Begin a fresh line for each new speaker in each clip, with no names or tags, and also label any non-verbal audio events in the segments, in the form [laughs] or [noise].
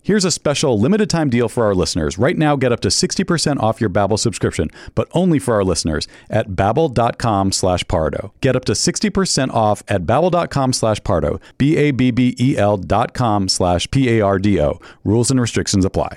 Here's a special limited time deal for our listeners. Right now, get up to 60% off your Babbel subscription, but only for our listeners at babbel.com slash pardo. Get up to 60% off at babbel.com slash pardo, B-A-B-B-E-L E dot com slash P-A-R-D-O. Rules and restrictions apply.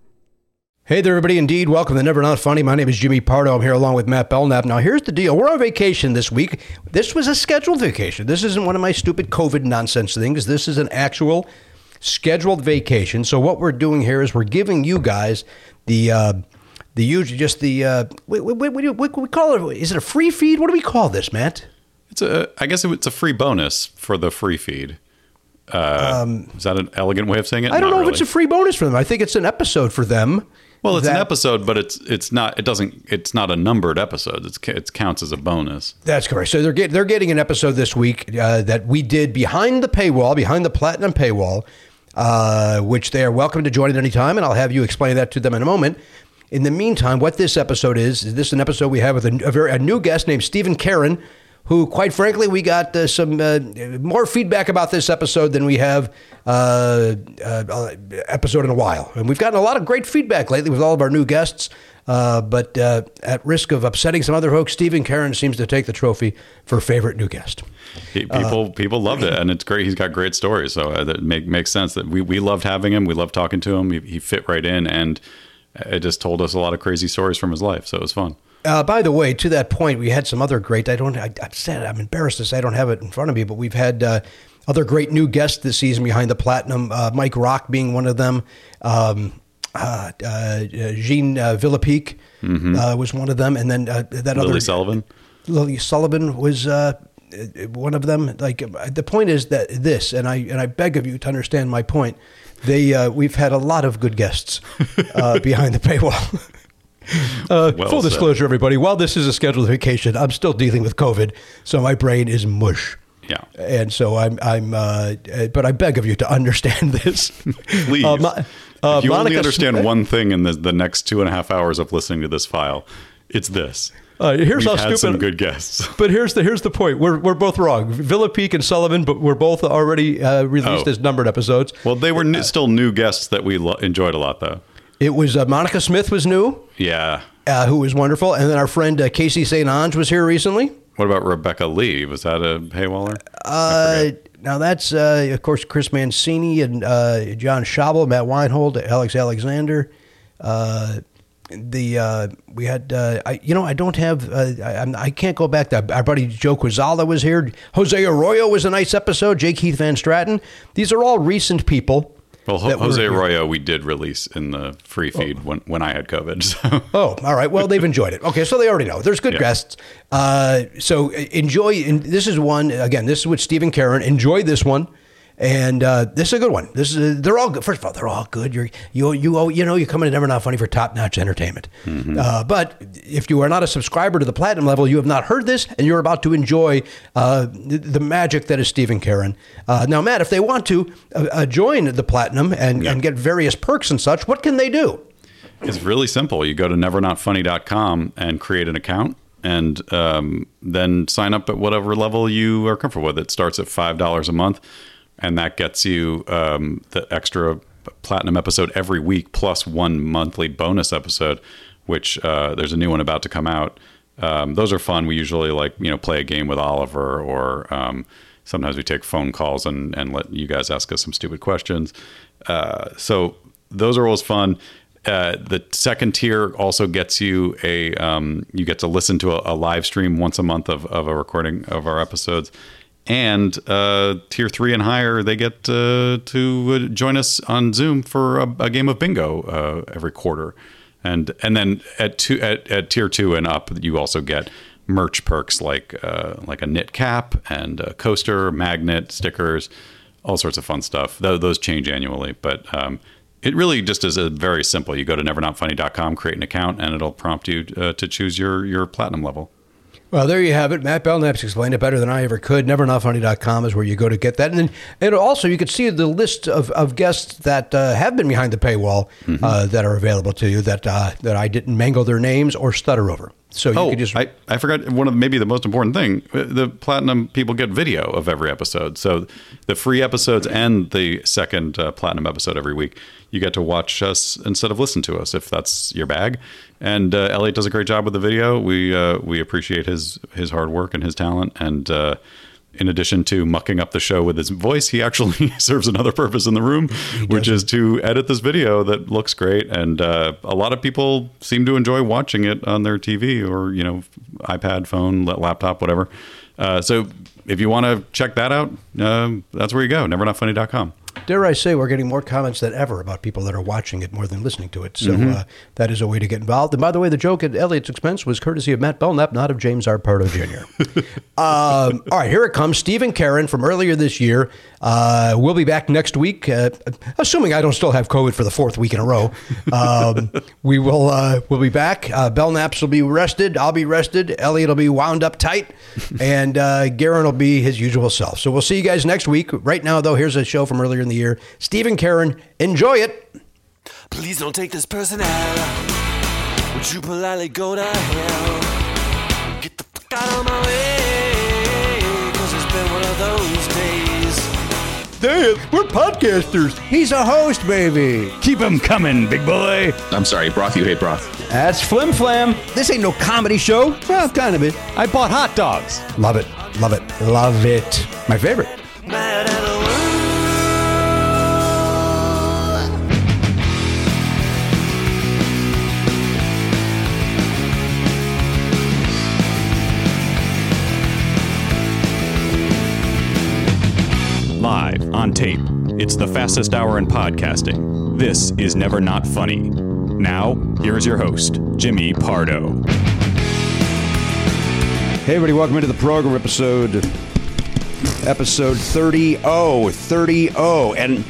Hey there, everybody. Indeed, welcome to Never Not Funny. My name is Jimmy Pardo. I'm here along with Matt Belknap. Now, here's the deal. We're on vacation this week. This was a scheduled vacation. This isn't one of my stupid COVID nonsense things. This is an actual scheduled vacation. So, what we're doing here is we're giving you guys the. Uh, the usual, just the uh, what, what, what, what, we call it? Is it a free feed? What do we call this, Matt?
It's a, I guess it's a free bonus for the free feed. Uh, um, is that an elegant way of saying it?
I don't
Not
know
really.
if it's a free bonus for them. I think it's an episode for them.
Well, it's an
that-
episode, but it's it's not it doesn't it's not a numbered episode. It's it counts as a bonus.
That's correct. So they're get, they're getting an episode this week uh, that we did behind the paywall, behind the platinum paywall, uh, which they are welcome to join at any time, and I'll have you explain that to them in a moment. In the meantime, what this episode is is this is an episode we have with a, a very a new guest named Stephen Karen, who, quite frankly, we got uh, some uh, more feedback about this episode than we have uh, uh, episode in a while, and we've gotten a lot of great feedback lately with all of our new guests. Uh, but uh, at risk of upsetting some other folks, Stephen Karen seems to take the trophy for favorite new guest.
He-
Uh,
people people loved it, and it's great. He's got great stories, so uh, that make, makes sense. That we, we loved having him. We loved talking to him. He, he fit right in, and it just told us a lot of crazy stories from his life. So it was fun.
Uh, by the way, to that point, we had some other great. I don't. I, I said I'm embarrassed to say I don't have it in front of me, but we've had uh, other great new guests this season behind the platinum. Uh, Mike Rock being one of them. Um, uh, uh, Jean uh, Villapique uh, was one of them, and then uh, that
Mm-hmm. Lily
other
Sullivan.
Lily Sullivan was uh, one of them. Like uh, the point is that this, and I and I beg of you to understand my point. They uh, we've had a lot of good guests
[laughs]
uh, behind the paywall. Uh,
Well
full
said.
disclosure, everybody. While this is a scheduled vacation, I'm still dealing with COVID, so my brain is mush.
Yeah.
and so I'm. I'm. Uh, uh, but I beg of you to [laughs] understand this,
Please.
Uh, Mo- uh,
if you
Monica
only understand
Smith-
one thing in the, the next two and a half hours of listening to this file, it's this.
Uh, here's
We've
how
had some
stupid-
good guests.
But here's the here's the point. We're, we're both wrong. Villa Peak and Sullivan, but we're both already uh, released
Oh.
as numbered episodes.
[laughs] Well, they were new, still new guests that we lo- enjoyed a lot, though.
It was uh, Monica Smith was new,
Yeah.
uh, who was wonderful, and then our friend uh, Casey St. Ange was here recently.
What about Rebecca Lee? Was that a Haywaller? I
Uh,
forget.
now that's uh, of course Chris Mancini and uh, John Schabel, Matt Weinhold, Alex Alexander. Uh, the uh, we had uh, I you know I don't have uh, I, I'm- I can't go back to our buddy Joe Quazala was here. Jose Arroyo was a nice episode. Jake Heath Van Stratton. These are all recent people.
well, Ho-
that were
Jose
here.
Arroyo, we Oh. did release in the free feed when, when I had COVID. [laughs] So.
Oh, all right. Well, they've enjoyed it. Okay, so they already know. There's good
Yeah.
guests. Uh, so uh, enjoy. And this is one again. This is with Stephen Karen. Enjoy this one, and uh, this is a good one. This is uh, they're all good. First of all, they're all good. You're you you oh, you know you're coming to Never Not Funny for top notch entertainment.
Mm-hmm.
Uh, but if you are not a subscriber to the platinum level, you have not heard this, and you're about to enjoy uh, the, the magic that is Stephen Karen. Uh, now, Matt, if they want to uh, uh, join the platinum and,
Yeah.
and get various perks and such, what can they do?
It's really simple. You go to nevernotfunny.com and create an account and um, then sign up at whatever level you are comfortable with. It starts at $5 a month and that gets you um, the extra platinum episode every week plus one monthly bonus episode, which uh, there's a new one about to come out. Um, those are fun. We usually like, you know, play a game with Oliver or um, sometimes we take phone calls and, and let you guys ask us some stupid questions. Uh, so those are always fun. Uh, the second tier also gets you a um, you get to listen to a, a live stream once a month of, of a recording of our episodes, and uh, tier three and higher they get uh, to uh, join us on Zoom for a, a game of bingo uh, every quarter, and and then at two at, at tier two and up you also get merch perks like uh, like a knit cap and a coaster, magnet, stickers, all sorts of fun stuff. Tho- those change annually, but um, it really just is a very simple. You go to nevernotfunny.com, create an account, and it'll prompt you uh, to choose your your platinum level.
Well, there you have it. Matt Belknap's explained it better than I ever could. NeverNotFunny.com is where you go to get that. And then and also you can see the list of, of guests that uh, have been behind the paywall
Mm-hmm.
uh, that are available to you that uh, that I didn't mangle their names or stutter over. So you
Oh,
can just
I, I forgot one of maybe the most important thing. uh, The platinum people get video of every episode, so the free episodes and the second uh, platinum episode every week. You get to watch us instead of listen to us, if that's your bag. And uh, Elliot does a great job with the video. We uh, we appreciate his his hard work and his talent. And uh, in addition to mucking up the show with his voice, he actually [laughs] serves another purpose in the room, which is to edit this video that looks great. And uh, a lot of people seem to enjoy watching it on their TV or, you know, iPad, phone, la- laptop, whatever. Uh, so if you want to check that out, um, that's where you go. NeverNotFunny.com.
dare I say we're getting more comments than ever about people that are watching it more than listening to it. So uh, that is a way to get involved. And by the way, the joke at Elliot's expense was courtesy of Matt Belknap, not of James R. Pardo Jr. um, all right, here it comes. Stephen Karen from earlier this year. Uh, we'll be back next week, uh, assuming I don't still have COVID for the fourth week in a row. Um, [laughs] we will uh, we'll be back. Uh, Belknaps will be rested. I'll be rested. Elliot will be wound up tight, and uh, Garen will be his usual self. So we'll see you guys next week. Right now, though, here's a show from earlier in the year. Stephen Karen, enjoy it.
Please don't take this person out. Would you politely go to hell? Get the fuck out of my way. Cause it's been one of those days.
Damn, we're podcasters. He's a host, baby.
Keep 'em coming, big boy.
I'm sorry, broth you hate broth.
That's Flim Flam. This ain't no comedy show. Well, kind of it.
I bought hot dogs.
Love it. Love it. Love it. My favorite.
mad at the world.
Live on tape. It's the fastest hour in podcasting. This is Never Not Funny. Now, here's your host, Jimmy Pardo.
Hey, everybody, welcome into the program episode episode 30 oh 30 oh and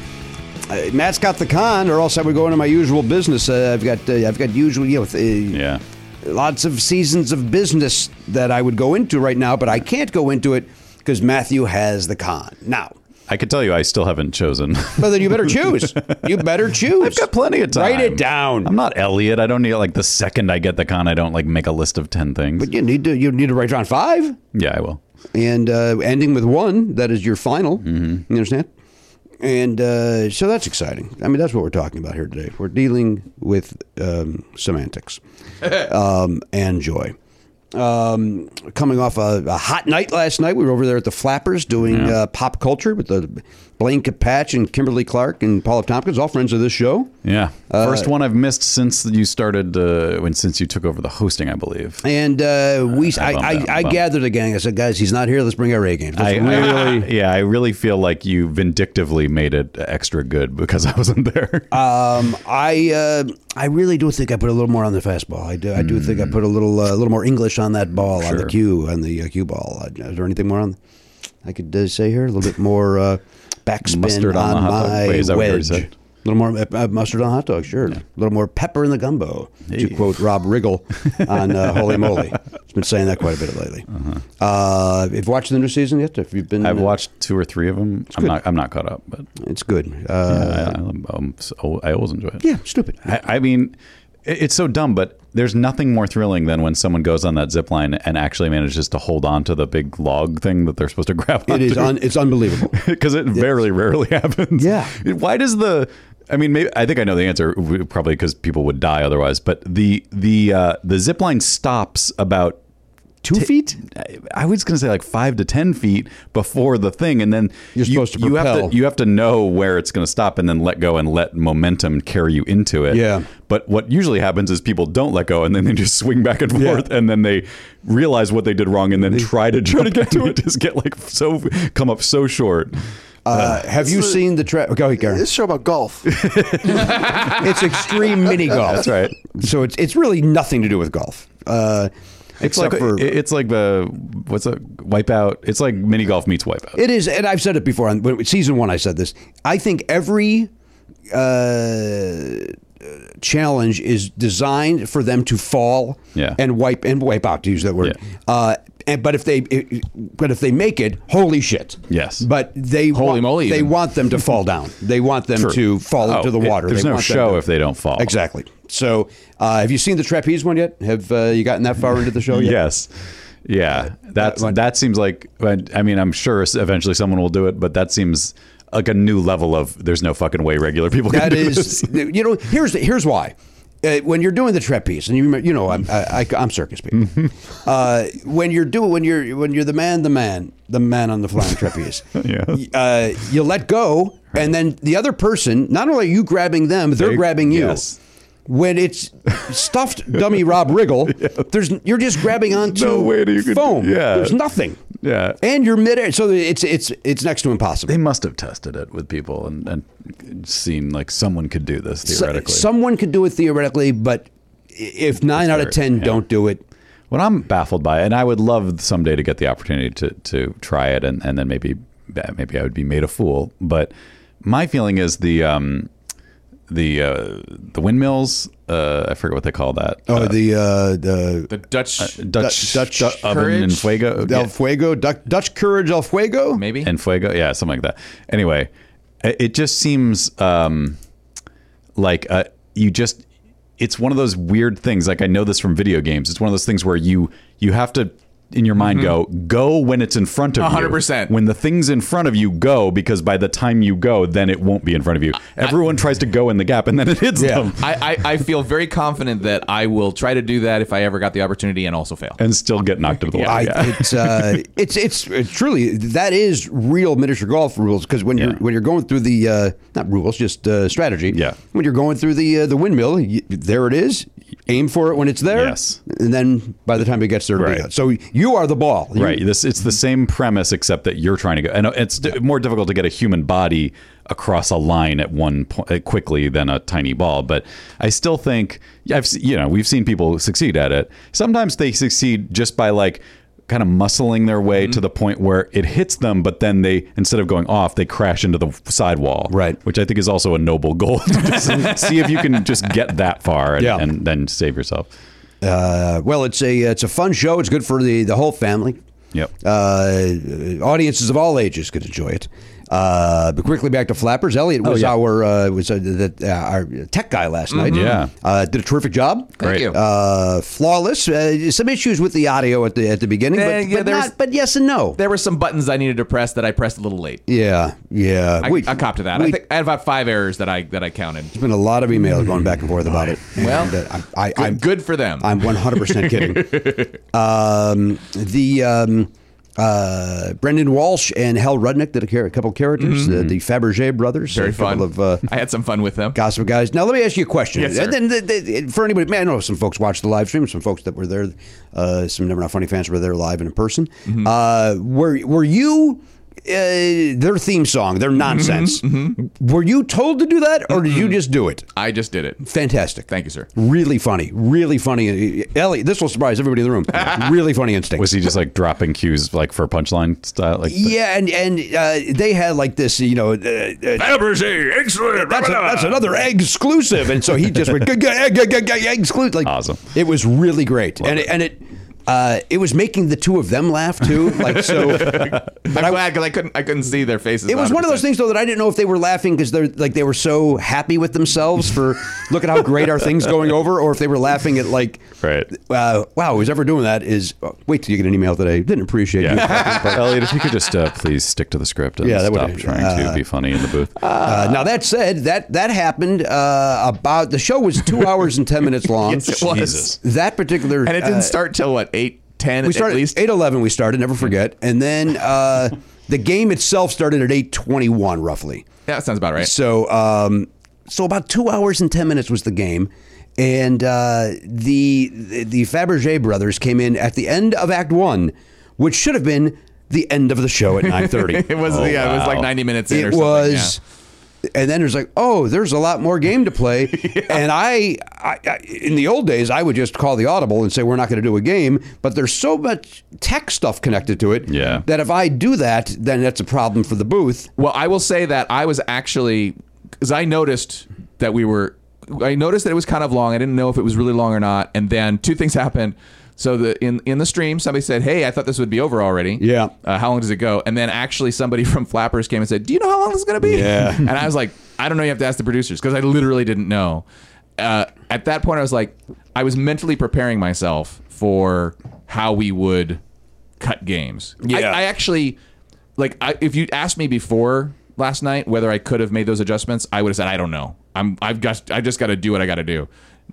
uh, Matt's got the con or else I would go into my usual business uh, I've got uh, I've got usual you know with, uh,
Yeah.
lots of seasons of business that I would go into right now but I can't go into it because Matthew has the con now
I could tell you I still haven't chosen. [laughs]
but then you better choose you [laughs] better choose
I've got plenty of time.
write it down
um, I'm not Elliot. I don't need like the second I get the con, I don't like make a list of ten things.
you need to you need to write down five
yeah, I will.
and uh, ending with one that is your final.
Mm-hmm.
You understand? And uh, so that's exciting. I mean, that's what we're talking about here today. We're dealing with um,
[laughs]
semantics um, and joy. Um, coming off a, a hot night last night, we were over there at the Flappers doing uh, pop culture with the Blaine Patch and Kimberly Clark and Paula Tompkins, all friends of this show.
Yeah,
Uh,
first one I've missed since you started uh, when since you took over the hosting, I believe.
And uh, we, I,
I bummed
I,
out,
I,
bummed.
gathered the gang. I said, guys, he's not here. Let's bring our A game.
I, I really, yeah, I really feel like you vindictively made it extra good because [laughs] I wasn't there.
Um, I uh, I really do think I put a little more on the fastball. I do I do think I
Hmm.
put a little uh, a little more English on that ball on the cue on the uh, cue ball. Uh, is there anything more on? I could uh, say here a little bit more uh, backspin
Mustard on
on,
the hot dog.
my
Wait, is that what you already
wedge.
said?
A little more uh, uh, mustard on a hot dog, sure. A little more pepper in the gumbo, to quote Rob Riggle on uh, Holy Moly. He's been saying that quite a bit lately. uh have you watched the new season yet? Have you been?
Uh-huh. I've watched two or three of them. I'm not, I'm not caught up, but
It's good. Uh,
I, I'm- I'm so- I always enjoy it.
yeah, stupid.
I, I mean, it- it's so dumb, but there's nothing more thrilling than when someone goes on that zip line and actually manages to hold on to the big log thing that they're supposed to [laughs] grab
It
onto.
is. Un- it's unbelievable.
[laughs] because it very rarely [laughs] happens.
Yeah.
Why does the? I mean, maybe I think I know the answer. w- Probably because people would die otherwise. But the the uh, the zip line stops about
Two feet.
I- I was going to say like five to ten feet before the thing, and then
You're
you-
supposed to
you have
propel.
to you have to know where it's going to stop, and then let go and let momentum carry you into it.
Yeah.
But what usually happens is people don't let go, and then they just swing back and forth, and then they realize what they did wrong, and then try to try to get to it, just get like so come up so short.
Uh, have you seen the track? Go ahead, Garen.
This show about
[laughs]
golf.
[laughs]
It's extreme mini golf.
That's right.
So it's it's really nothing to do with golf. Uh,
It's
except
like
for
it- it's like the what's a wipeout? It's like mini golf meets wipeout.
it is, and I've said it before on when- season one. I said this. I think every uh, challenge is designed for them to fall
Yeah.
and wipe and wipe out to use that word.
Yeah.
Uh, and, but if they but if they make it, holy shit.
Yes.
But they
Holy
want,
moly,
They
even.
want them to fall down. They want them
True.
to fall
Oh,
into the
it-
water.
there's
They
no
want them
show
to-
if they don't fall.
Exactly. So, uh, have you seen the trapeze one yet? Have uh, you gotten that far into the show
[laughs]
yet?
Yes. Yeah. That's
that one-
that seems like I mean, I'm sure eventually someone will do it, but that seems like a new level of there's no fucking way regular people can
[laughs] That
do
is,
this.
you know, here's here's why. Uh, when you're doing the trapeze, and you remember, you know, I'm I, I, am circus people.
Mm-hmm.
uh, when you're doing when you're when you're the man, the man, the man on the flying trapeze.
[laughs] Yeah.
Uh, you let go, and then the other person. Not only are you grabbing them, they're
They-
grabbing you.
yes.
When it's stuffed dummy Rob
[laughs]
Riggle, there's you're just grabbing onto
No way that you could-
foam.
yeah.
There's nothing.
Yeah.
And you're midair, so it's it's it's next to impossible.
They must have tested it with people and, and seen like someone could do this
So-
theoretically.
someone could do it theoretically, but i- if nine out of
very-
ten
yeah.
don't do it,
what I'm baffled by, and I would love someday to get the opportunity to to try it, and, and then maybe maybe I would be made a fool. But my feeling is the um, the uh, the windmills. Uh, I forget what they call that.
oh
Uh,
the uh, the
The Dutch.
Dutch
Dutch-
Dutch,
Dutch
oven and
courage?
fuego.
Del
uh, Yeah.
Fuego Dutch, Dutch Courage El Fuego.
Maybe.
and fuego yeah something like that anyway i- it just seems um like uh you just it's one of those weird things like i know this from video games it's one of those things where you you have to in your mind go go when it's in front of you.
100%.
When the thing's in front of you, go because by the time you go, then it won't be in front of you. Everyone tries to go in the gap and then it hits them
I, I, I feel very confident that I will try to do that if I ever got the opportunity and also fail.
and still get knocked to the
I,
wall. Yeah. [laughs]
it's, uh, it's it's it's truly that is real miniature golf rules because when you're
Yeah.
when you're going through the uh, not rules just uh, strategy
Yeah.
when you're going through the uh, the windmill you, there it is aim for it when it's there
Yes.
and then by the time it gets there it'll be
Right.
out. so you are the ball You-
Right. This it's the same premise except that you're trying to go, and it's d- more difficult to get a human body across a line at one point quickly than a tiny ball. But I still think I've se- you know we've seen people succeed at it. Sometimes they succeed just by like kind of muscling their way
Mm-hmm.
to the point where it hits them, but then they instead of going off, they crash into the sidewall.
Right.
Which I think is also a noble goal. [laughs] to just see if you can just get that far and,
Yeah.
and then save yourself.
uh, well it's a it's a fun show it's good for the the whole family
Yep.
uh, audiences of all ages could enjoy it. Uh, but quickly back to Flappers. Elliot
Oh,
was
yeah.
our uh, was uh, the, uh, our tech guy last
Mm-hmm.
night.
Yeah.
uh, did a terrific job.
Thank you.
Uh, flawless. Uh, some issues with the audio at the at the beginning,
Eh,
but,
yeah,
but
there
not.
was-
but yes and no.
There were some buttons I needed to press that I pressed a little late.
yeah, yeah.
I,
We-
I copped to that. I
we-
think I had about five errors that I that I counted.
there's been a lot of emails going back and forth about it.
Well,
And, uh, I, I, I'm
I'm good for them.
I'm
[laughs]
100% kidding. um, the um, uh, Brendan Walsh and Hal Rudnick did a, char- a couple of characters, the, the Fabergé brothers.
Mm-hmm. Very
a couple
fun.
of uh,
I had some fun with them.
gossip guys. Now, let me ask you a question.
Yes, sir.
And then the, the, for anybody, man, I know some folks watched the live stream, some folks that were there, uh, some Never Not Funny fans were there live and in person.
Mm-hmm.
Uh, were, were you. Uh, their theme song,
Mm-hmm.
their nonsense. Were you told to do that, or did you just do it?
I just did it.
Fantastic.
Thank you, sir.
Really funny, really funny. Ellie, this will surprise everybody in the room.
[laughs]
really funny instinct.
Was he just like dropping cues like for punchline style? Like
yeah, and and uh, they had like this, you know, uh, uh,
Fabergé, excellent.
that's, a, that's another exclusive, and so he just went "Gah, gah, gah, gah, gah, gah, exclusive. Like,
Awesome.
It was really great, and it, and it. Uh, it was making the two of them laugh too. Like so,
[laughs]
I'm glad because I couldn't I couldn't see their faces.
it was one of those
100%.
things though that I didn't know if they were laughing because they're like they were so happy with themselves for [laughs] look at how great our thing's going over, or if they were laughing at like,
Right.
uh, wow, who's ever doing that is oh, wait till you get an email today. Didn't appreciate you.
Yeah. [laughs] Elliot, if you could just uh, please stick to the script and
Yeah, that
stop
would-
trying to be funny in the booth.
Uh, now that said, that that happened uh, about the show was two hours and ten minutes long.
Yes, it was.
Jesus.
That particular
and it
uh,
didn't start till what eight ten
We started
at least.
eight eleven. We started. Never forget. And then uh, the game itself started at eight twenty one, roughly.
Yeah, that sounds about right.
So, um, so about two hours and ten minutes was the game, and uh, the the Fabergé brothers came in at the end of Act One, which should have been the end of the show at nine thirty.
[laughs] [laughs] It was yeah, Oh, it was like ninety minutes in. or
it
something,
was. And then there's like, oh, there's a lot more game to
[laughs]
play. And I, I, I, in the old days, I would just call the audible and say we're not going to do a game. But there's so much tech stuff connected to it
Yeah.
that if I do that, then that's a problem for the booth.
yeah. Well, I will say that I was actually because I noticed that we were. I noticed that it was kind of long. I didn't know if it was really long or not. And then two things [laughs] happened. So the in in the stream, somebody said, "Hey, I thought this would be over already."
Yeah.
Uh, how long does it go? And then actually, somebody [laughs] from Flappers came and said, "Do you know how long this is going to be?"
Yeah.
[laughs] and I was like, "I don't know. You have to ask the producers because I literally didn't know." Uh, at that point, I was like, I was mentally preparing myself for how we would cut games.
Yeah.
I, I actually like I, if you'd asked me before last night whether I could have made those adjustments, I would have said I don't know. I'm I've just I just got to do what I got to do.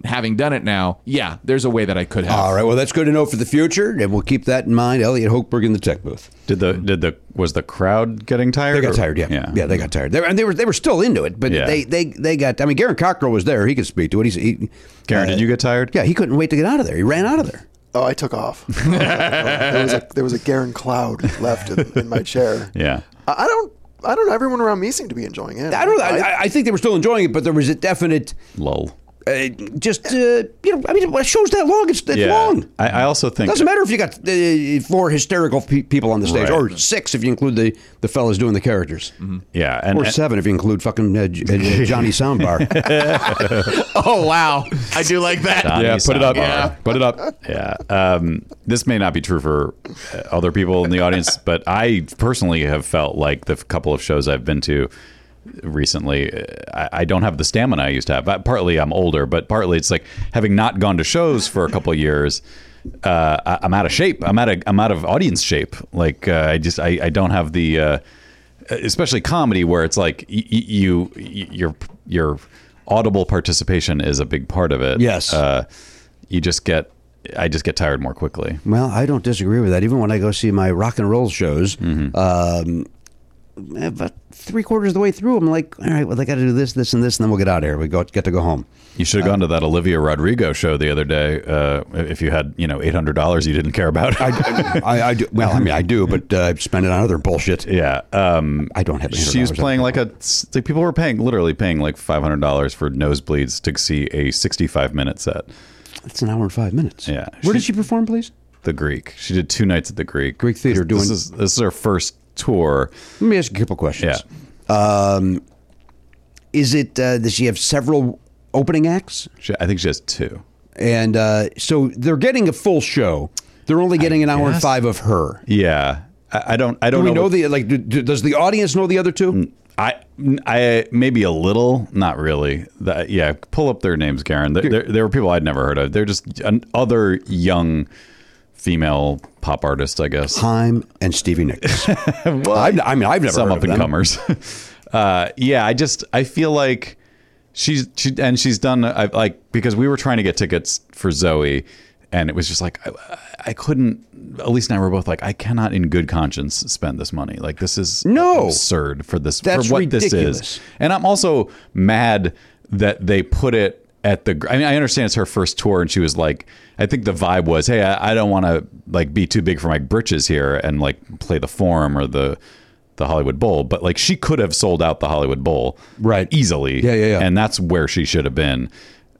Having done it now, yeah, there's a way that I could have.
All right, well, that's good to know for the future, and we'll keep that in mind. Elliot Hochberg in the tech booth.
Did the did the was the crowd getting tired?
They got
or-
tired, yeah. yeah, they got tired. They, were- and they were they were still into it, but
Yeah.
they, they they got. I mean, Garen Cockrell was there; he could speak to it. He's, he,
Karen,
uh,
did you get tired?
Yeah, he couldn't wait to get out of there. He ran out of there.
Oh, I
[laughs]
took off. there was a there was a Garen cloud left in, in my chair.
Yeah.
I, I don't. I don't. know. Everyone around me seemed to be enjoying it.
I don't know. I, I think they were still enjoying it, but there was a definite,
Lull.
uh, just uh, you know. I mean, when a show's that long, it's, it's
yeah.
long.
I, I also think
Doesn't matter if you got uh, four hysterical pe- people on the stage,
Right.
or six if you include the the fellas doing the characters,
Yeah, and,
or
and-
seven if you include fucking
[laughs]
uh, J- uh, Johnny Soundbar.
Oh wow, I do like that.
Donnie
yeah,
put it up.
Soundbar. Yeah.
Put it up. Yeah. Um, this may not be true for uh, other people in the
[laughs]
audience, but I personally have felt like the couple of shows I've been to recently, uh, I, I don't have the stamina I used to have. But partly I'm older, but partly it's like having not gone to shows for a couple of years. uh, I, I'm out of shape. I'm out of I'm out of audience shape. Like uh, I just I, I don't have the uh, especially comedy where it's like y- y- you y- your your audible participation is a big part of it.
Yes.
uh, you just get I just get tired more quickly.
Well, I don't disagree with that. Even when I go see my rock and roll shows,
Mm-hmm.
um, about three quarters of the way through, I'm like, all right, well, I got to do this, this, and this, and then we'll get out of here. We go, get to go
[laughs]
home.
You should have gone to that Olivia Rodrigo show the other day. Uh, if you had you know eight hundred dollars you didn't care about. [laughs]
I, I, I do. Well, I mean, I do, but uh, I spend it on other bullshit.
yeah. Um,
I don't have.
she was
$800.
playing like a like people were paying literally paying like five hundred dollars for nosebleeds to see a sixty five minute set.
It's an hour and five minutes.
Yeah.
Where did she perform, please?
The Greek. She did two nights at the Greek.
Greek theater
This,
doing-
this is this is her first tour.
Let me ask you a couple
Yeah.
questions. Um, is it? Uh, does she have several opening acts?
She, I think she has two.
And uh, so they're getting a full show. They're only getting an hour and
guess. Oh,
five of her.
Yeah. I, I don't. I don't
Do we
know.
know
what-
the like? Do, do- does the audience know the other two?
I, I maybe a little, not really. That, yeah, pull up their names, Karen. There, there, there were people I'd never heard of. They're just an, other young female pop artists, I guess.
Time and Stevie Nicks.
[laughs]
I've, I mean, I've never
some
heard
up
of them.
and comers. [laughs] uh, yeah, I just I feel like she's she and she's done I, like because we were trying to get tickets for Zoe, and it was just like I, I couldn't. Elise and I were both like, I cannot in good conscience spend this money. Like this is
No.
absurd for this
That's
for what this
ridiculous.
is. And I'm also mad that they put it at the. I mean, I understand it's her first tour, and she was like, I think the vibe was, hey, I, I don't want to like be too big for my britches here and like play the Forum or the the Hollywood Bowl, but like she could have sold out the Hollywood Bowl
Right.
easily,
Yeah, yeah, yeah.
and that's where she should have been.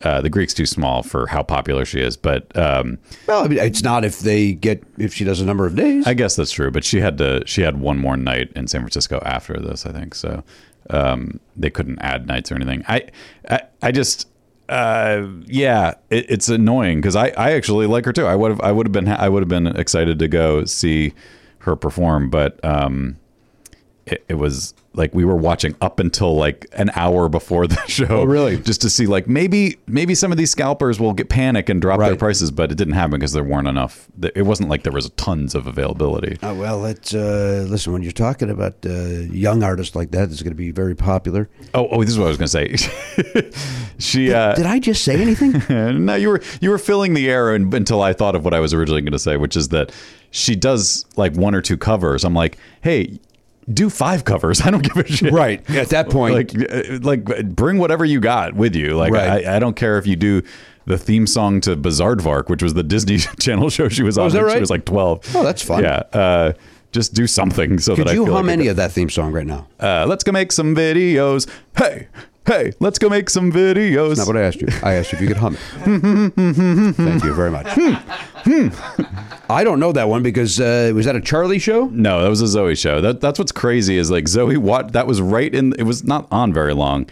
Uh, the Greek's too small for how popular she is, but um,
Well, I mean, it's not if they get if she does a number of days.
I guess that's true. But she had to. She had one more night in San Francisco after this, I think. So um, they couldn't add nights or anything. I, I, I just, uh, yeah, it, it's annoying because I, I actually like her too. I would have, I would have been, ha- I would have been excited to go see her perform, but um, it, it was like we were watching up until like an hour before the [laughs] show. Oh,
really?
Just to see like maybe maybe some of these scalpers will get panic and drop their
Right.
prices, but it didn't happen because there weren't enough. th- It wasn't like there was tons of availability.
Uh, well, it's uh, listen. When you're talking about uh, young artists like that, it's going to be very popular.
Oh, oh, this is what I was gonna say. [laughs] she, uh, [laughs]
Did I just say anything?
no, you were you were filling the air un until I thought of what I was originally gonna say, which is that she does like one or two covers. I'm like, hey, do five covers. [laughs] I don't give a shit.
right at that point,
[laughs] Like, uh, like, bring whatever you got with you. Like,
Right.
I, I don't care if you do the theme song to Bizardvark, which was the Disney [laughs] Channel show she was on.
Oh, is that
when
right?
She was like twelve.
Oh, that's fun.
Yeah. Uh, just do something so
could
that I
you
feel
hum
like it-
any of that theme song right now?
uh, let's go make some videos. Hey, hey, let's go make some videos.
Not Uh, what I asked you. I asked you if you could hum it. [laughs] Thank you very much.
Hmm.
I don't know that one because uh, was that a Charlie show?
no, that was a Zoe show. That, that's what's crazy is like Zoe watched. That was right in. It was not on very long,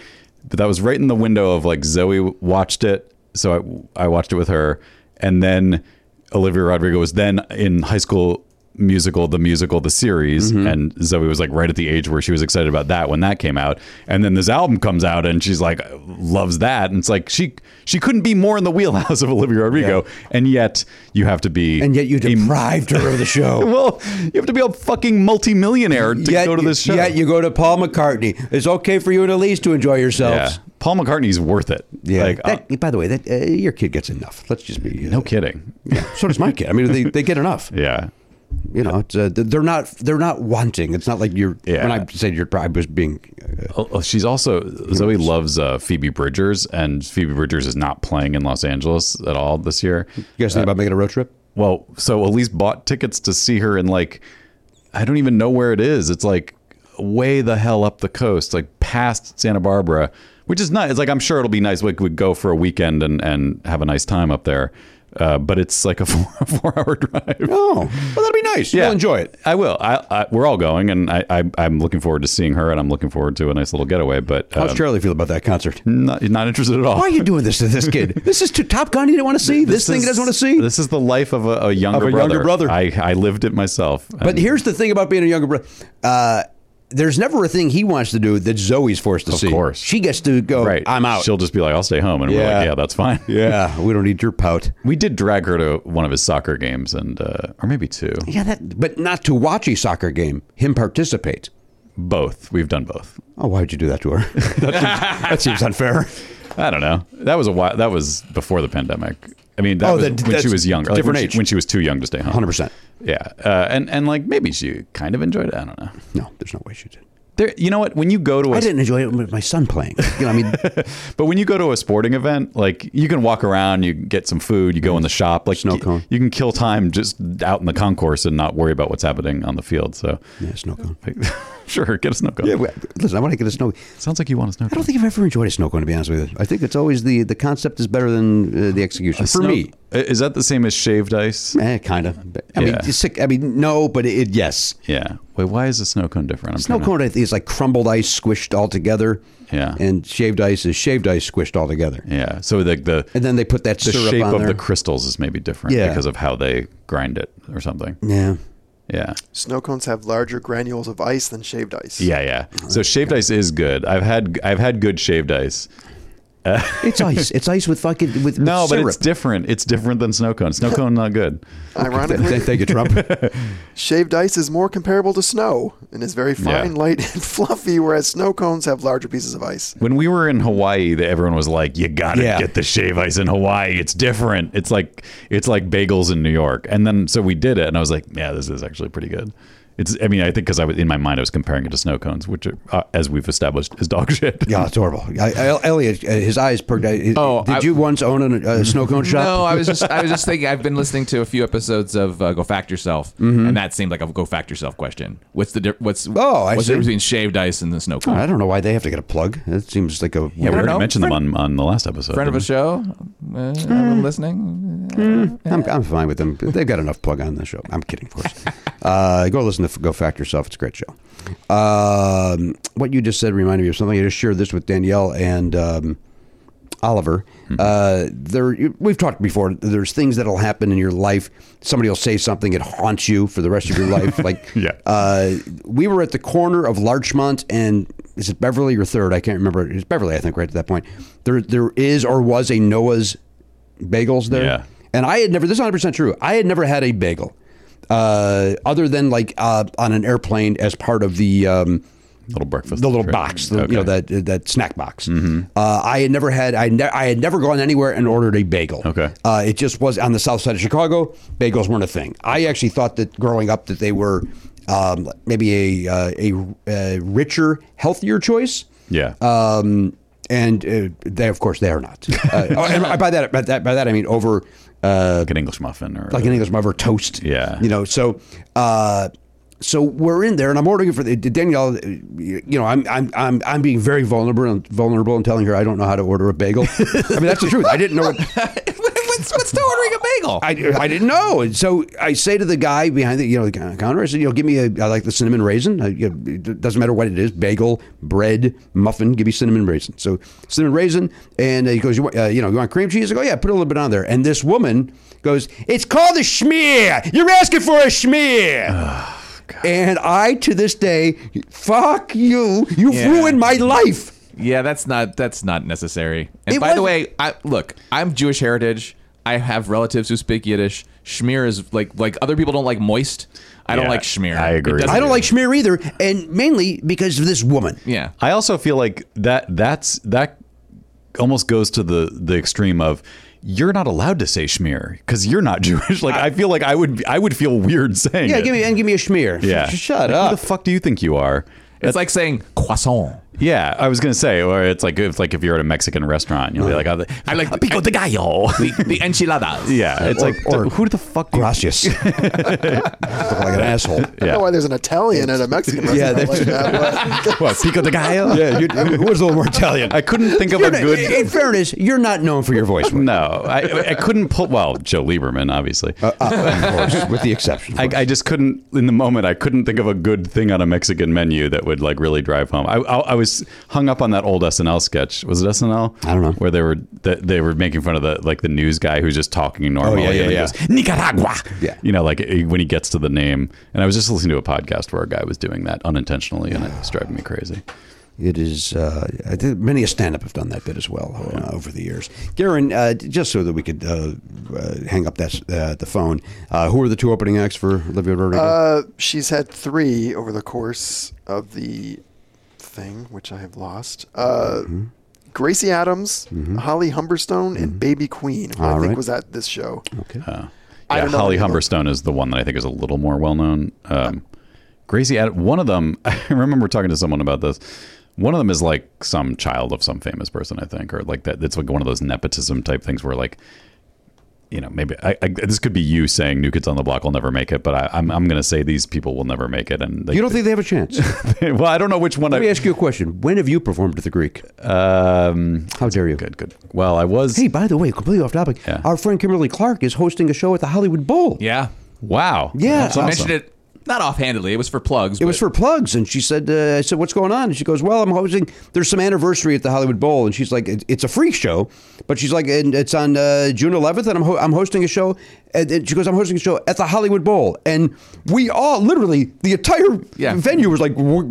but that was right in the window of like Zoe watched it. So I I watched it with her, and then Olivia Rodrigo was then in High School Musical, the musical, the series,
Mm-hmm.
and Zoe was like right at the age where she was excited about that when that came out. And then this album comes out, and she's like loves that, and it's like she she couldn't be more in the wheelhouse of Olivia Rodrigo, and yet you have to be
And yet you deprived her [laughs] of the
[laughs]
show.
well, you have to be a fucking multimillionaire to
yet,
go to
you-
this show.
Yet you go to Paul McCartney. It's okay for you and Elise to enjoy
yeah.
yourselves.
Paul McCartney's worth it. Like, uh,
That- by the way, that uh, your kid gets enough. Let's just be uh,
no kidding.
So does my kid. I mean, they, they
[laughs]
get enough.
Yeah.
You know, it's, uh, they're not they're not wanting. It's not like you're.
Yeah.
When I said you're, I was being. Uh,
Oh, oh, she's also Zoe loves uh, Phoebe Bridgers, and Phoebe Bridgers is not playing in Los Angeles at all this year.
you guys think about making a road trip?
Well, so Elise bought tickets to see her in like I don't even know where it is. It's like way the hell up the coast, like past Santa Barbara, which is nice. It's like I'm sure it'll be nice. Like we'd go for a weekend and and have a nice time up there. Uh, but it's like a [laughs] four, four hour drive. [laughs]
Oh, well, that'll be nice. You'll enjoy it.
I will. I, I, we're all going, and I, I, I'm looking forward to seeing her, and I'm looking forward to a nice little getaway. But
How's
um,
Charlie feel about
[laughs]
that concert?
not, not interested at all.
Oh, Why are you doing this to this
[laughs]
kid? This is too Top Gun. You didn't want to see this, thing. He
is-
doesn't want to see.
This is the life of a, a younger
Of a
brother.
younger brother.
I, I lived it myself.
But
and-
here's the thing about being a younger brother. Uh, there's never a thing he wants to do that Zoe's forced to see.
course.
she gets to go.
right.
I'm out.
She'll just be like, I'll stay home. And we're
Yeah.
like, yeah, that's fine.
yeah, we don't need your pout.
[laughs] We did drag her to one of his soccer games and, uh, or maybe two,
Yeah, that, but not to watch a soccer game. Him participate.
both. We've done both.
Oh, why would you do that to her? [laughs] that, seems, that seems unfair.
I don't know. That was a while. That was before the pandemic. I mean, that
Oh,
was
that-
when she
that's
was younger, like,
different
when she-
age.
when she was too young to stay home.
100%.
Yeah, uh, and and like maybe she kind of enjoyed it. I don't know.
No, there's no way she did.
There, you know what? When you go to
I
a
didn't enjoy it with my son playing. You know,
[laughs]
I mean,
But when you go to a sporting event, like you can walk around, you get some food, you go in the shop, like
Snow cone.
You, can kill time just out in the concourse and not worry about what's happening on the field. So,
yeah, snow cone.
[laughs] sure, get a snow cone.
Yeah, well, listen, I want to get a snow.
Sounds like you want a snow
I
cone.
don't think I've ever enjoyed a snow cone. To be honest with you, I think it's always the the concept is better than uh, the execution for
Snow-
me.
I- is that the same as shaved ice?
Eh, kind of. I mean,
Yeah.
it's sick. I mean, no, but it, yes.
Yeah. Wait, why is a snow cone different? I'm
Snow
trying to-
cone I think, is like crumbled ice squished all together.
Yeah.
And shaved ice is shaved ice squished all together.
Yeah. So the the
And then they put that
the
syrup
shape
on
of
there.
the crystals is maybe different
Yeah.
because of how they grind it or something.
yeah.
Yeah.
Snow cones have larger granules of ice than shaved ice.
Yeah, [laughs]
Mm-hmm.
yeah. So shaved ice is good. I've had I've had good shaved ice.
It's ice. It's ice with fucking with, with
No, but
syrup.
it's different. It's different than snow cone. Snow cone not good.
Ironically,
Thank you, Trump.
shaved ice is more comparable to snow and is very fine,
Yeah.
light, and [laughs] fluffy, whereas snow cones have larger pieces of ice.
When we were in Hawaii, the- everyone was like, "You gotta
Yeah.
get the shave ice in Hawaii. It's different. It's like it's like bagels in New York." And then so we did it, and I was like, "Yeah, this is actually pretty good." It's. I mean, I think because I was in my mind, I was comparing it to snow cones, which, are, uh, as we've established, is dog [laughs] shit.
[laughs] yeah, it's horrible. I, I, Elliot, uh, his eyes perked. Oh,
Oh,
did
I-
you once own an- a, snow cone shop?
No, I was just I was just thinking. I've been listening to a few episodes of uh, Go Fact Yourself, and that seemed like a Go Fact Yourself question. What's the di- what's
Mm-hmm. Oh, I
what's
see.
the difference between shaved ice and the snow cone?
I don't know why they have to get a plug. It seems like a
Yeah, we
I don't
already
know.
mentioned them on, on the last episode.
Friend of a
didn't
show, uh, I've
Mm.
been listening.
I'm, I'm fine with them. They've got enough plug on the show. I'm kidding, of course. uh, go listen to Go Fact Yourself. It's a great show. Um, what you just said reminded me of something. I just shared this with Danielle and um, Oliver. Uh, there, you- we've talked before. There's things that'll happen in your life. Somebody will say something. It haunts you for the rest of your life. Like,
Yeah.
uh, we were at the corner of Larchmont and is it Beverly or Third? I can't remember. It's Beverly, I think. Right at that point, there there is or was a Noah's bagels there.
Yeah.
And I had never, this is 100% true. I had never had a bagel uh, other than like uh, on an airplane as part of the. Um,
we? little breakfast,
the little
trip.
box, the,
Okay. Mm-hmm.
you know that that snack box. Uh, I had never had I, ne- I had never gone anywhere and ordered a bagel.
Okay.
uh, it just was on the south side of Chicago. Bagels weren't a thing. I actually thought that growing up that they were um, maybe a, uh, a a richer, healthier choice.
Yeah.
Um, and uh, they, of course, they
[laughs]
are not. Uh, oh, and by that, by that, by that, I mean over uh,
like an English muffin or
like an English over toast.
Yeah.
you know. So, uh, so we're in there, and I'm ordering it for the Danielle. uh, You know, I'm I'm I'm I'm being very vulnerable and vulnerable and telling her I don't know how to order a bagel. I mean, that's the truth. I didn't know. What,
what's, what's to ordering a bagel?
I, I didn't know. And so I say to the guy behind the you know the counter, I said, you know, give me a I like the cinnamon raisin. I, you know, it doesn't matter what it is, bagel, bread, muffin. Give me cinnamon raisin. So cinnamon raisin, and he goes, you, want, uh, you know, you want cream cheese? I go, yeah, put a little bit on there. And this woman goes, it's called a schmear. You're asking for a
[sighs]
schmear.
Oh,
and I to this day, fuck you. You've
Yeah.
ruined my life.
yeah, that's not that's not necessary. And
It
by the
was-
way, I look, I'm Jewish heritage. I have relatives who speak Yiddish. Schmear is like like other people don't like moist. I don't
Yeah,
like schmear.
I agree.
It doesn't-
I don't like schmear either, and mainly because of this woman.
Yeah.
I also feel like that that's that almost goes to the the extreme of you're not allowed to say schmear because you're not [laughs] Jewish. Like I, feel like I would I would feel weird saying
Yeah,
it.
give me and give me a schmear.
yeah. Like,
shut
Who
up.
the fuck do you think you are?
It's like saying croissant.
Yeah, I was gonna say, or it's like it's like if you're at a Mexican restaurant, you'll be like, I like a [laughs] pico de gallo.
The,
[laughs]
the
[laughs]
enchiladas.
yeah, it's like
or-
who the fuck? Do you,
Gracias. [laughs] Look like an asshole.
I don't
Yeah.
know why there's an Italian and
[laughs]
a Mexican
Yeah,
restaurant
that's-
like that. but-
what, pico de gallo?
[laughs] Yeah, you, who was a little more Italian?
I couldn't think of a
You're not-
good.
in fairness, you're not known for your voice. Wayne.
no, I, I couldn't pull. Well, Joe Lieberman, obviously.
Uh, of course, with the exception. of
I,
course.
I just couldn't in the moment. I couldn't think of a good thing on a Mexican menu that would like really drive home. I I, I was was hung up on that old SNL sketch. Was it SNL? I
don't know.
Where they were that they were making fun of the like the news guy who's just talking normally.
Oh, yeah,
and he
yeah.
goes, Nicaragua.
Yeah.
You know, like eh, when he gets to the name. And I was just listening to a podcast where a guy was doing that unintentionally, and it was driving me crazy.
It is. Uh, I think many a stand-up have done that bit as well uh, over the years. Garen, uh, just so that we could uh, uh, hang up that uh, the phone. Uh, who are the two opening acts for Olivia Rodrigo?
Uh, she's had three over the course of the thing, which I have lost. Uh,
Mm-hmm.
Gracie Adams, Holly Humberstone, and Baby Queen, who
Mm-hmm.
I
All
think
right. Oh.
was at this show.
okay.
I
Yeah,
don't know
Holly
the name of-
Humberstone is the one that I think is a little more well known. Um, Gracie, Ad- one of them, [laughs] I remember talking to someone about this. One of them is like some child of some famous person, I think, or like that. It's like one of those nepotism type things where like, you know, maybe I, I, this could be you saying New Kids on the Block will never make it, but I, I'm, I'm going to say these people will never make it. And they,
you don't think they have a [laughs] chance?
[laughs] well, I don't know which one.
Let me
I,
ask you a question. When have you performed at the Greek?
um,
How dare you?
good, good. Well, I was.
Hey, by the way, completely off topic.
Yeah.
Our friend Kimberly Clark is hosting a show at the Hollywood Bowl.
Yeah.
wow.
Yeah.
That's
So I
awesome.
mentioned it not offhandedly. It was for plugs.
It was for plugs, and she said, uh, "I said, what's going on?" And she goes, "Well, I'm hosting. There's some anniversary at the Hollywood Bowl," and she's like, "It- "It's a freak show," but she's like, "And it's on uh, June 11th, and I'm ho- I'm hosting a show." And, and she goes, "I'm hosting a show at the Hollywood Bowl," and we all, literally, the entire
Yeah. Mm-hmm.
venue was like, "Wha-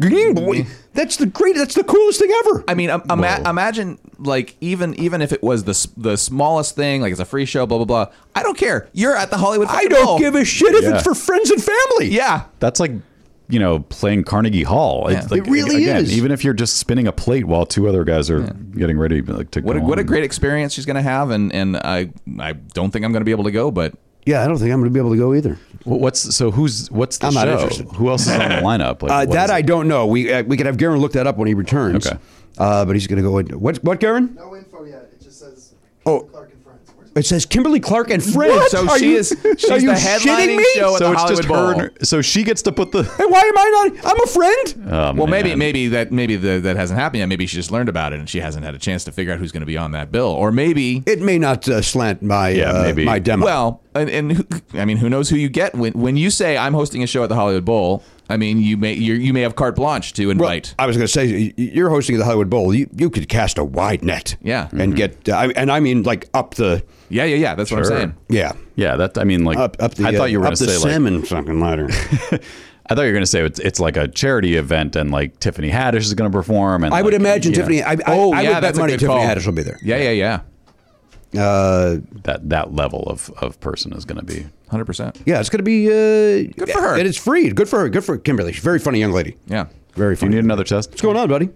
"That's the great. That's the coolest thing ever."
I mean, um, ima- imagine like even even if it was the s- the smallest thing, like it's a free show, blah blah blah. I don't care. You're at the Hollywood.
I
fucking
don't
Bowl.
give a shit if
Yeah.
it's for friends and family.
oh. Yeah.
that's like you know playing Carnegie Hall.
Yeah.
It's like,
It really
again,
is.
Even if you're just spinning a plate while two other guys are getting ready like, to
What a,
go
what a
on.
great experience she's gonna have, and and I I don't think I'm gonna be able to go, but
yeah. I don't think I'm going to be able to go either.
Wh- What's so who's what's the
I'm
show?
not interested.
Who else is on the lineup? Like,
Uh,
what
that
is
I
it?
don't know. We uh, we could have Garen look that up when he returns.
Okay.
Uh, but he's going to go in. What what Garen?
No info yet. It just says
Oh.
Clark and Friends. Where's
It says Kimberly Clark and friends.
So
Are
she
you-
is
[laughs] are
she's
you
the
shitting
headlining
me?
show at
so
the
it's
Hollywood
just her.
Bowl.
and- So she gets to put
[laughs]
the.
And why am I not? I'm a friend.
Oh,
Well, maybe
man.
maybe that maybe the, that hasn't happened yet. Maybe she just learned about it and she hasn't had a chance to figure out who's going to be on that bill, or maybe
It may not uh, slant my
Yeah,
uh,
maybe.
my demo.
well, and, and who, I mean, who knows who you get when when you say I'm hosting a show at the Hollywood Bowl. I mean, you may you you may have carte blanche to
Well,
invite.
I was going to say y- you're hosting the Hollywood Bowl. You, you could cast a wide net.
Yeah.
Mm-hmm.
and get uh, I- and I mean like up the
yeah, yeah, yeah. That's what
Sure.
I'm saying.
yeah
Yeah, that I mean, like
up up the.
I
uh,
thought you were
up
going to
the
say like
salmon fucking ladder.
I thought you were going to say it's, it's like a charity event and like Tiffany Haddish is going to perform and
I would
[laughs] like,
imagine
yeah,
Tiffany. I, I,
Oh,
I
yeah,
would bet
that's a
money
good
Tiffany
call.
Haddish will be there.
Yeah, yeah, yeah.
Uh,
that that level of of person is going to be
Hundred percent.
yeah, it's going to be uh,
Good for her.
And it's free. Good for her. Good for Kimberly. She's a very funny young lady.
Yeah.
Very
Do you
funny.
need another test?
What's going on, buddy?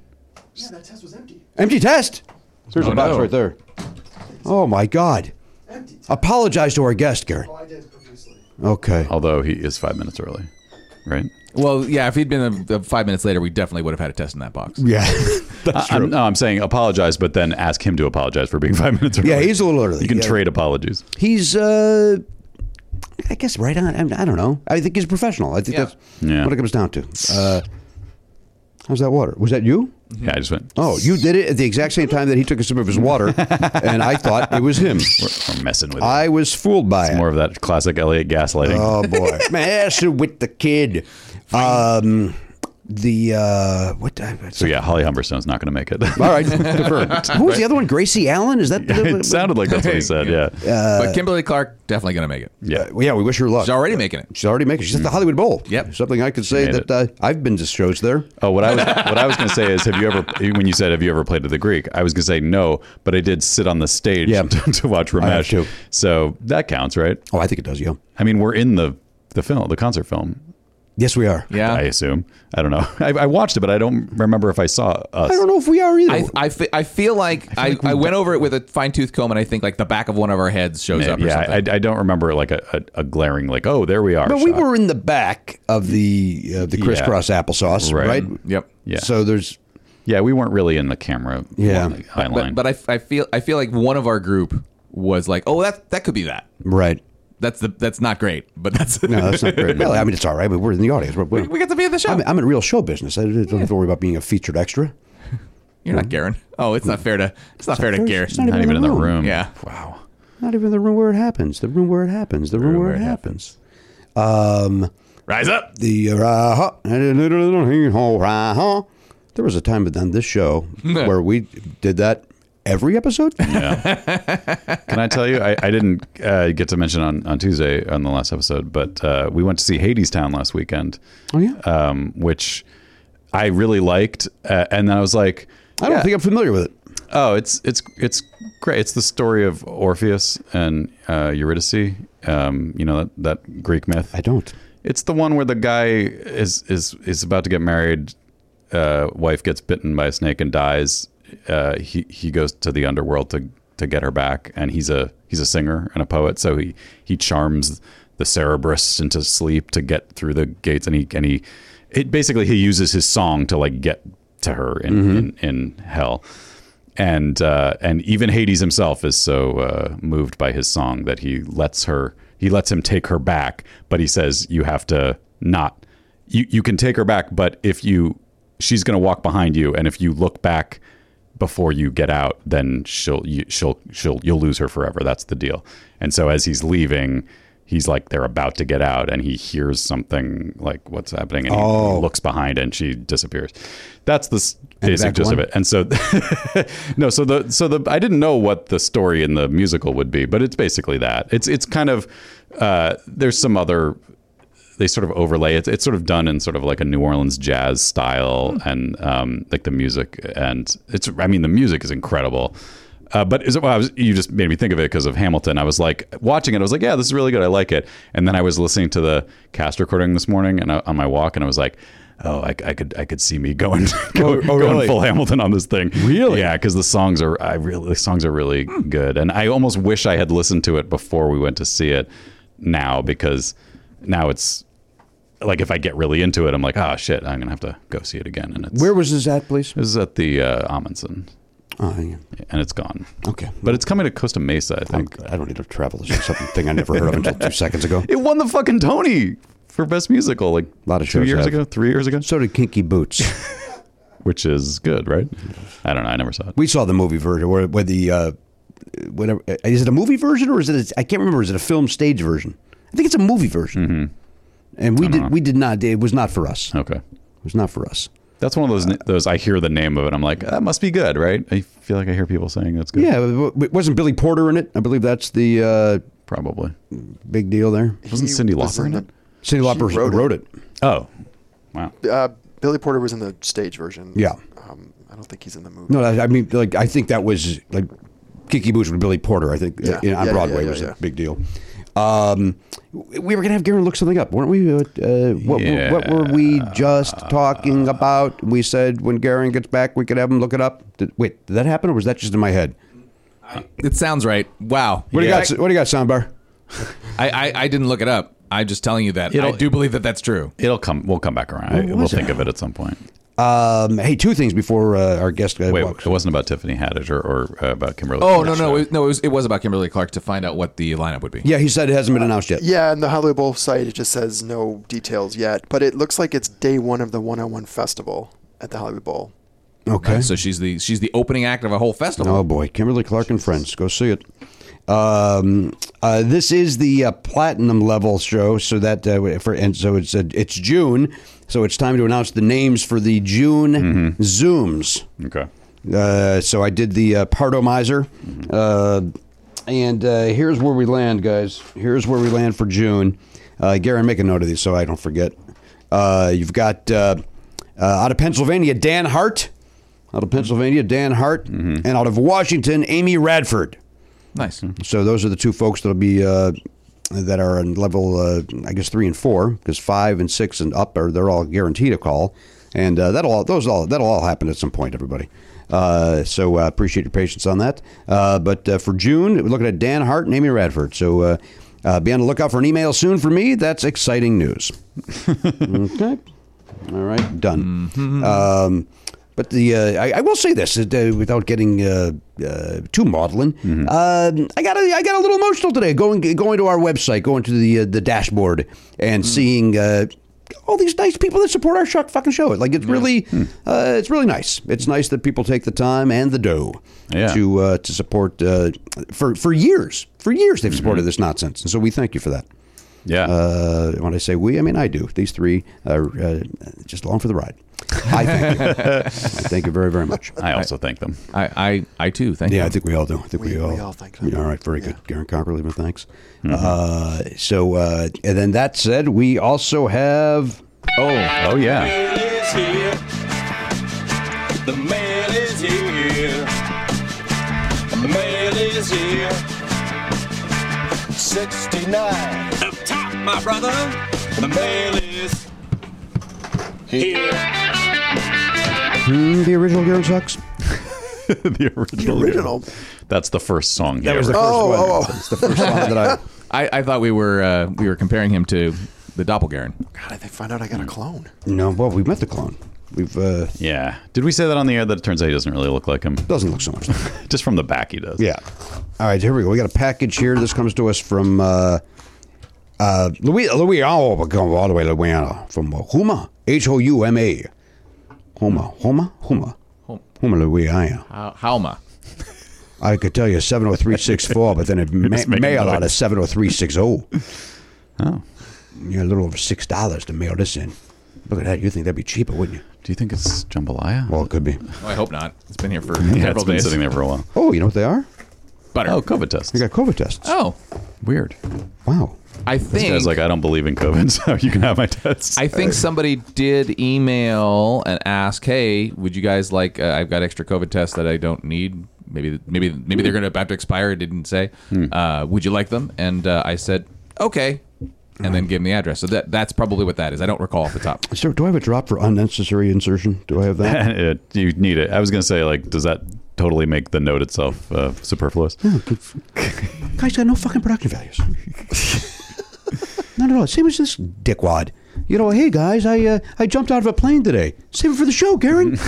Yeah, that test was empty.
Empty test. There's
Oh,
a box
no.
right there. Oh my God.
Empty. test. Oh,
Apologize to our guest, Gary.
I did profusely.
Okay.
Although he is five minutes early, right?
Well, yeah. If he'd been a, a five minutes later, we definitely would have had a test in that
Uh,
box.
Yeah.
I- I'm, no, I'm saying apologize, but then ask him to apologize for being [laughs] five minutes early.
Yeah, he's a little early.
You can
Yeah.
trade apologies.
[laughs] He's, uh, I guess, right on. I, mean, I don't know. I think he's a professional. I think
Yeah.
that's
Yeah.
what it comes down to. Uh, how's that water? Was that you?
Yeah, I just went.
Oh, you did it at the exact same time that he took a sip of his water, and I thought it was him.
[laughs]
we're, we're messing with
I was fooled by
it.
it.
More of that classic Elliot gaslighting.
Oh boy, messing with the kid. Um, the uh, what?
so yeah, Holly Humberstone's not going to make it. [laughs]
All right, [laughs] Who was the other one? Gracie Allen? Is that?
it sounded like that's what he said. Yeah.
but Kimberly Clark definitely going to make it.
Yeah.
Well, yeah, we wish her luck.
She's already making it.
She's already making. She's at the Hollywood Bowl.
Yep.
something I could say
made
that uh, I've been to shows there.
Oh, what I was what I was going to say is, have you ever [laughs] when you said have you ever played at the Greek? I was going to say no, but I did sit on the stage [laughs]
Yeah.
to, to watch Ramesh.
have too.
So that counts, right?
Oh, I think it does. Yeah.
I mean, we're in the the film, the concert film.
Yes, we are.
Yeah.
I assume. I don't know. [laughs] I, I watched it, but I don't remember if I saw us.
I don't know if we are either.
I, I, fe- I feel like I, I went over it with a fine tooth comb, and I think like the back of one of our heads shows up. Or
yeah, I,
something.
I don't remember like a, a, a glaring like, oh, there we are.
but we
shot.
were in the back of the uh, the crisscross applesauce,
Right.
right?
yep.
Yeah.
So there's
Yeah, we weren't really in the camera.
Yeah.
on the high line.
But but I, I feel I feel like one of our group was like, oh, that that could be that.
right.
That's the that's not great, but that's
No, that's not great. well, I mean, it's all right. But we're in the audience. We're, we're,
[laughs] we got to be in the show.
I'm, I'm in real show business. I don't have to worry about being a featured extra.
You're not Garen. Oh, it's not fair to it's not fair to
fair-
Garen.
it's not
not even in the room.
Yeah.
Wow.
Not even the room where it happens. The room where it happens. The room, where, it happens. Um,
Rise up.
the uh, There was a time on this [laughs] show where we did that every [laughs] episode.
Can I tell you? I, I didn't uh, get to mention on, on Tuesday on the last episode, but uh, we went to see Hades Town last weekend. Oh
yeah?
um, which I really liked, uh, and then I was like,
I don't think I'm familiar with it.
Oh, it's it's it's great. It's the story of Orpheus and uh, Eurydice. Um, you know that, that Greek myth.
I don't.
It's the one where the guy is is is about to get married. Uh, wife gets bitten by a snake and dies. Uh, he he goes to the underworld to to get her back, and he's a he's a singer and a poet, so he he charms the Cerberus into sleep to get through the gates, and he and he it basically he uses his song to like get to her in in, in hell and uh, and even Hades himself is so uh, moved by his song that he lets her he lets him take her back, but he says you have to not you you can take her back, but if you she's going to walk behind you, and if you look back before you get out, then she'll you, she'll she'll you'll lose her forever. That's the deal. And so as he's leaving. He's like they're about to get out, and he hears something like what's happening, and he looks behind, and she disappears. That's the s- basic
back
gist of
one?
it. And so, [laughs] no, so the so the I didn't know what the story in the musical would be, but it's basically that. It's it's kind of uh, there's some other they sort of overlay it. It's sort of done in sort of like a New Orleans jazz style and um, like the music and it's I mean the music is incredible. Uh, but is it, well, I was, you just made me think of it because of Hamilton. I was like watching it. I was like, yeah, this is really good. I like it. And then I was listening to the cast recording this morning and I, on my walk, and I was like, oh, I, I could I could see me going [laughs] go, going
really?
full Hamilton on this thing. Really? Yeah, because the songs are I really the songs are really good, and I almost wish I had listened to it before we went to see it now because now it's like if I get really into it, I'm like, oh shit, I'm gonna have to go see it again. And it's
Where was this at, please?
it was at the uh, Amundsen,
Oh, yeah.
and it's gone.
Okay.
But it's coming to Costa Mesa, I
I'm,
think.
I don't need to travel. This is something I never heard of until two seconds [laughs] ago.
It won the fucking Tony for best musical like
Lot of
two
shows
years
have.
ago, three years ago,
So did Kinky Boots.
which is good, right? I don't know. I never saw it.
We saw the movie version where, where the uh, whatever uh, is it a movie version or is it I I can't remember is it a film stage version? I think it's a movie version. And we did we did not it was not for us.
Okay.
It was not for us.
That's one of those those I hear the name of it. I'm like, that must be good, right? I feel like I hear people saying that's good.
Yeah, it wa- it wasn't Billy Porter in it. I believe that's the uh,
probably.
big deal there.
Wasn't Cyndi
was
Lauper
in
in
it?
Cindy Lauper wrote,
wrote it.
it.
Oh, wow.
Uh, Billy Porter was in the stage version.
Yeah.
Um, I don't think he's in the movie.
No, I I mean like I think that was like Kiki Boots with Billy Porter. I think uh,
Yeah.
in- on
Yeah, yeah,
Broadway
yeah,
was
yeah.
a big deal. Um, we were gonna have Garen look something up, weren't we? Uh, uh, what,
Yeah.
what were we just talking about? We said when Garen gets back, we could have him look it up. Did, wait, did that happen, or was that just in my head?
It sounds right. Wow.
What
Yeah.
do you got? What do you got, soundbar?
I, I, I didn't look it up. I'm just telling you that.
It'll-
I do believe that that's true.
It'll come. We'll come back around. I- we'll think of it at some point.
Um, hey, two things before uh, our guest uh,
Wait,
walks.
it wasn't about Tiffany Haddish or, or uh, about Kimberly.
Oh,
Clark.
no, no. It, no, it was, it was about Kimberly Clark to find out what the lineup would be.
Yeah, he said it hasn't been announced yet.
Yeah, and the Hollywood Bowl site it just says no details yet, but it looks like it's day one of the 101 festival at the Hollywood Bowl.
Okay.
So she's the she's the opening act of a whole festival.
Oh boy, Kimberly Clark and Friends, go see it. Um, uh, this is the uh, platinum level show, so that uh, for and so it's uh, it's June, so it's time to announce the names for the June Zooms.
Okay.
Uh, so I did the uh, Pardomizer, uh, and uh, here's where we land, guys. Here's where we land for June. Uh, Garen, make a note of these so I don't forget. Uh, you've got uh, uh, out of Pennsylvania, Dan Hart. Out of Pennsylvania, Dan Hart, and out of Washington, Amy Radford.
Nice.
So those are the two folks that'll be uh, that are in level, uh, I guess three and four, because five and six and up are they're all guaranteed a call, and uh, that'll all, those all that'll all happen at some point, everybody. Uh, so uh, appreciate your patience on that. Uh, but uh, for June, we're looking at Dan Hart and Amy Radford. So uh, uh, be on the lookout for an email soon for me. That's exciting news. okay. All right, done. Um, but the uh, I, I will say this uh, without getting uh, uh, too maudlin. Um, I got a, I got a little emotional today going going to our website, going to the uh, the dashboard, and seeing. Uh, all these nice people that support our sh- fucking show. Like it's really, uh, it's really nice. It's nice that people take the time and the dough
Yeah.
to uh, to support uh, for for years. For years they've supported this nonsense, and so we thank you for that
Yeah.
[laughs]
uh, when I say we, I mean I do. These three are uh, just along for the ride. I thank you. I thank you very, very much.
I also thank them.
I, I, I too. Thank
Yeah, I
you.
think we all do. I think we,
We-
all.
we all think so.
Yeah, all right, very good. Garen Cockerleven, thanks. Uh, so, uh, and then that said, we also have.
Oh,
Oh yeah. [laughs]
is here. The man is here. The man is here. 69. Up top, my brother. The man is here.
Hmm, the original Garen Sucks?
the original.
Original.
That's the first song.
That was the first
Oh,
one.
oh, oh.
It's the first one that
[laughs]
I.
I, I thought we were uh, we were comparing him to the doppelganger.
God, they find out I
Hmm.
got a clone.
No, well, we've met the clone. We've. Uh,
Yeah. Did we say that on the air that it turns out he doesn't really look like him? [laughs]
doesn't look so much. Like
Just from the back, he does.
Yeah. All right, here we go. We got a package here. This comes to us from uh, uh, Louis, Louis, oh, we're going all the way to Louisiana from uh, Huma, H O U M A. Huma, Huma, Huma, Huma, Louisiana.
How- Halma.
I could tell you 70364, but then it ma-
just making
mail out
noise.
of 70360.
Oh.
You're a little over $6 to mail this in. Look at that. You think that'd be cheaper, wouldn't you?
Do you think it's jambalaya?
Well, it could be.
Oh, I hope not. It's been here
[laughs]
for
yeah, it's
several
been
days.
sitting there for a while.
Oh, you know what they are?
Butter.
Oh, COVID tests.
They got COVID tests.
Oh,
Weird.
Wow.
I
This
think
guy's like, I don't believe in COVID, [laughs] so you can have my tests. [laughs]
I think somebody did email and ask, "Hey, would you guys like? Uh, I've got extra COVID tests that I don't need. Maybe, maybe, maybe they're going to about to expire. It didn't say.
Hmm.
Uh, would you like them?" And uh, I said, "Okay," and
Hmm.
then give them the address. So that that's probably what that is. I don't recall off the top.
Sir, do I have a drop for unnecessary insertion? Do I have that?
it, you need it. I was gonna say, like, does that totally make the note itself uh, superfluous?
Hmm.
[laughs] Guy's got no fucking production values. [laughs] Not at all. Same as this dickwad. You know, hey guys, I uh, I jumped out of a plane today. Save it for the show,
[laughs]
Garen.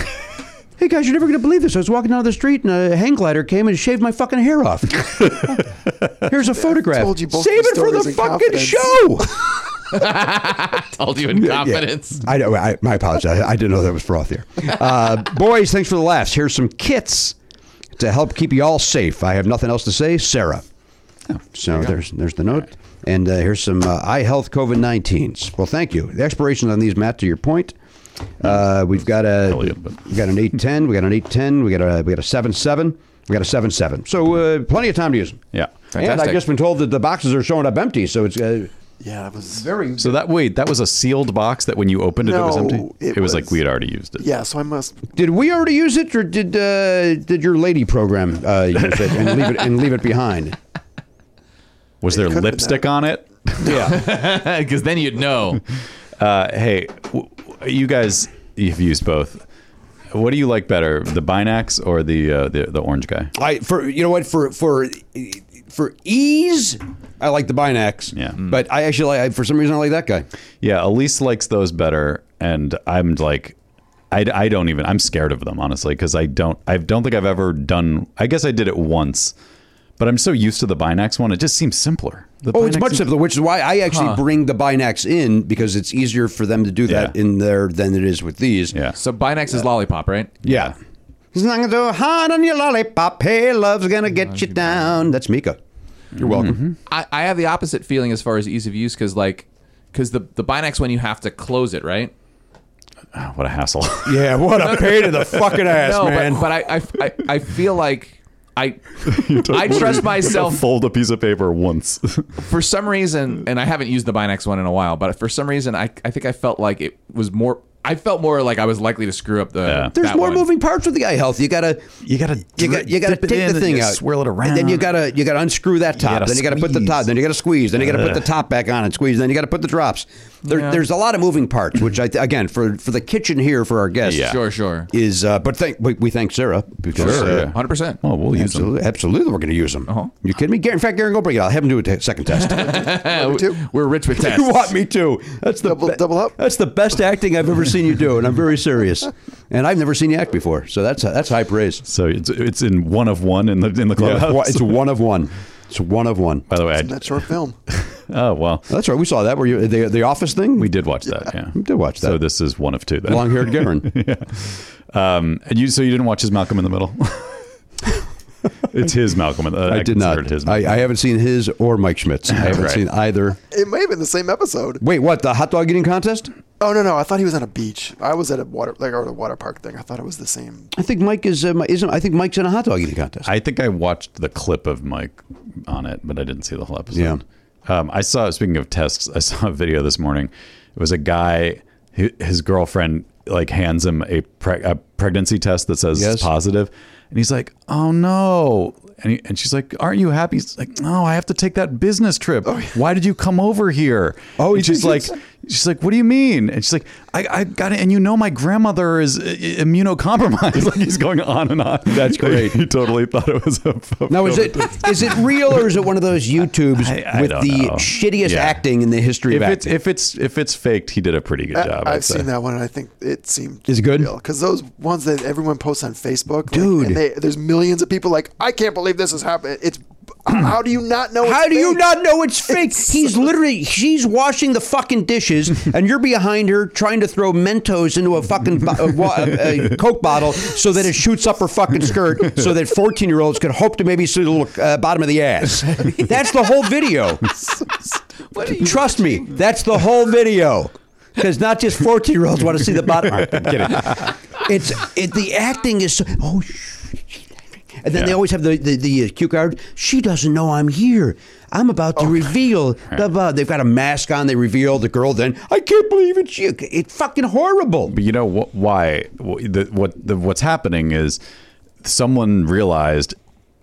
hey guys, you're never gonna believe this. I was walking down the street and a hang glider came and shaved my fucking hair
[laughs]
off. Here's a photograph.
told you both
Save
the
it for
stories
the
in
fucking
confidence. [laughs]
show.
[laughs]
Told you in
Yeah.
[laughs] confidence.
I, know- I my apologies. I, I didn't know that was froth here. Uh, boys, thanks for the laughs. Here's some kits to help keep you all safe. I have nothing else to say, Sarah. so there's there's the note, and uh, here's some uh, eye health COVID 19s. Well, thank you. The expiration on these, Matt, to your point. Uh, we've got a
Tell you, but-
we got an eight ten. We got an eight ten. We got a we got a seven seven. We got a seven seven. So uh, plenty of time to use them.
Yeah.
And I've
Fantastic.
just been told that the boxes are showing up empty, so it's uh,
Yeah, that was.
very
So that wait, that was a sealed box that when you opened it, it was
No,
empty.
it
was,
was-
like we had already used it.
Yeah, so I must.
Did we already use it, or did uh, did your lady program uh, use it and leave it and leave it behind?
Was there
could've been
lipstick
that.
on it?
Yeah,
Because then you'd know.
Uh, hey, w- w- you guys, you've used both. What do you like better, the Binax or the uh, the, the orange guy?
I for you know what for for for ease, I like the Binax.
Yeah. Mm.
but I actually I, for some reason I like that guy.
Yeah, Elise likes those better, and I'm like, I, I don't even. I'm scared of them honestly because I don't. I don't think I've ever done. I guess I did it once, but I'm so used to the Binax one. It just seems simpler. The
Oh, it's
Binax
much
is-
simpler, which is why I actually bring the Binax in because it's easier for them to do that
Yeah.
in there than it is with these.
Yeah.
So Binax is lollipop, right?
yeah. He's not gonna do a hot on your lollipop. Hey, love's gonna get you down. That's Mika. Mm-hmm. You're welcome.
I, I have the opposite feeling as far as ease of use because like because the the Binax one you have to close it, right?
Oh, What a hassle. [laughs]
Yeah, what a pain in the
[laughs]
fucking ass,
no, but but I I, I, I feel like.
[laughs]
I I trust myself
Fold a piece of paper once.
for some reason, and I haven't used the Binax one in a while, but for some reason, I, I think I felt like it was more. I felt more like I was likely to screw up the.
Yeah.
There's
that
more
one.
moving parts with the eye health. You gotta
You gotta
you got you gotta
dip it
take
in
the
and
thing
you
out,
swirl it
and then you
around.
gotta you gotta unscrew that top.
gotta
then you gotta put the
squeeze.
top. Then you gotta squeeze. Then you gotta put the top back on and squeeze. Then you gotta put the drops. There,
Yeah.
There's a lot of moving parts, which I th- again for for the kitchen here for our guests.
Yeah.
Sure, sure,
Is uh, but thank we, we thank Sarah because
Sure,
uh,
yeah.
hundred percent.
Well, Oh, we'll use them.
absolutely absolutely we're gonna use them. You kidding me? Gar- In fact, Garen, go bring it. I'll have him do a t- second
[laughs]
test.
two.
We're rich with
[laughs]
tests.
You
[laughs]
want me to? That's the
Double- double up?
That's the best acting I've ever seen you do, and I'm very serious. And I've never seen you act before, so that's that's high praise.
So it's it's in one of one in the in the
Yeah,
clubhouse. [laughs]
[laughs] it's one of one. It's one of one.
By the way, I,
That short film.
oh well,
That's right. We saw that. Were you the the office thing?
we did watch that. Yeah, we
did watch that.
So this is one of two.
[laughs]
Then.
long haired Garen.
Um, and you so you didn't watch his Malcolm in the Middle. [laughs] it's his Malcolm. In the,
I did
consider
not.
it His
I, I haven't seen his or Mike Schmidt's. I haven't
Right.
seen either.
It may have been the same episode.
Wait, what? The hot dog eating contest?
Oh no no! I thought he was on a beach. I was at a water like or a water park thing. I thought it was the same.
I think Mike is uh, isn't. I think Mike's in a hot dog eating contest.
I think I watched the clip of Mike on it, but I didn't see the whole episode.
Yeah.
Um, I saw, speaking of tests, I saw a video this morning. It was a guy, hi- his girlfriend, like hands him a, preg- a pregnancy test that says
Yes.
positive, And he's like, oh no. And, he, and she's like, aren't you happy? He's like, no, I have to take that business trip. Why did you come over here?
Oh,
and
he
she's like,
thinks-
she's like, what do you mean? And she's like, I, I got it. And you know, my grandmother is uh, immunocompromised. [laughs] like he's going on and on. That's
great.
he totally thought it was a. a
now is [laughs] it is it real or is it one of those YouTubes
I- I
with
don't
the
know.
shittiest
Yeah.
acting in the history
if
of
it's
acting?
if it's if it's faked, he did a pretty good job.
I,
I'd
have
say.
seen that one. and I think it seemed
Is it good?
because those ones that everyone posts on Facebook, like,
Dude.
and they, there's millions of people like I can't believe this is happening. It's [clears throat] how do you not know?
How
it's
do you
fake?
not know it's fake? He's literally she's washing the fucking
[laughs]
dishes, and you're behind her trying to throw Mentos into a fucking bo- a, wa- a, a Coke bottle so that it shoots up her fucking skirt, so that 14 year olds could hope to maybe see the little uh, bottom of the
[laughs]
ass. That's the whole video. Trust me, that's the whole video. Because not just 14 year olds want to see the bottom. I'm kidding. It's it, the acting is so. Oh, sh- and then they
Yeah.
always have the the, the uh, cue card. She doesn't know I'm here. I'm about
Oh,
to reveal. Blah, blah. They've got a mask on. They reveal the girl. Then I can't believe it's you. It's fucking horrible.
But you know wh- why? Wh- the- What the, what's happening is someone realized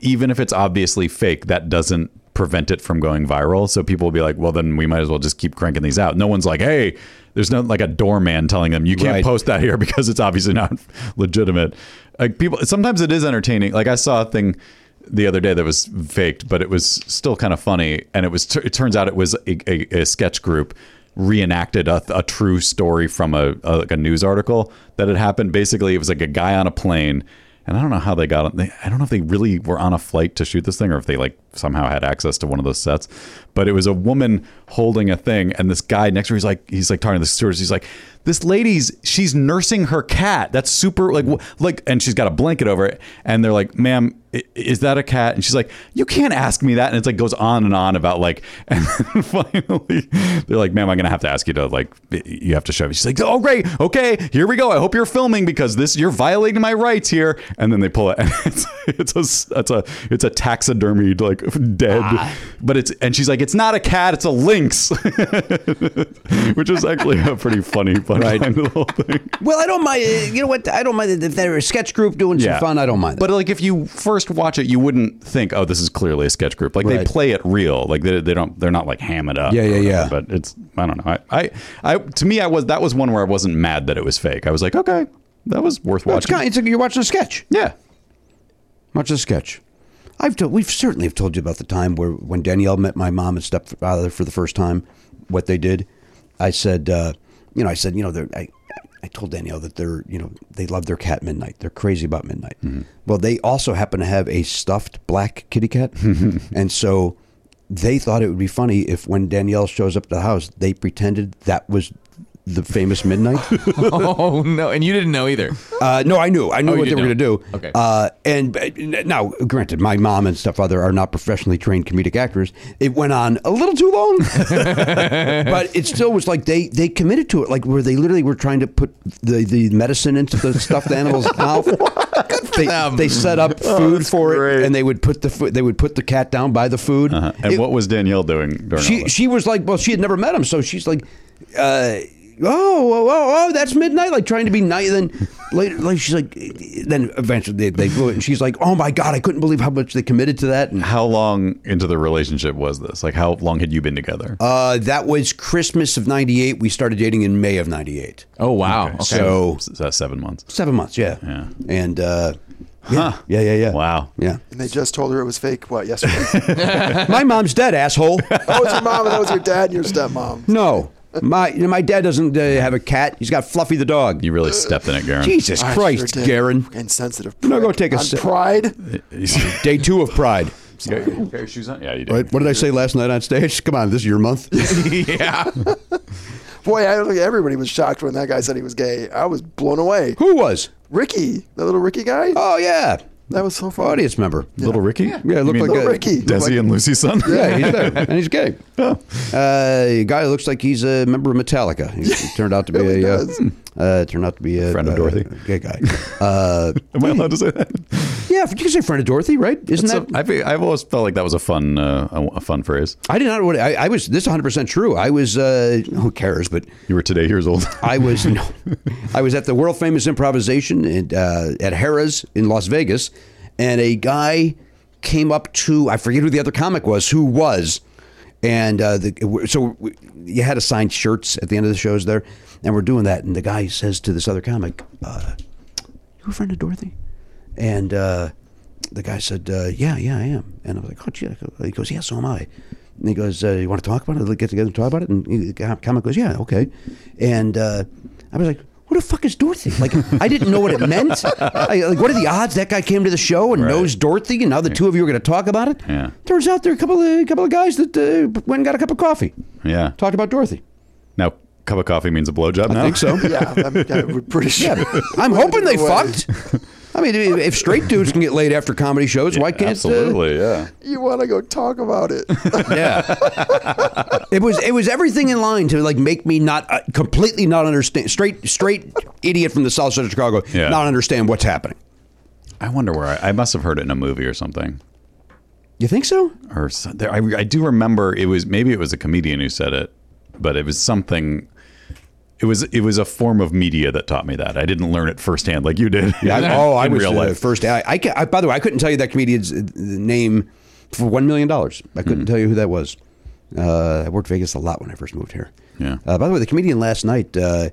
even if it's obviously fake, that doesn't prevent it from going viral. So people will be like, well, then we might as well just keep cranking these out. No one's like, hey, there's not like a doorman telling them you can't
Right.
post that here [laughs] because it's obviously not legitimate. Like people, sometimes it is entertaining. Like I saw a thing the other day that was faked, but it was still kind of funny. And it was, it turns out it was a, a, a sketch group reenacted a, a true story from a, a like a news article that had happened. Basically, it was like a guy on a plane, and I don't know how they got on. They, I don't know if they really were on a flight to shoot this thing, or if they like somehow had access to one of those sets. But it was a woman holding a thing, and this guy next to her, he's like, he's like talking to the stewardess. He's like, this lady's she's nursing her cat. That's super like wh- like, and she's got a blanket over it, and they're like, ma'am. i- Is that a cat? And she's like, "You can't ask me that." And it's like goes on and on about like, [laughs] and then finally they're like, "Ma'am, I'm gonna have to ask you to like, you have to show me." She's like, "Oh great, okay, here we go. I hope you're filming because this you're violating my rights here." And then they pull it, [laughs] and it's it's a s- it's a it's a taxidermied like dead, but it's and she's like, "It's not a cat, it's a lynx," [laughs] which is actually a pretty funny punchline to the whole thing.
Well, I don't mind. uh, You know what? I don't mind if they're a sketch group doing some fun. I don't mind.
But like, if you first watch it, you wouldn't think, "Oh, this is clearly a sketch group." Like they
Right.
play it real. Like they, they don't. They're not like ham it up.
Yeah,
or
yeah, yeah.
whatever, But it's I don't know. I, I I to me, I was that was one where I wasn't mad that it was fake. I was like, okay, that was worth
Well, it's
watching.
kind. It's like you're watching a sketch.
yeah.
Much a sketch. I've told, we've certainly have told you about the time where when Danielle met my mom and stepfather for the first time, what they did. I said, uh, you know, I said, you know, they're, I, I told Danielle that they're, you know, they love their cat Midnight. They're crazy about Midnight. Well, they also happen to have a stuffed black kitty cat, and so they thought it would be funny if when Danielle shows up to the house, they pretended that was the famous Midnight.
oh no, and you didn't know either.
Uh, no, I knew. I knew
Oh, you
what they
did
were going to
know.
do.
Okay.
Uh, and uh, now, granted, my mom and stepfather are not professionally trained comedic actors. It went on a little too long, but it still was like they they committed to it, like where they literally were trying to put the, the medicine into the stuffed animal's mouth. they, they set up food for it, and they would put the food. They would put the cat down by the food.
Uh-huh. And
It-
what was Danielle doing during all
she
this?
she was like, well, she had never met him, so she's like, uh, oh, oh, oh, oh, that's midnight, like trying to be night. Then later, like she's like, then eventually they, they blew it, and she's like, oh my god, I couldn't believe how much they committed to that. And
How long into the relationship was this? Like, how long had you been together?
uh, that was Christmas of '98. We started dating in May of '98.
Oh wow. Okay.
So
Is that seven months?
seven months, yeah,
Yeah.
and uh, yeah,
Huh.
yeah, yeah, yeah,
Wow.
yeah.
And they just told her it was fake. What yesterday? [laughs]
my mom's dead, [laughs] asshole.
oh, it's your mom. and That was your dad and your stepmom.
No, my my dad doesn't uh, have a cat. He's got Fluffy the dog.
You really stepped in it, Garen. [laughs]
Jesus
I
Christ,
sure did.
Garen.
Insensitive.
You're not gonna
prick.
take a
On
sip.
pride.
Day two of Pride.
You got, you got your shoes on? Yeah, you did.
Right? What did I say last night on stage? [laughs] Come on, this is your month.
[laughs]
Boy, I don't think everybody was shocked when that guy said he was gay. I was blown away.
Who was?
Ricky, the little Ricky guy.
Oh yeah,
That was so fun.
Audience member.
Little Ricky? Yeah,
it looked like
Little
a-
Ricky.
Desi and Lucy's son. [laughs]
Yeah, he's there, and he's gay. Uh, a guy who looks like he's a member of Metallica. He
[laughs]
turned out to be
really
a uh,
does.
uh, turned out to be a
Friend of
uh,
Dorothy.
gay guy. Uh,
Am I allowed to say that?
yeah, you can say friend of Dorothy, right? Isn't
[laughs] So,
that?
I fe- I've always felt like that was a fun uh, a, a fun phrase.
I did not. I, I was this 100 percent true. I was. Uh, who cares? But
You were today years old. [laughs]
I was no, I was at the world famous improvisation in, uh, at Harrah's in Las Vegas, and a guy came up to I forget who the other comic was who was, and uh, the, so we, you had to sign shirts at the end of the shows there, and we're doing that, and the guy says to this other comic, uh, "You a friend of Dorothy?" And uh, the guy said, uh, "Yeah, yeah, I am." And I was like, "Oh, gee." He goes, "Yeah, so am I." And he goes, uh, "You want to talk about it? Let's get together and talk about it." And he- the com- comic goes, "Yeah, okay." And uh, I was like, "Who the fuck is Dorothy?" Like, I didn't know what it meant. I, like, what are the odds that guy came to the show and knows Dorothy, and now the two of you are going to talk about it?
Yeah.
Turns out there are a couple of couple of guys that uh, went and got a cup of coffee,
yeah.
talked about Dorothy.
Now, cup of coffee means a blowjob. I now? [laughs]
think [laughs] so.
yeah, I'm, I'm pretty sure.
Yeah, I'm hoping they
Way.
fucked. I mean, if straight dudes can get laid after comedy shows, why can't uh,
Absolutely. Yeah.
You want to go talk about it?
Yeah. [laughs] it was it was everything in line to like make me not uh, completely not understand straight straight idiot from the south side of Chicago
Yeah.
not understand what's happening.
I wonder where I, I must have heard it in a movie or something.
You think so?
Or so- there, I, I do remember it was maybe it was a comedian who said it, but it was something. It was it was a form of media that taught me that. I didn't learn it firsthand like you did. [laughs]
I, oh, I
in
was
real
uh,
life.
first. I, I, ca- I by the way, I couldn't tell you that comedian's uh, name for one million dollars. I
Hmm.
couldn't tell you who that was. Uh, I worked Vegas a lot when I first moved here.
Yeah.
Uh, by the way, the comedian last night, uh,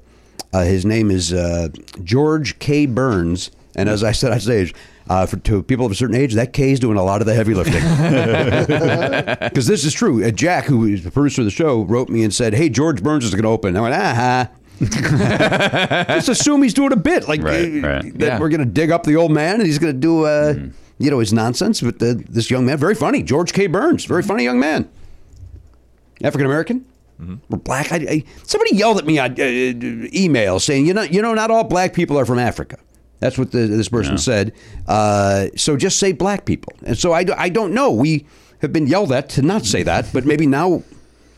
uh, his name is uh, George K. Burns, and as I said on stage, uh, for, to people of a certain age, that K is doing a lot of the
[laughs]
heavy lifting. Because this is true. Uh, Jack, who is the producer of the show, wrote me and said, "Hey, George Burns is going to open." I
[laughs]
went, "Aha." Just assume he's doing a bit, like
Right,
uh,
right.
that.
Yeah.
We're going to dig up the old man, and he's going to do, uh, you know, his nonsense. But uh this young man, very funny, George K. Burns, very funny young man, African American. Or black. I, I, somebody yelled at me on uh, uh, email saying, "You know, you know, not all black people are from Africa." That's what the, this person said. Uh, so just say black people. And so I, do- I don't know. We have been yelled at to not say that, but maybe now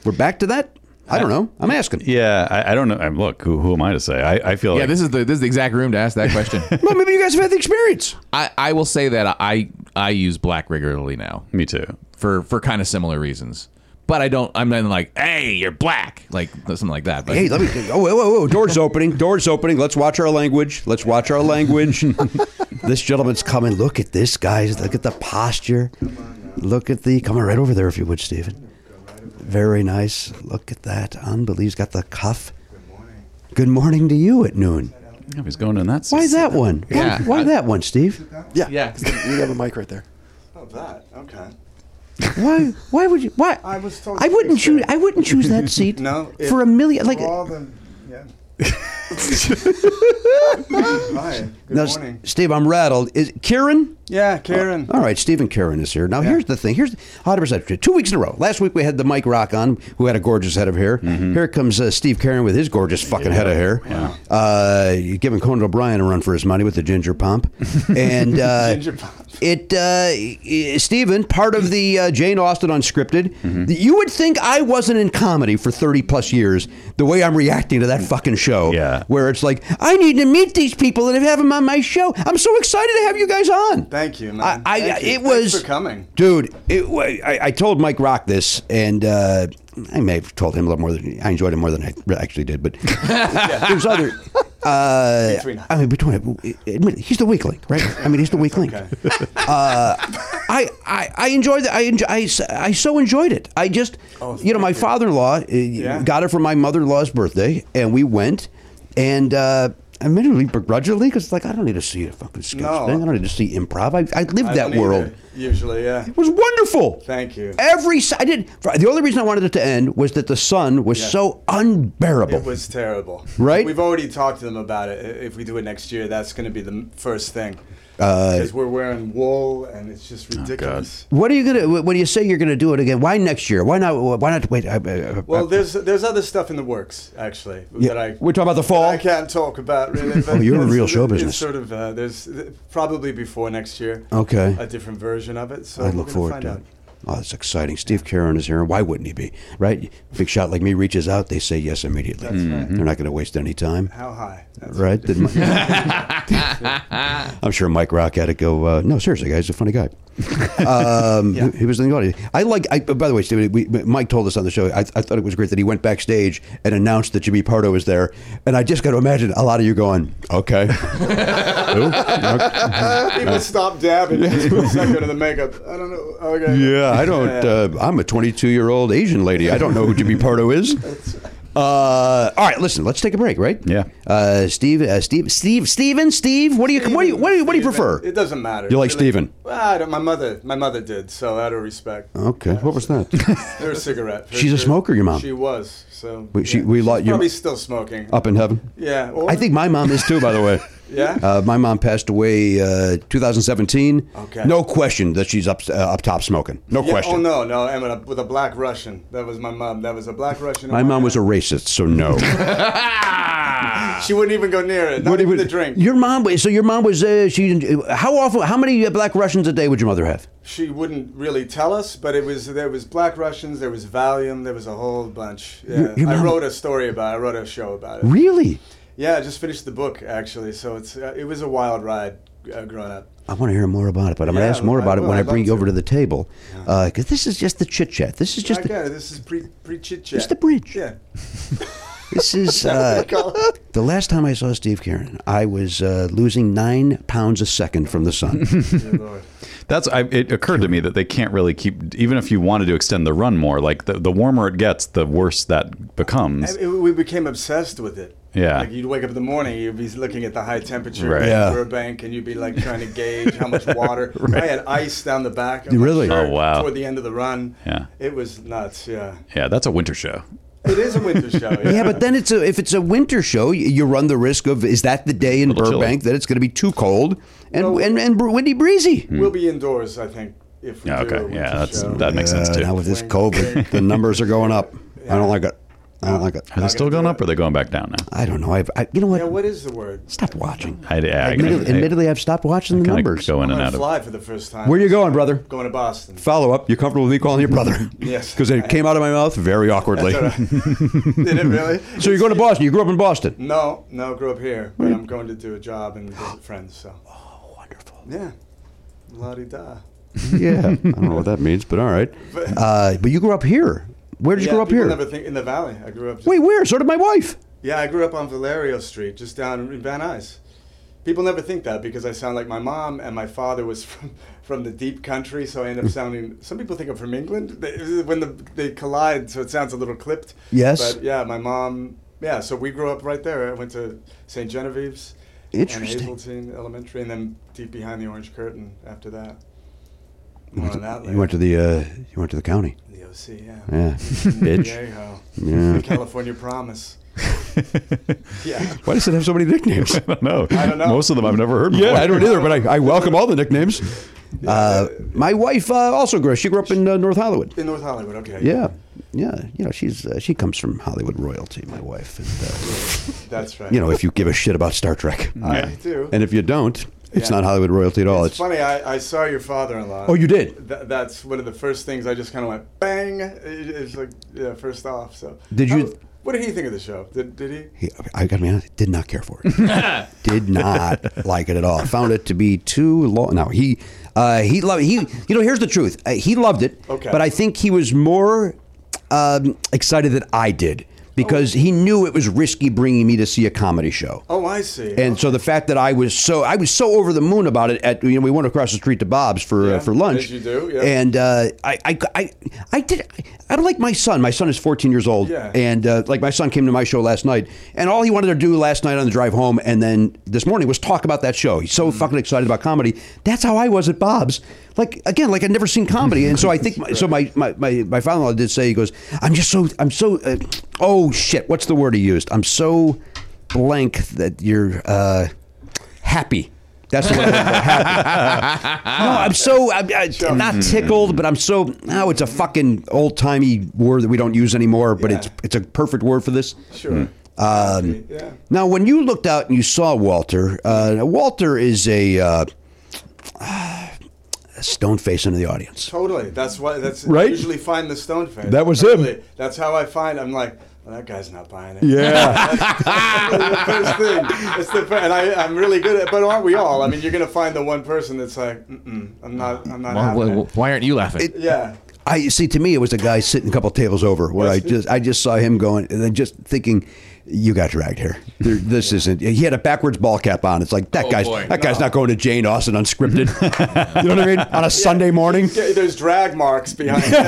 we're back to that. I don't know. I'm asking.
yeah. I, I don't know. I, look, who, who am I to say? I, I feel
Yeah,
like
this is the this is the exact room to ask that [laughs] question.
Well, maybe you guys have had the experience.
I, I will say that I I use black regularly now
me too.
for for kind of similar reasons. But I don't. I'm not like, hey, you're black, like something like that. But
Hey, let me. Oh, whoa, whoa, whoa! Doors opening. Doors opening. Let's watch our language. Let's watch our language. [laughs] this gentleman's coming. Look at this, guys. Look at the posture. Look at the. Come on, right over there, if you would, Stephen. Very nice. Look at that. Unbelievable. He's got the cuff. Good morning to you at noon.
Yeah, he's going in that.
Why that one? Why,
Yeah.
why that one, Steve?
Yeah.
Yeah, 'cause
You have a mic right there.
Oh, that. Okay.
Why? Why would you? Why?
I was told
I wouldn't
to
choose. I wouldn't choose that seat.
[laughs] No. it-
For a million, like
for all the, yeah. Hi. Good
Now, S-
morning.
Steve, I'm rattled. Is Kieran?
Yeah, Karen.
Oh,
All right, Stephen Karen is here. Now, here's the thing. Here's 100%. Two weeks in a row. Last week we had the Mike Rock on, who had a gorgeous head of hair.
Mm-hmm.
Here comes uh, Steve Karen with his gorgeous fucking head of hair. Uh, giving Conan O'Brien a run for his money with the ginger pump.
[laughs]
And uh,
Ginger pump.
It, uh, i- Stephen, part of the uh, Jane Austen Unscripted.
Mm-hmm.
You would think I wasn't in comedy for 30 plus years the way I'm reacting to that fucking show.
Yeah.
Where it's like, I need to meet these people and have them on my show. I'm so excited to have you guys on.
Thank you, man.
I, I
Thank you.
it
Thanks
was
for coming.
dude. It, wa- I, I told Mike Rock this, and uh, I may have told him a little more than I enjoyed him more than I re- actually
[laughs]
did. But [laughs] there's other. Uh,
Between us.
I mean, between admit it, he's the weak link, right? I mean, he's the weak link. Uh, I, I I enjoyed it. I enjoy, I, s- I so enjoyed it. I just
Oh,
you know my father-in-law uh, got it for my mother-in-law's birthday, and we went, and. uh Admittedly, begrudgingly, because like I don't need to see a fucking sketch
No.
thing. I don't need to see improv. I, I lived
I
that
don't either,
world.
Usually, yeah.
It was wonderful.
Thank you.
Every s- I did. The only reason I wanted it to end was that the sun was
Yeah.
so unbearable.
It was terrible.
Right?
We've already talked to them about it. I- If we do it next year, that's going to be the m- first thing.
Uh,
Because we're wearing wool and it's just
Oh,
ridiculous.
What are you gonna? When you say you're gonna do it again, why next year? Why not? Why not wait? I, I,
well, there's there's other stuff in the works actually that I
We're talking about the fall?
that I can't talk about really.
[laughs]
But
Oh, you're in
it's-
real show
it's
business.
Sort of. Uh, there's th- probably before next year.
Okay.
A different version of it. So
I
we're
look
gonna
forward
find
to
out.
it. Oh, that's exciting. Steve Karen is here. Why wouldn't he be? Right? Big shot like me reaches out, they say yes immediately. They're not going to waste any time.
How high? That's
Right? Did Mi- I'm sure Mike Rock had to go. Uh, no, seriously, guy, he's a funny guy. Um, he- He was in the audience. I like. I, by the way, Steve, we, Mike told us on the show. I, I thought it was great that he went backstage and announced that Jimmy Pardo was there. And I just got to imagine a lot of you going, "Okay, Who?
right. [laughs] People stop dabbing. Just put a second in the makeup. I don't know. Okay.
Yeah, I don't. Uh, I'm a 22 year old Asian lady. I don't know who Jimmy Pardo is. Uh, all right, listen. Let's take a break, right?
Yeah.
Uh, Steve, uh, Steve, Steve, Steven, Steve. What do you? What do you? What do you, what do you prefer?
It doesn't matter.
You like
Really-
Steven?
Well, I don't, my mother, my mother did. So out of respect.
Okay. What was
[laughs]
that?
Her cigarette. for
Oh. [laughs] She's a
sure.
smoker, your mom.
She was. So
We- she- we
She's
lot- you-
probably still smoking.
Up in heaven.
Yeah. or-
I think my mom is too. By the
[laughs]
way.
Yeah?
Uh, my mom passed away uh, 2017.
Okay.
No question that she's up uh, up top smoking. No
Yeah,
question.
Oh no, no, and with a, with a black Russian. That was my mom. That was a black Russian. in
My mom was a
hand.
racist, so no.
She wouldn't even go near it. Not
What-
even
what-
the drink.
Your mom. was- So your mom was. Uh, she. How often? How many uh, black Russians a day would your mother have?
She wouldn't really tell us, but it was there was black Russians. There was Valium. There was a whole bunch. Yeah.
your
I
mom-
wrote a story about. it. I wrote a show about it.
Really?
Yeah, I just finished the book actually. So it's uh, it was a wild ride uh, growing up.
I want to hear more about it, but I'm going
Yeah,
to ask more
I
about it
will.
when I
I'd
bring
love
you over
to.
to the table, because this is just the chit chat. This is just
Like, yeah,
the,
this is pre pre chit chat.
It's the bridge.
Yeah.
this is uh, the last time I saw Steve Karen. I was uh, losing nine pounds a second from the sun.
Dear Lord.
That's I, it occurred to me that they can't really keep even if you wanted to extend the run more. Like the, the warmer it gets, the worse that becomes.
And it- we became obsessed with it.
Yeah.
Like you'd wake up in the morning, you'd be looking at the high temperature
Right.
of
Yeah.
a bank, and you'd be like trying to gauge how much
[laughs]
water. I had ice down the back. Of
Really?
My shirt
Oh, wow.
Toward the end of the run.
Yeah.
It was nuts. Yeah.
Yeah, that's a winter show.
It is a winter show.
[laughs]
Yeah.
Yeah, but then it's a, if it's a winter show, y- you run the risk of is that the day in
Little chilly.
Burbank that it's going to be too cold and
Well-
and, and br- windy breezy.
we'll be indoors, I think, if we
Yeah,
do. a
okay.
winter
Yeah, that's
show.
that makes sense
Uh,
too.
Now with this
Wing,
COVID,
wing.
the numbers are going
[laughs]
up. I don't like it. I don't like it.
Are they still going up or are they going back down now?
I don't know. I've, I, you know what?
Yeah. What is the word?
Stop watching.
I, yeah, I,
admittedly,
I-
admittedly, I've stopped watching the
kinda
numbers.
go in
I'm
and
gonna
out of.
fly for the first time.
Where you going, brother?
Going to Boston. [laughs]
Follow up. You comfortable with me calling you brother? [laughs]
Yes.
Because it came out of my mouth very awkwardly.
Did
[laughs]
it really?
so you're going to Boston. You grew up in Boston.
No, no. Grew up here, but I'm going to do a job and visit friends. So.
Wonderful.
Yeah. La di da.
Yeah. I don't know what that means, but all right. Uh, but you grew up here. Where did you grow up here?
Never think in the valley. I grew up. Just,
Wait, where? So did my wife.
Yeah, I grew up on Valerio Street, just down in Van Nuys. People never think that because I sound like my mom and my father was [laughs] from, from the deep country, so I end up sounding. Some people think I'm from England they, when the, they collide, so it sounds a little clipped.
Yes.
But yeah, my mom. Yeah, so we grew up right there. I went to St. Genevieve's.
Interesting.
And Hazeltine Elementary, and then deep behind the orange curtain after that. More on that
You went to the uh, you went to the county.
the OC, yeah.
Yeah.
There you
Bitch.
go.
Yeah.
The California Promise. yeah.
[laughs] Why does it have so many
[laughs]
nicknames?
I don't know.
I don't know.
Most of them I've never heard before.
yeah, I don't either, but I, I welcome all the nicknames. Uh, my wife uh, also grew. She grew up in uh, North Hollywood.
In North Hollywood, okay.
Yeah, yeah. You know, she's uh, she comes from Hollywood royalty. My wife, and,
That's right.
uh, you know, if you give a shit about Star
[laughs]
Trek, Uh,
I do.
and if you don't, it's
Yeah.
not Hollywood royalty at all.
it's
It's,
funny, I, I saw your father in law.
oh, you did.
Th- that's one of the first things I just kind of went bang. It- It's like, yeah, first off. So
Did
How-
you-
what did he think of the show? Did, did he?
He- I gotta be honest, did not care for it.
[laughs]
did not like it at all. Found it to be too long. No, he uh, he loved he. You know, here's the truth. Uh, he loved it.
Okay.
But I think he was more um, excited than I did because he knew it was risky bringing me to see a comedy show.
Oh, I see.
And so the fact that I was so I was so over the moon about it at you know we went across the street to Bob's for uh,
Yeah,
for lunch.
as you do, yeah.
And uh, I, I I I did I'm like my son. My son is 14 years old.
Yeah.
And uh, like my son came to my show last night, and all he wanted to do last night on the drive home and then this morning was talk about that show. He's so fucking excited about comedy. That's how I was at Bob's. Like again, like I'd never seen comedy, and so I think my, so. My my my, my father-in-law did say he goes, I'm just so I'm so uh, oh shit, what's the word he used? I'm so blank that you're uh, happy That's the way that happened. No, I'm so I'm, I'm not tickled, but I'm so now it's a fucking old timey word that we don't use anymore, but it's
Yeah.
it's a perfect word for this.
Sure.
Um,
Yeah.
Now, when you looked out and you saw Walter, uh, Walter is a uh, stone face into the audience.
Totally. That's why. That's I
Right?
Usually find the stone face.
That was him.
totally. That's how I find. I'm like, well, that guy's not buying it.
Yeah.
[laughs] That's the first thing. It's the fir- and I, I'm really good at. But aren't we all? I mean, you're gonna find the one person that's like, Mm-mm, I'm not. I'm not.
Why,
having it."
why aren't you laughing?
yeah.
I you see. To me, it was a guy sitting a couple tables over where I just I just saw him going and then just thinking, "You got dragged here. There, this isn't." He had a backwards ball cap on. It's like that guy's
boy.
that guy's not going to Jane Austen unscripted. [laughs] you know what I mean? On a Sunday morning.
Yeah, there's drag marks
[laughs]
behind him.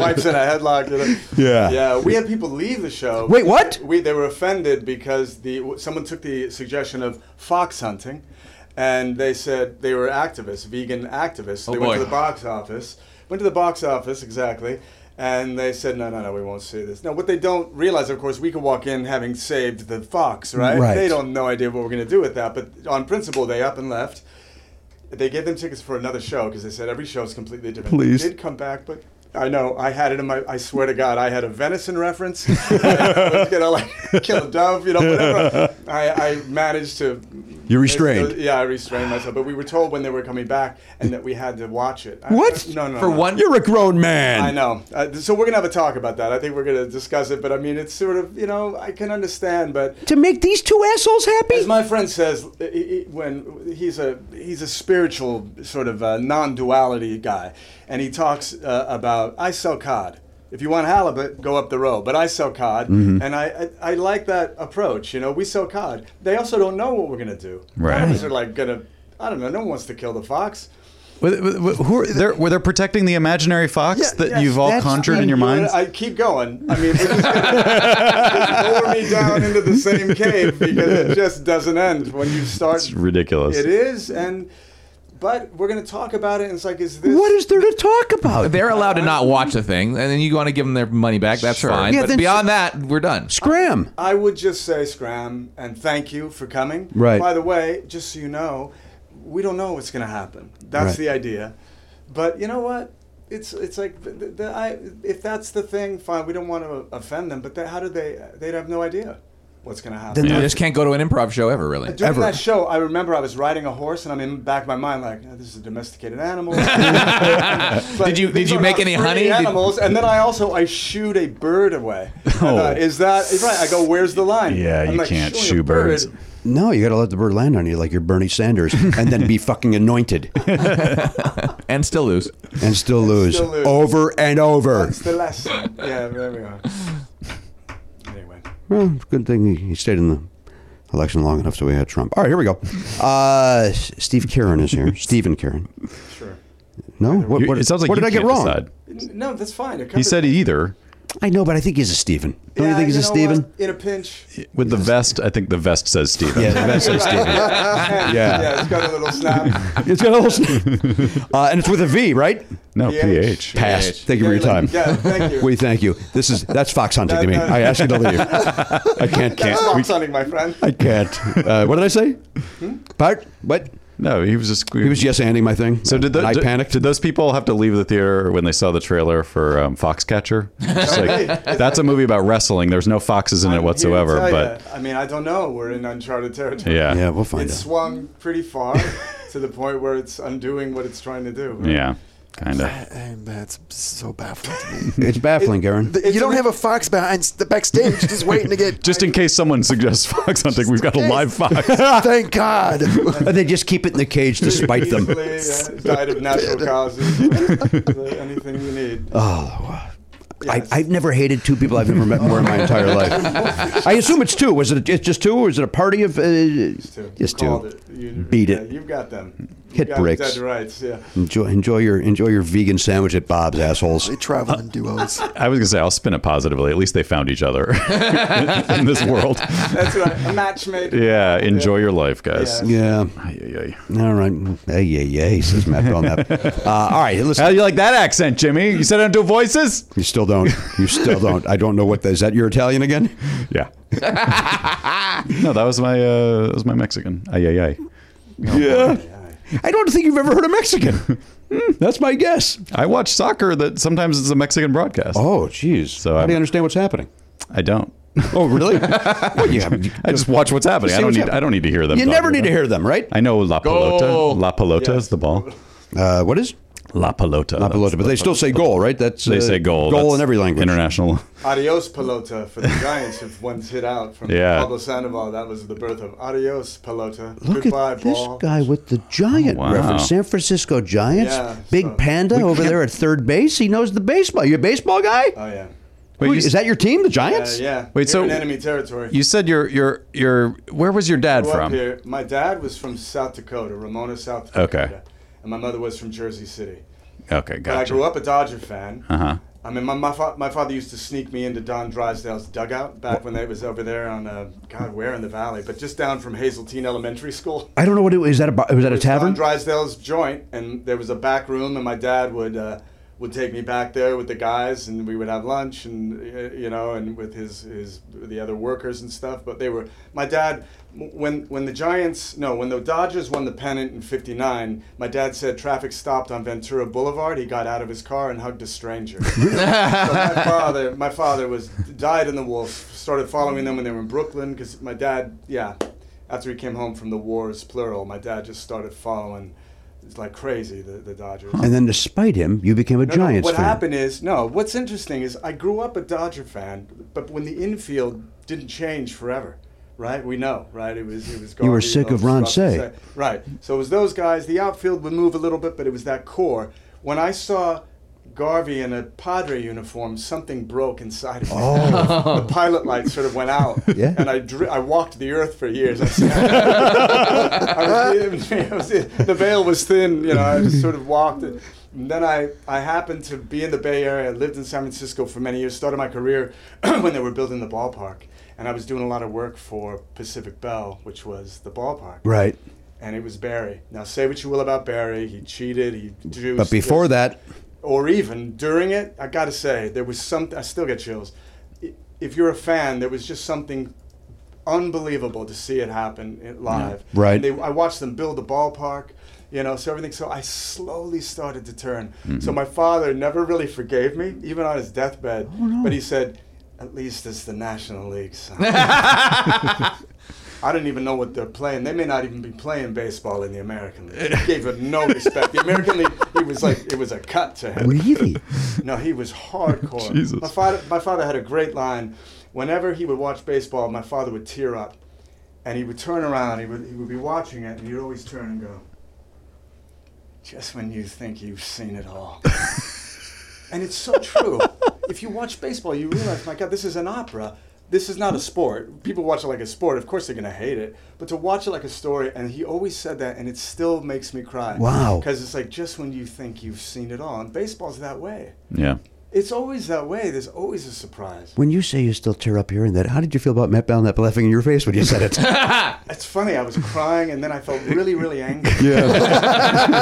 Wipes in a headlock. you know.
Yeah.
Yeah. We had people leave the show.
Wait, what?
We they were offended because the someone took the suggestion of fox hunting, and they said they were activists, vegan
Oh,
activists. they went to
boy.
the box office. Went to the box office exactly. And they said, no, no, no, we won't see this. Now, what they don't realize, of course, we could walk in having saved the fox, right?
Right.
They don't no idea what we're going to do with that. But on principle, they up and left. They gave them tickets for another show because they said every show is completely different.
Please.
They did come back, but I know I had it in my. I swear to God, I had a
[laughs]
venison reference. [laughs] I was gonna like kill a dove, you know, whatever. I, I managed to.
You restrained.
Yeah, I restrained myself. But we were told when they were coming back and that we had to watch it. I-
What?
no, no.
For
no.
one,
You're a grown man.
I know. Uh, so we're gonna have a talk about that. I think we're gonna discuss it. But I mean, it's sort of you know I can understand, but
To make these two assholes happy.
as my friend says, he- he- when he's a he's a spiritual sort of uh, non-duality guy, and he talks uh, about I sell cod. If you want halibut, go up the road. But I sell cod,
Mm-hmm.
and I, I I like that approach. You know, we sell cod. They also don't know what we're gonna do.
Right.
None of us are like gonna. I don't know. No one wants to kill the fox.
Were, were, who are, they're, were they protecting the imaginary fox
Yeah,
that
yes,
you've all
that's-
conjured in
I'm
your
doing
minds?
it- I keep going. I mean, we're just gonna- just lower me down into the same cave because it just doesn't end when you start.
It's ridiculous.
It is, and but we're gonna talk about it. And it's like, is this
What is there to talk about?
They're allowed to not watch the thing, and then you want to give them their money back. That's fine.
Yeah,
but
then-
beyond that, we're done.
Scram.
I would just say scram and thank you for coming.
Right.
By the way, just so you know, we don't know what's going to happen. That's
Right.
the idea. But you know what? It's it's like the, the, the, I, if that's the thing, fine. We don't want to offend them, but they, how do they? They'd have no idea what's going to happen.
Then
You just can't go to an improv show ever, really.
[laughs]
During
ever.
that show, I remember I was riding a horse, and I'm in the back of my mind like, "Oh, "This is a
[laughs]
domesticated animal." But
Ah, Did you- did
these
you
are
make
not
any
free
honey? Did-
Animals, and then I also I shooed a bird away. I thought, is that is right? I go, "Where's the line?"
Yeah,
I'm
you
like,
can't
shooing a
shoe
bird.
birds.
No, you got to let the bird land on you like you're Bernie Sanders, and then be fucking anointed
And still lose.
and [laughs] still lose,
still lose.
over and [laughs] over.
That's the lesson. Yeah, there we are. Anyway,
Well, Hmm, it's a good thing he- he stayed in the election long enough so we had Trump. All right, here we go. Uh, S- Steve Karen is here. Stephen Karen.
sure.
No, what,
You-
what,
it sounds like
what
you
did I get
can't
wrong?
decide.
N- No, that's fine. It
He
covers-
said either.
I know, but I think he's a Stephen. Don't you
Yeah,
think he's a
know
Stephen?
what? In a pinch.
With the vest, I think the vest says Steven.
Yeah,
[laughs]
the best
You're
is
right.
Stephen.
[laughs] yeah. yeah, it's got a little snap.
It's got a little, uh, and it's with a V, right?
No,
PH.
PH.
Pass.
PH.
Thank you for your
Yeah,
time.
like- yeah, thank you.
[laughs] We thank you. This is that's fox hunting to me. I ask you to leave. I can't.
That's
can't.
not
We,
sunning, my friend.
I can't. Uh, what did I say? Part. What?
No, he was just.
He was yes anding my thing.
So did, the,
And I
did,
panicked.
did those people have to leave the theater when they saw the trailer for um, Foxcatcher? Just like, that's a movie about wrestling. There's no foxes in it
I'm
whatsoever,
here to tell
but
ya, I mean, I don't know. We're in uncharted territory.
yeah,
Yeah, we'll find
It
out.
swung pretty far to the point where it's undoing what it's trying to do.
yeah, kind of.
And that's so baffling to me.
It's baffling, Garen.
The- you don't have a fox behind the
[laughs]
backstage just waiting to get.
Just in case someone suggests fox hunting, we've got a
in
live fox.
thank God.
Or they just keep it in the cage to spite them.
Easily, uh, died of natural
[laughs]
causes. Anything you need.
Oh,
I, I've never hated two people I've ever met more in my entire [laughs] life. I assume it's two. Was it it's just two, or is it a party of? Uh,
Two.
just
You called
two.
it. You-
Beat
yeah,
it.
You've got them. You
Hit
got
bricks.
Dead rights. Yeah.
Enjoy, enjoy your enjoy your vegan sandwich at Bob's, assholes.
they travel in duos.
I was gonna say I'll spin it positively. At least they found each other [laughs] in this world.
That's right. A match made.
Yeah, enjoy your life, guys.
Yeah.
Yeah.
Ay, ay, ay.
All right. Hey, yeah, yeah. Says Matt
[laughs]
Belknap. Uh, all right.
How
Listen.
do you like that accent, Jimmy? You said I don't do voices.
You still don't. You still don't. I don't know what that is. That your Italian again?
[laughs] Yeah. no, that was my uh, that was my Mexican. Ay ay ay.
yeah. I don't think you've ever heard a Mexican. Hmm, That's my guess.
I watch soccer that sometimes it's a Mexican broadcast.
Oh, jeez.
So
How do you
I'm-
understand what's happening?
I don't.
Oh, really? well, [laughs] you, have, you
[laughs] I just watch what's happening.
see
I don't
what's
need.
happening.
I don't need to hear them.
you
talking
never need
about
to
it.
hear them, right?
I know La Pelota.
Goal.
La Pelota is the ball.
Uh, what is
La Pelota.
La Pelota? But they still say goal, right? That's
They
uh,
say goal.
Goal
That's
in every language.
International.
Adios Pelota for the Giants if one's hit out from
Yeah.
Pablo Sandoval. That was the birth of Adios Pelota.
Look
Goodbye,
at this
ball.
guy with the giant
Oh, wow.
reference. San Francisco Giants.
Yeah,
Big
so-
Panda over there at third base. He knows the baseball. You a baseball guy?
Oh yeah.
Wait,
Who-
you-
is that your team, the
Uh,
Giants?
yeah.
Wait,
You're
so-
in enemy territory.
You said your your your. Where was your dad
grew up
from?
here. My dad was from South Dakota, Ramona, South
Okay.
Dakota. And my mother was from Jersey City.
Okay,
But I grew
gotcha.
up a Dodger fan.
Uh huh.
I mean, my, my, fa- my father used to sneak me into Don Drysdale's dugout back when they was over there on, uh, God, where in the valley? But just down from Hazeltine Elementary School.
I don't know what it was. That a, was that a
was Don
tavern?
Drysdale's joint, and there was a back room, and my dad would uh, would take me back there with the guys, and we would have lunch, and uh, you know, and with his his the other workers and stuff. But they were my dad when when the Giants no when the Dodgers won the pennant in '59. My dad said traffic stopped on Ventura Boulevard. He got out of his car and hugged a stranger. So my father, my father was died in the wolf. Started following them when they were in Brooklyn because my dad, yeah, after he came home from the wars, plural, my dad just started following like crazy the, the Dodgers.
and then, despite him, you became a
No, no,
Giants
what
fan.
happened is no. What's interesting is I grew up a Dodger fan, but when the infield didn't change forever, right? We know, right? It was it was.
You were
Garvey,
sick of
Lopez,
Ron
Ruff,
Say.
Say. right? So it was those guys. The outfield would move a little bit, but it was that core. When I saw. Garvey in a Padre uniform, something broke inside of me. Oh. [laughs] the pilot light sort of went out,
Yeah.
and I dri- I walked the earth for years. I, [laughs] I was, I was- the veil was thin, you know. I just sort of walked it. And then I, I happened to be in the Bay Area. I lived in San Francisco for many years. Started my career [clears throat] when they were building the ballpark, and I was doing a lot of work for Pacific Bell, which was the ballpark.
Right.
And it was Barry. Now say what you will about Barry, he cheated, he juiced.
But before
this-
that,
or even during it, I gotta say, there was some. I still get chills. I- If you're a fan, there was just something unbelievable to see it happen it- live.
Right.
And they, I watched them build the ballpark, you know, so everything. So I slowly started to turn.
Mm-hmm.
So my father never really forgave me, even on his deathbed.
Oh,
But he said, "At least it's the National
[laughs]
League." Son. I don't even know what they're playing. They may not even be playing baseball in the American League. He gave him no respect. The American League, he was like, it was a cut to him.
really?
No, he was hardcore.
Jesus.
My father, my father had a great line. Whenever he would watch baseball, my father would tear up, and he would turn around. He would he would be watching it, and he'd always turn and go. Just when you think you've seen it all. and it's so
[laughs]
true. if you watch baseball, you realize, my God, this is an opera. This is not a sport. People watch it like a sport. Of course, they're going to hate it. But to watch it like a story, and he always said that, and it still makes me cry.
Wow.
Because it's like just when you think you've seen it all, and baseball's that way.
Yeah.
It's always that way. There's always a surprise.
When you say you still tear up hearing that, how did you feel about Matt Belknap laughing in your face when you said
[laughs]
it?
It's funny. I was crying, and then I felt really, really
[laughs]
angry. [laughs] Yeah. I'm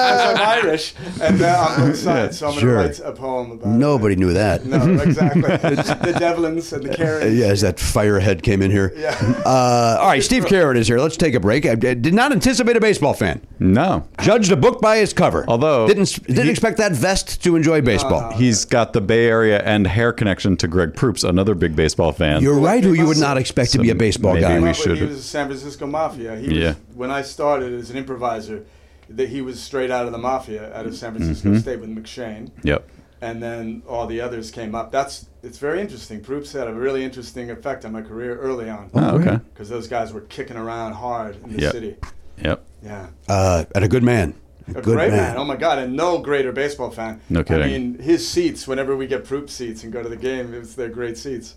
Irish, and now I'm on the side, so I'm
sure.
going to write a poem about it.
Nobody knew that.
No,
[laughs]
exactly. the Devlins and the
Uh,
Carriers.
yeah, as that firehead came in here.
Yeah.
Uh, all right, Steve Carrot is here. Let's take a break. I, I did not anticipate a baseball fan.
No.
Judged a book by its cover.
Although-
didn't didn't expect that vest to enjoy baseball.
Uh,
He's got the Bay Area and hair connection to Greg Proops, another big baseball fan.
You're right. Who you would not expect to be a
So
baseball
maybe
guy.
we
Well,
should
He
have-
was a San Francisco Mafia. He
Yeah.
was, when I started as an improviser, that he was straight out of the Mafia, out of San Francisco
Mm-hmm.
State with McShane.
Yep.
And then all the others came up. That's it's very interesting. Proops had a really interesting effect on my career early on.
Oh, okay.
Because those guys were kicking around hard in the
Yep.
city.
Yep.
Yeah.
Uh, and a good man.
A
good
great man.
man.
Oh my God! And no greater baseball fan.
No
I
kidding.
mean, his seats. Whenever we get Proop seats and go to the game, it's they're great seats.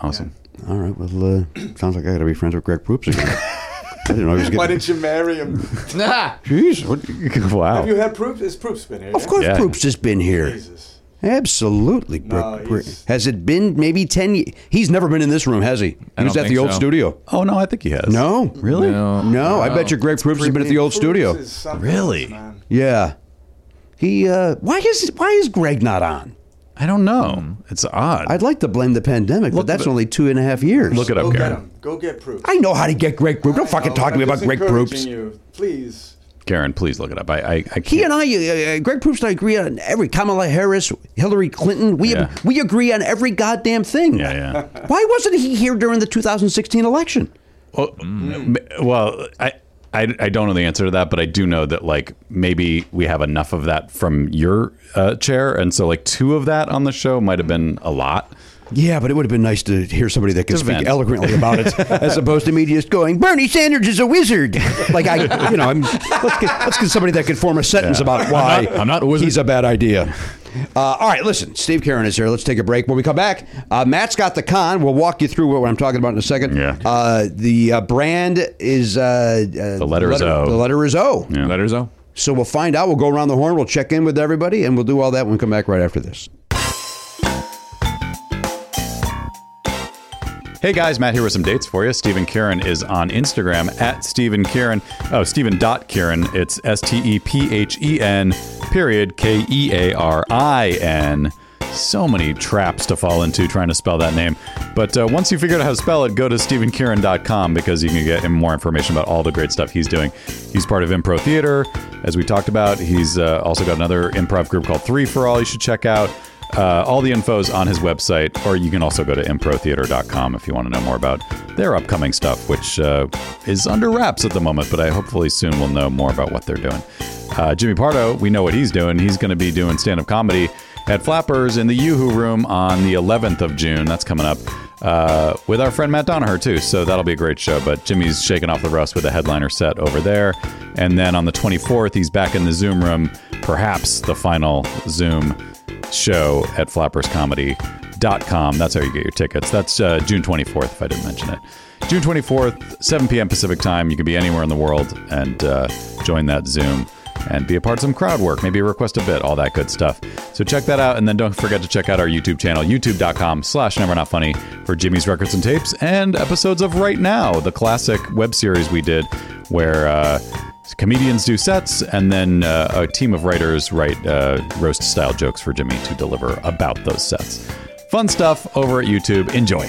Awesome.
All right. Well, uh, sounds like I got to be friends with Greg Proops again. I didn't know he was
Why
getting.
didn't you
[laughs]
marry him?
Jeez, what-
wow.
Have you had Proops? Is Proop's been here?
Of course,
Yeah.
Proops has been here.
Jesus.
Absolutely.
No,
Br- Br-
he's-
has it been maybe 10 years? He's never been in this room, has he? He was
don't
at the
think
old
so.
studio.
oh no, I think he has.
No.
Really?
No.
No, I bet you Greg Proops has been at the old
Proops
studio.
is something
Really?
else, man.
Yeah. He uh why is why is Greg not on?
I don't know. It's odd.
I'd like to blame the pandemic, but that's only two and a half years.
Look it
Go
up,
get
Gary.
him. Go get Proops.
I know how to get Greg Proops. Don't fucking
No,
talk to me
I'm
about
just
Greg
encouraging
Proops.
you. please.
Karen, please look it up. I, I, I can't.
He and I, uh, uh, Greg Proops and I agree on every Kamala Harris, Hillary Clinton. We
Yeah.
we agree on every goddamn thing.
Yeah,
[laughs]
yeah.
Why wasn't he here during the 2016 election?
Well, m- well I, I I don't know the answer to that, but I do know that like maybe we have enough of that from your uh, chair, and so like two of that on the show might have been a lot.
Yeah,
But it would have been nice to hear somebody that could
Just
speak
vent.
eloquently about
[laughs]
it, as opposed to me just going, "Bernie Sanders is a wizard." Like I, you know, I'm, let's get let's get somebody that could form a sentence about why
not- I'm not a wizard.
He's a bad idea. Uh, all right, listen, Steve Karen is here. Let's take a break. When we come back, uh, Matt's got the con. We'll walk you through what I'm talking about in a second.
Yeah.
Uh, the uh, brand is uh, uh,
The letter is O.
The letter is O.
Letters O.
So we'll find out. We'll go around the horn. We'll check in with everybody, and we'll do all that when we come back right after this.
Hey guys, Matt here with some dates for you. Stephen Kieran is on Instagram at Stephen Kieran. Oh, Stephen dot Kieran. It's S T E P H E N period K E A R I N. So many traps to fall into trying to spell that name. But uh, once you figure out how to spell it, go to stephenkieran.com because you can get more information about all the great stuff he's doing. He's part of Impro Theater, as we talked about. He's uh, also got another improv group called Three for All you should check out. Uh, all the info is on his website, or you can also go to improtheater.com if you want to know more about their upcoming stuff, which uh, is under wraps at the moment, but I hopefully soon will know more about what they're doing. Uh, Jimmy Pardo, we know what he's doing. He's going to be doing stand up comedy at Flappers in the Yoo-Hoo Room on the 11th of June. That's coming up uh, with our friend Matt Donaher, too. So that'll be a great show. But Jimmy's shaking off the rust with a headliner set over there. And then on the 24th, he's back in the Zoom room, perhaps the final Zoom show at flapperscomedy.com. That's how you get your tickets. That's uh, June 24th, if I didn't mention it. June 24th, 7 p.m. Pacific time. You can be anywhere in the world and uh, join that Zoom and be a part of some crowd work, maybe request a bit, all that good stuff. So check that out. And then don't forget to check out our YouTube channel, youtube.com slash never not funny for Jimmy's records and tapes and episodes of Right Now, the classic web series we did where uh, comedians do sets, and then uh, a team of writers write uh, roast style jokes for Jimmy to deliver about those sets. Fun stuff over at YouTube. Enjoy.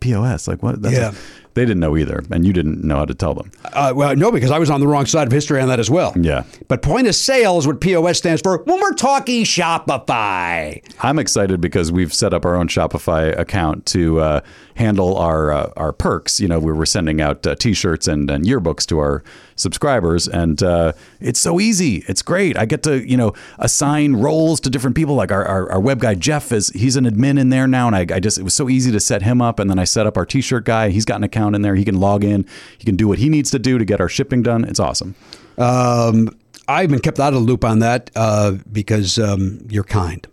POS? Like what?" That's
Yeah.
they didn't know either, and you didn't know how to tell them.
Uh, well, no, because I was on the wrong side of history on that as well.
Yeah.
But point of sale is what POS stands for when we're talking Shopify.
I'm excited because we've set up our own Shopify account to uh, handle our uh, our perks. You know, we were sending out uh, T-shirts and, and yearbooks to our subscribers, and uh, it's so easy. It's great. I get to you know assign roles to different people. Like our, our, our web guy Jeff is he's an admin in there now, and I, I just it was so easy to set him up, and then I set up our T-shirt guy. He's got an account in there. He can log in. He can do what he needs to do to get our shipping done. It's awesome.
Um, I've been kept out of the loop on that uh, because um, you're kind.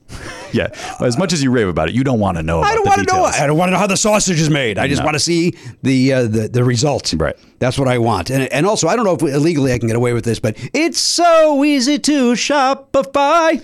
Yeah, as much as you rave about it, you don't want to know. About
I don't
the
want to know.
details.
I don't want to know how the sausage is made. I just want to see the, uh, the the result.
Right.
That's what I want. And and also, I don't know if illegally I can get away with this, but it's so easy to Shopify.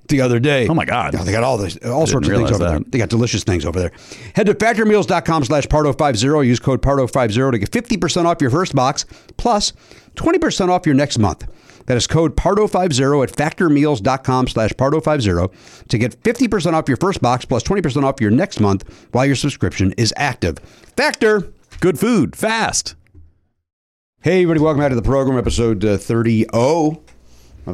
the other day.
Mm. Oh, my God.
Yeah, they got all this, all sorts of
didn't
things over
realize
there.
that.
They got delicious things over there. Head to factormeals.com slash pardo50. oh. Use code pardo50 to get 50% off your first box plus 20% off your next month. That is code pardo50 at factormeals.com slash pardo50 to get 50% off your first box plus 20% off your next month while your subscription is active. Factor.
Good food, fast.
Hey, everybody, welcome back to the program, episode uh, 30 of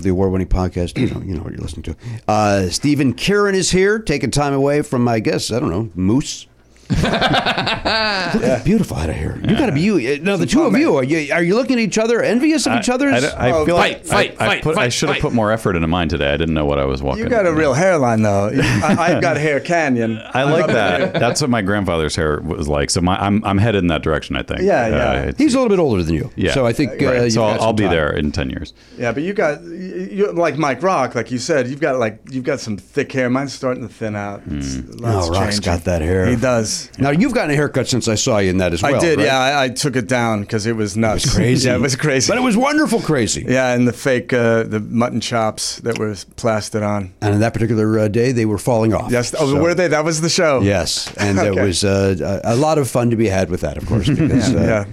the award winning podcast. You know, you know what you're listening to. Uh, Stephen Kieran is here, taking time away from, I guess, I don't know, Moose. [laughs] Look at how beautiful out of here. You got to be you. Now, the two of you are, you, are you looking at each other, envious of each other's?
I, I
Oh,
feel like
fight, fight,
I, I,
fight,
put, I
fight,
should have
fight.
put more effort into mine today. I didn't know what I was walking.
You got a
into.
real hairline though.
[laughs]
I, I've got hair canyon.
I like that. That's what my grandfather's hair was like. So my, I'm I'm headed in that direction. I think. Uh,
Yeah, yeah.
it's-
he's a little bit older than you.
yeah.
So I think.
Right.
Uh, you've
so
got
I'll, I'll
some
be
time.
there in ten years.
Yeah, but you got you, you- like Mike Rock, like you said, you've got like you've got some thick hair. Mine's starting to thin out. It's, lots
Oh, Rock's
changing.
got that hair.
He does.
Now, you've gotten a haircut since I saw you in that as well.
I did.
right?
Yeah, I, I took it down because it was nuts.
Crazy.
[laughs] yeah, it was crazy.
But it was wonderful crazy.
[laughs] Yeah, and the fake uh, the mutton chops that were plastered on.
And on that particular uh, day, they were falling off.
Yes. Oh,
So-
were they? That was the show.
Yes, and there
Oh. Okay.
was uh, a a lot of fun to be had with that, of course. Because, uh,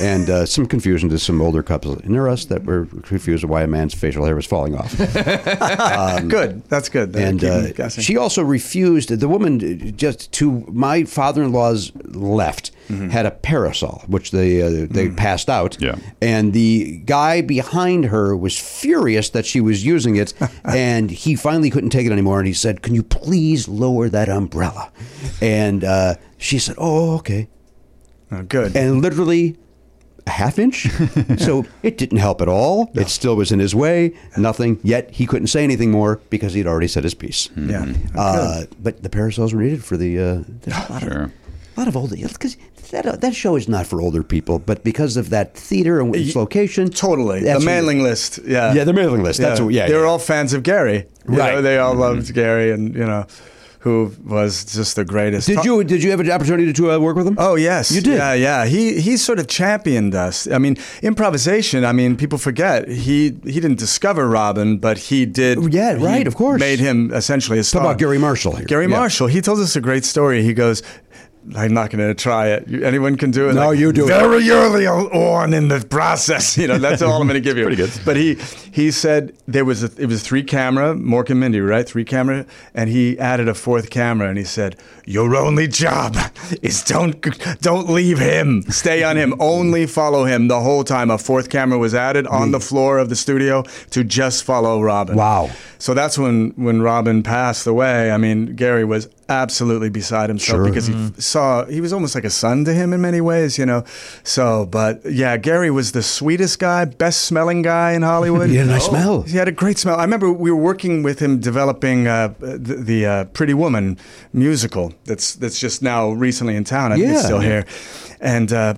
and uh, some confusion to some older couples near us that were confused why a man's facial hair was falling off.
good. That's good. They
and
keep me
uh,
guessing.
she also refused. The woman, uh, just to my father-in-law's left,
Mm-hmm.
had a parasol which they uh, they passed out.
Yeah.
and the guy behind her was furious that she was using
[laughs]
it, and he finally couldn't take it anymore. And he said, "Can you please lower that umbrella?" And uh, she said, "Oh, okay."
Oh, good.
and literally a half
[laughs]
inch. so it didn't help at all. It still was in his way, nothing. Yet he couldn't say anything more because he'd already said his piece.
yeah.
Uh, but the parasols were needed for the. Uh, there's a lot
Sure.
of, a lot of older because that, uh, that show is not for older people, but because of that theater and its location,
Totally.
that's-
the mailing list. Yeah.
Yeah, the mailing list. That's what- yeah,
They were
yeah.
all fans of Gary. You
Right. Mm-hmm.
know, they all loved Gary, and you know, who was just the greatest.
Did you did you have an opportunity to uh, work with him?
Oh yes,
you did.
Yeah, yeah. He he sort of championed us. I mean, improvisation. I mean, people forget he he didn't discover Robin, but he did.
Oh, Yeah,
he
right, of course.
Made him essentially a star.
about Gary Marshall here.
Gary
Yeah.
Marshall. He told us a great story. He goes. I'm not going to try it. You- Anyone can do it.
No, you do it.
Very early on in the process, you know. That's all I'm going to give you. [laughs] Pretty good. But he he said there was a, it was three camera, Mork and Mindy, right? Three camera, and he added a fourth camera, and he said, "Your only job is don't don't leave him. Stay on him. Only follow him the whole time." A fourth camera was added on the floor of the studio to just follow Robin.
Wow.
So that's when when Robin passed away. I mean, Gary was absolutely beside himself because he f- saw he was almost like a son to him in many ways, you know. So, but yeah, Gary was the sweetest guy, best smelling guy
[laughs]
in Hollywood.
He had a nice Oh. smell.
He had a great smell. I remember we were working with him developing uh, the, the uh, Pretty Woman musical that's that's just now recently in town. I think it's
Yeah.
still here, and. Uh,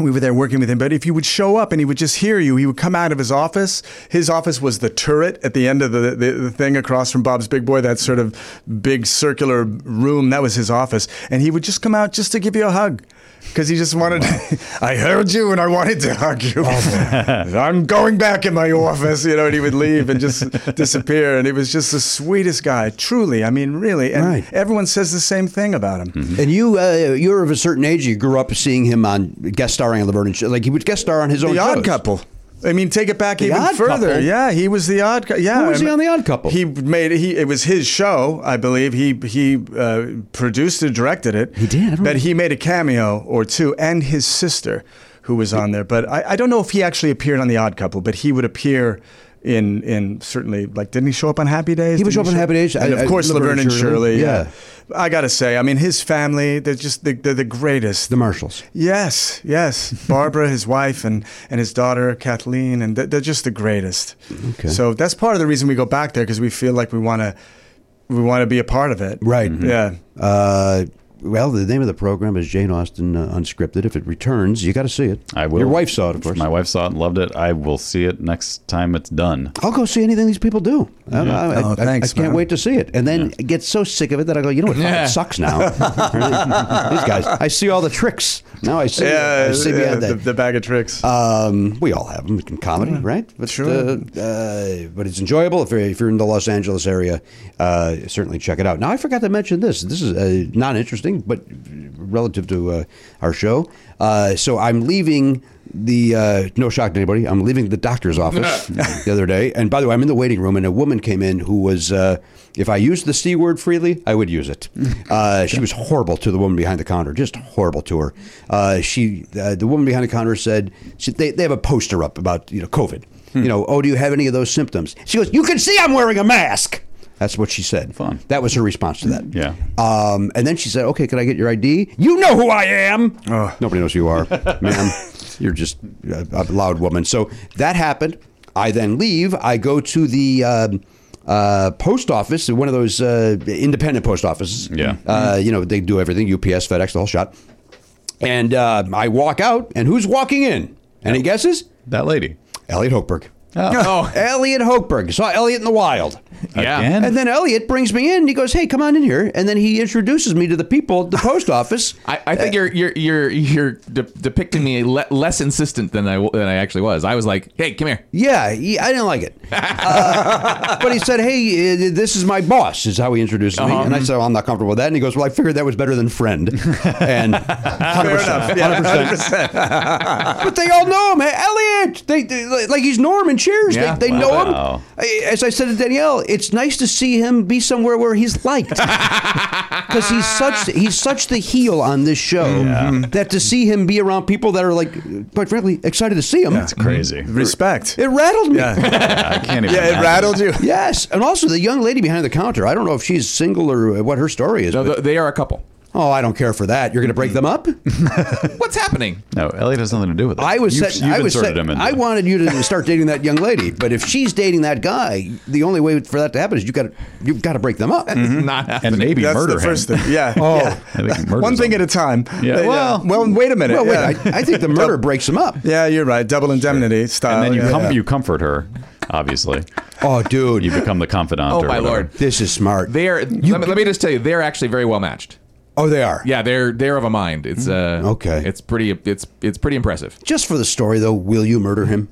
we were there working with him, but if you would show up and he would just hear you, he would come out of his office. His office was the turret at the end of the, the, the thing across from Bob's Big Boy, that sort of big circular room. That was his office. And he would just come out just to give you a hug because he just wanted, [laughs] I heard you and I wanted to hug you.
Oh,
[laughs] I'm going back in my office, you know, and he would leave and just [laughs] disappear. And he was just the sweetest guy, truly. I mean, really. And
Right.
everyone says the same thing about him.
And you, uh, you're of a certain age. You grew up seeing him on guest starring on the Vernon show. Like he would guest star on his own.
The Odd
shows.
Couple. I mean, take it back even
Odd
further.
Couple?
Yeah, he was the odd. Cou- yeah,
Who was
I
he
mean,
on The Odd Couple?
He made he. It was his show, I believe. He he uh, produced and directed it. He
did, I don't
but
know.
he made a cameo or two, and his sister, who was on there. But I, I don't know if he actually appeared on The Odd Couple, but he would appear. In, in certainly like didn't he show up on Happy Days?
He would
Didn't
show up on Happy Days.
And
I-
of
I-
course
Laverne
Laverne and
and Shirley,
Shirley. Yeah. I gotta say, I mean his family they're just the, they're the greatest.
The Marshals.
Yes, yes. Barbara, his wife, and, and his daughter Kathleen, and they're, they're just the greatest.
Okay.
So that's part of the reason we go back there because we feel like we want to we want to be a part of it. Mm-hmm.
Right.
Yeah.
Uh, well, the name of the program is Jane Austen uh, Unscripted. If it returns, you got to see it.
I will.
Your wife saw it, of course.
My wife saw it and loved it. I will see it next time it's done.
I'll go see anything these people do. I- I, I-
Oh,
I-
thanks,
I can't
man.
wait to see it. And then get so sick of it that I go, you know what? Fuck, It sucks now.
[laughs]
these guys, I see all the tricks. Now I see,
Yeah,
I see
yeah,
beyond
the,
that.
the bag of tricks.
Um, we all have them in comedy, right? But,
Sure.
Uh, uh, but it's enjoyable if you're, if you're in the Los Angeles area. Uh, certainly check it out. Now I forgot to mention this. This is uh, not interesting, but relative to uh, our show. Uh, so I'm leaving the uh, no shock to anybody. I'm leaving the doctor's office the other day, and by the way, I'm in the waiting room, and a woman came in who was. Uh, if I used the c word freely, I would use it. Uh, she was horrible to the woman behind the counter, just horrible to her. Uh, she, uh, the woman behind the counter said, she, they, they have a poster up about you know COVID.
Hmm.
You know, oh, do you have any of those symptoms? She goes, you can see I'm wearing a mask. That's what she said.
Fun.
That was her response to that.
Yeah.
Um, and then she said, okay, can I get your ID? You know who I am. Nobody knows who
[laughs]
you are, ma'am. You're just a, a loud woman. So that happened. I then leave. I go to the um, uh, post office, one of those uh, independent post offices.
Yeah.
Uh, you know, they do everything UPS, FedEx, the whole shot. And uh, I walk out, and who's walking in? Any guesses?
That lady.
Elliot Hochberg.
Oh.
Elliot Hochberg. Saw Elliot in the wild.
Yeah.
Again?
And then Elliot brings me in. and He goes, "Hey, come on in here." And then he introduces me to the people at the post [laughs] office.
I, I think you're you're you're you're de- depicting me le- less insistent than I w- than I actually was. I was like, "Hey, come here."
Yeah, he, I didn't like it. Uh, but he said, "Hey, uh, this is my boss." Is how he introduced me, and I said, well, "I'm not comfortable with that." And he goes, "Well, I figured that was better than friend." And 100 percent,
Yeah,
100%. [laughs] But they all know him, hey, Elliot. They, they like he's Norman. Cheers.
Yeah.
they they know
Wow.
him. I- As I said to Danielle, it's nice to see him be somewhere where he's liked. because he's such he's such the heel on this show that to see him be around people that are like, quite frankly, excited to see him,
It's crazy.
Respect.
it rattled me.
I can't even.
yeah, it
imagine.
rattled you.
[laughs] Yes, and also the young lady behind the counter. I don't know if she's single or what her story is.
No,
but-
th- they are a couple.
oh, I don't care for that. You're going to break them [laughs] up?
What's happening?
No, Elliot has nothing to do with it.
I was
You've,
set,
you've
I was
inserted
set-
him in.
I
there.
wanted you [laughs] to start dating that young lady, but if she's dating that guy, the only way for that to happen is you got to you've got to break them up.
Mm-hmm.
Not
[laughs]
happening.
and maybe
That's
murder
the first
him.
thing. Yeah.
Oh.
yeah.
[laughs] I think murder's
[laughs] One thing
on.
at a time.
Yeah, well-
well, wait a minute.
Well, wait,
yeah.
I, I think
[laughs]
the murder breaks them up.
yeah, you're right. Double indemnity style.
And then you
yeah.
com- you comfort her. Obviously,
Oh, dude,
you
[laughs]
become the confidant.
Oh
or
my
whatever.
lord.
this is smart.
They are. let, me, let me just tell you, they're actually very well matched.
oh, they are.
Yeah, they're they're of a mind. It's uh
Okay.
It's pretty. It's it's pretty impressive.
Just for the story, though, will you murder him?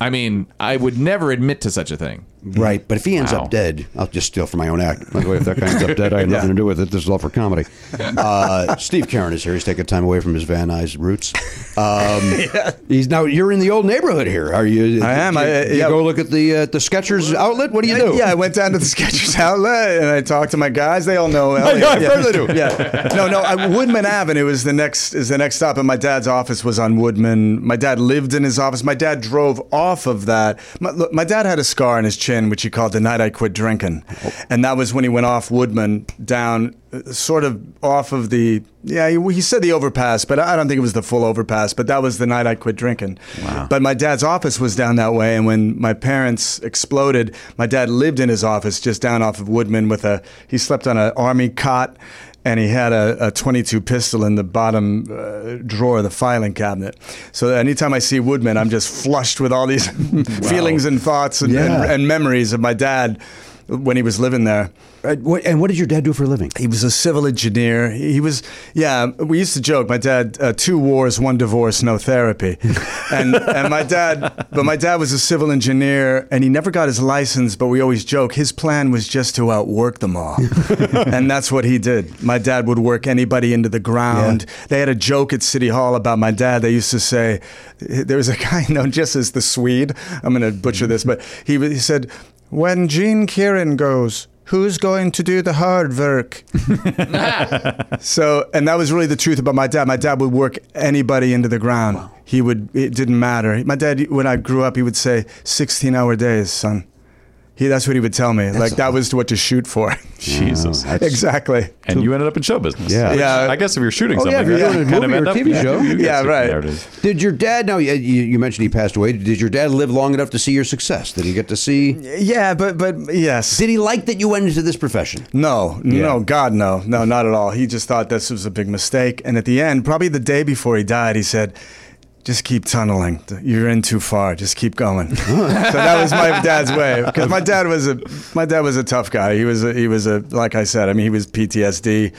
I mean, I would never admit to such a thing.
Right, but if he ends
Wow.
up dead, I'll just steal for my own act. By the way, if that guy ends up dead, [laughs] I have nothing to do with it. This is all for comedy. [laughs] Uh, Steve Karen is here. He's taking time away from his Van Nuys roots. Um, [laughs] He's now you're in the old neighborhood here. Are you?
I am.
You,
I-
you
yeah.
go look at the uh, the Skechers outlet. What do you
Yeah,
do?
Yeah, I went down to the [laughs] Skechers outlet and I talked to my guys. They all know. Elliot.
know, I've
yeah.
heard they do.
Yeah. No, no. I, Woodman Avenue is the next is the next stop, and my dad's office was on Woodman. My dad lived in his office. My dad drove off of that. My, look, my dad had a scar on his chin, which he called the night I quit drinking, and that was when he went off Woodman down, uh, sort of off of the. Yeah, he, he said the overpass, but I don't think it was the full overpass. But that was the night I quit drinking. Wow. But my dad's office was down that way, and when my parents exploded, my dad lived in his office just down off of Woodman with a. He slept on an army cot, and he had a, a 22 pistol in the bottom uh, drawer of the filing cabinet. So anytime I see [laughs] Woodman, I'm just flushed with all these feelings and thoughts and, and, and memories of my dad. when he was living there.
Uh, what- And what did your dad do for a living?
He was a civil engineer. He he was, yeah. We used to joke. My dad, uh, two wars, one divorce, no therapy, and and my dad, but my dad was a civil engineer, and he never got his license. But we always joke his plan was just to outwork them all, and that's what he did. My dad would work anybody into the ground. They had a joke at City Hall about my dad. They used to say there was a guy [laughs] known just as the Swede. I'm going to butcher this, but he he said when Gene Kieran goes. Who's going to do the hard work? So, and that was really the truth about my dad. My dad would work anybody into the ground. He would, it didn't matter. My dad, when I grew up, he would say, 16 hour days, son. He, that's what he would tell me. like, that was what to shoot for. [laughs]
Jesus.
exactly.
And you ended up in show business.
Yeah.
Which
Yeah.
I guess if you're shooting
Oh, yeah,
something,
if you're
that's
doing a
kind of
movie
end
or
up-
TV show.
you get
Yeah,
some
right.
narratives.
Did your dad? Now you, you you mentioned he passed away. Did your dad live long enough to see your success? Did he get to see?
Yeah, but, but yes.
Did he like that you went into this profession?
No, no, God, no, no, not at all. He just thought this was a big mistake. And at the end, probably the day before he died, he said, just keep tunneling. You're in too far. Just keep
[laughs]
going. so that was my dad's way. Because my dad was a my dad was a tough guy. He was a, he was a like I said. I mean, he was PTSD.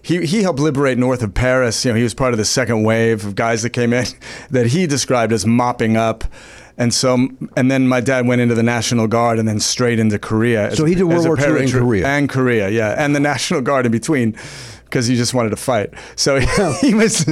He he helped liberate north of Paris. You know, he was part of the second wave of guys that came in [laughs] that he described as mopping up. And so, and then my dad went into the National Guard and then straight into Korea. as-
So he did World
as a
War II in
paratroop-
Korea.
and Korea, yeah, and the National Guard in between, because he just wanted to fight. So [laughs]
Oh.
he was,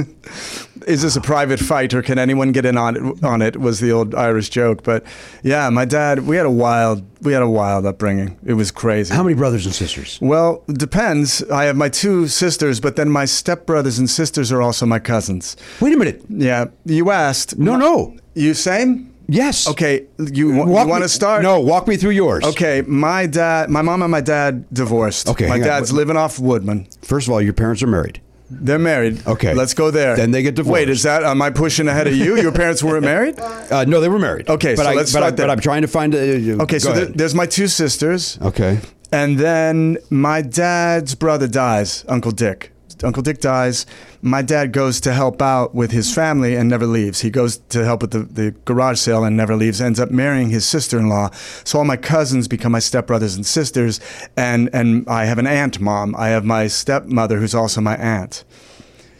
is this a private fight or can anyone get in on it? On it was the old Irish joke, but yeah, my dad, we had a wild, we had a wild upbringing. It was crazy.
How many brothers and sisters?
Well, depends. I have my two sisters, but then my stepbrothers and sisters are also my cousins.
Wait a minute.
Yeah, you asked.
No, no.
You same?
Yes.
Okay, you, wa-
Walk
you want
me-
to start?
No, walk me through yours.
Okay, my dad, my mom and my dad divorced.
Okay,
my
hang on.
dad's living off Woodman.
First of all, your parents are married.
They're married.
Okay.
let's go there.
Then they get divorced.
Wait, is that am I pushing ahead of you? Your parents
[laughs]
weren't married.
Uh, no, they were married.
Okay,
but
so
I,
let's
but, I,
start there.
but I'm trying to find. A,
Okay,
go
so there,
ahead.
there's my two sisters,
okay.
and then my dad's brother dies, Uncle Dick. Uncle Dick dies. My dad goes to help out with his family and never leaves. He goes to help with the, the garage sale and never leaves. Ends up marrying his sister in law. So all my cousins become my stepbrothers and sisters. And, and I have an aunt mom. I have my stepmother, who's also my aunt.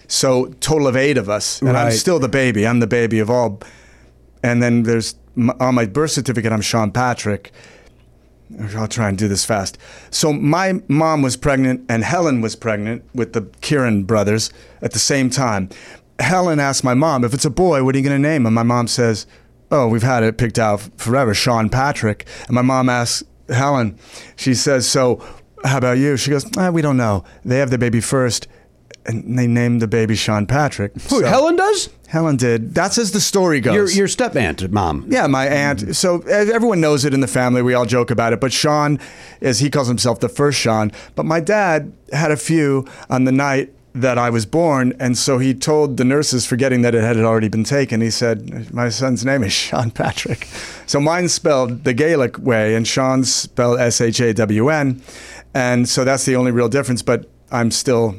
So total of eight of us, and I'm
Right.
still the baby. I'm the baby of all. And then there's m- on my birth certificate, I'm Sean Patrick. I'll try and do this fast. So my mom was pregnant, and Helen was pregnant with the Kieran brothers at the same time. Helen asked my mom, "If it's a boy, what are you going to name him?" And my mom says, "Oh, we've had it picked out forever, Sean Patrick." And my mom asks Helen, she says, "So how about you?" She goes, ah, "We don't know. They have the baby first, and they named the baby Sean Patrick."
Who,
So-
Helen does?
Helen did. That's as the story goes.
Your your step aunt, mom.
Yeah, my
Mm.
aunt. So e- everyone knows it in the family. We all joke about it. But Sean, as he calls himself, the first Sean. But my dad had a few on the night that I was born, and so he told the nurses, forgetting that it had already been taken. He said, "My son's name is [laughs] Sean Patrick." So mine's spelled the Gaelic way, and Sean's spelled S H A W N, and so that's the only real difference. But I'm still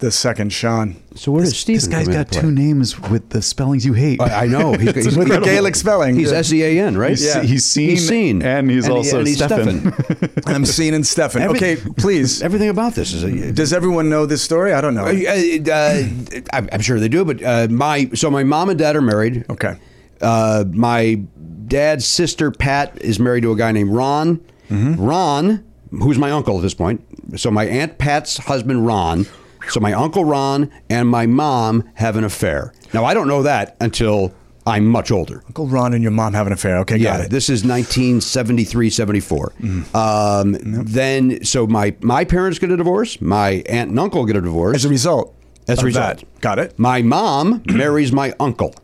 the second Sean. [laughs]
So where does Steve?
This guy's got two names with the spellings you hate.
I I know. He's, got- he's
With the
incredible.
Gaelic spelling.
He's S E A N, right?
He's, he's seen,
He's seen.
and he's
And he-
also
and he's
Stefan.
And I'm seen and
[laughs]
Stefan.
Every-
okay, please.
Everything about this is a.
Does everyone know this story? I don't know.
Uh, uh, I'm I'm sure they do, but uh, my so my mom and dad are married.
Okay.
Uh, my dad's sister Pat is married to a guy named Ron. Ron, who's my uncle at this point. So my aunt Pat's husband Ron. So my uncle Ron and my mom have an affair. Now I don't know that until I'm much older.
Uncle Ron and your mom have an affair. Okay,
Yeah,
got it. Mm-hmm.
this is 1973, 74. Um, Then, so my my parents get a divorce. My aunt and uncle get a divorce.
As a result.
As a
of
result.
that. Got it.
My mom [clears throat] marries my uncle.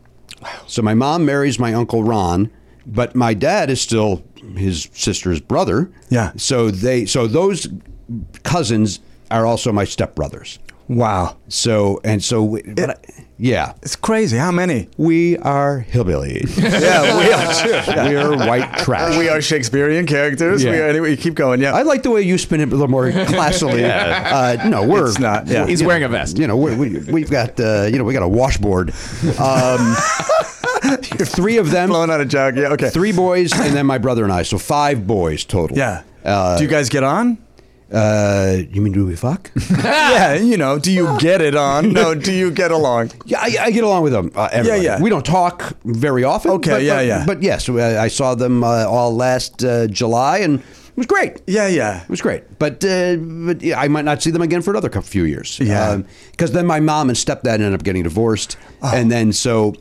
So my mom marries my uncle Ron, but my dad is still his sister's brother.
Yeah.
So they so those cousins are also my stepbrothers.
Wow.
So and so we- but I- yeah.
It's crazy. How many?
We are [laughs] hillbillies.
[laughs] Yeah, we are too.
we are white trash.
We are Shakespearean characters. We
Yeah.
are, anyway, keep going. Yeah.
I like the way you spin it a little
[laughs]
more classily. uh, no, we're
It's not, yeah.
He's
you know,
wearing a vest.
You know, we, we, we've got uh, you know we got a washboard. Um, [laughs] three of them,
blowing out a jug. Yeah, okay.
three boys, and then my brother and I. So five boys total.
Yeah.
Uh,
do you guys get
[laughs]
on?
Uh, you mean do we
[laughs]
fuck?
yeah, you know, do you get it on?
[laughs]
No, do you get along?
yeah, I, I get along with them. Uh, everybody.
yeah.
We don't talk very often.
Okay,
but,
yeah,
but-
yeah.
But yes, uh, I saw them uh, all last uh, July, and it was great.
Yeah, yeah.
It was great, but uh, but yeah, I might not see them again for another cou- few years. Um,
Yeah.
because then my mom and stepdad ended up getting divorced,
Oh.
and then so.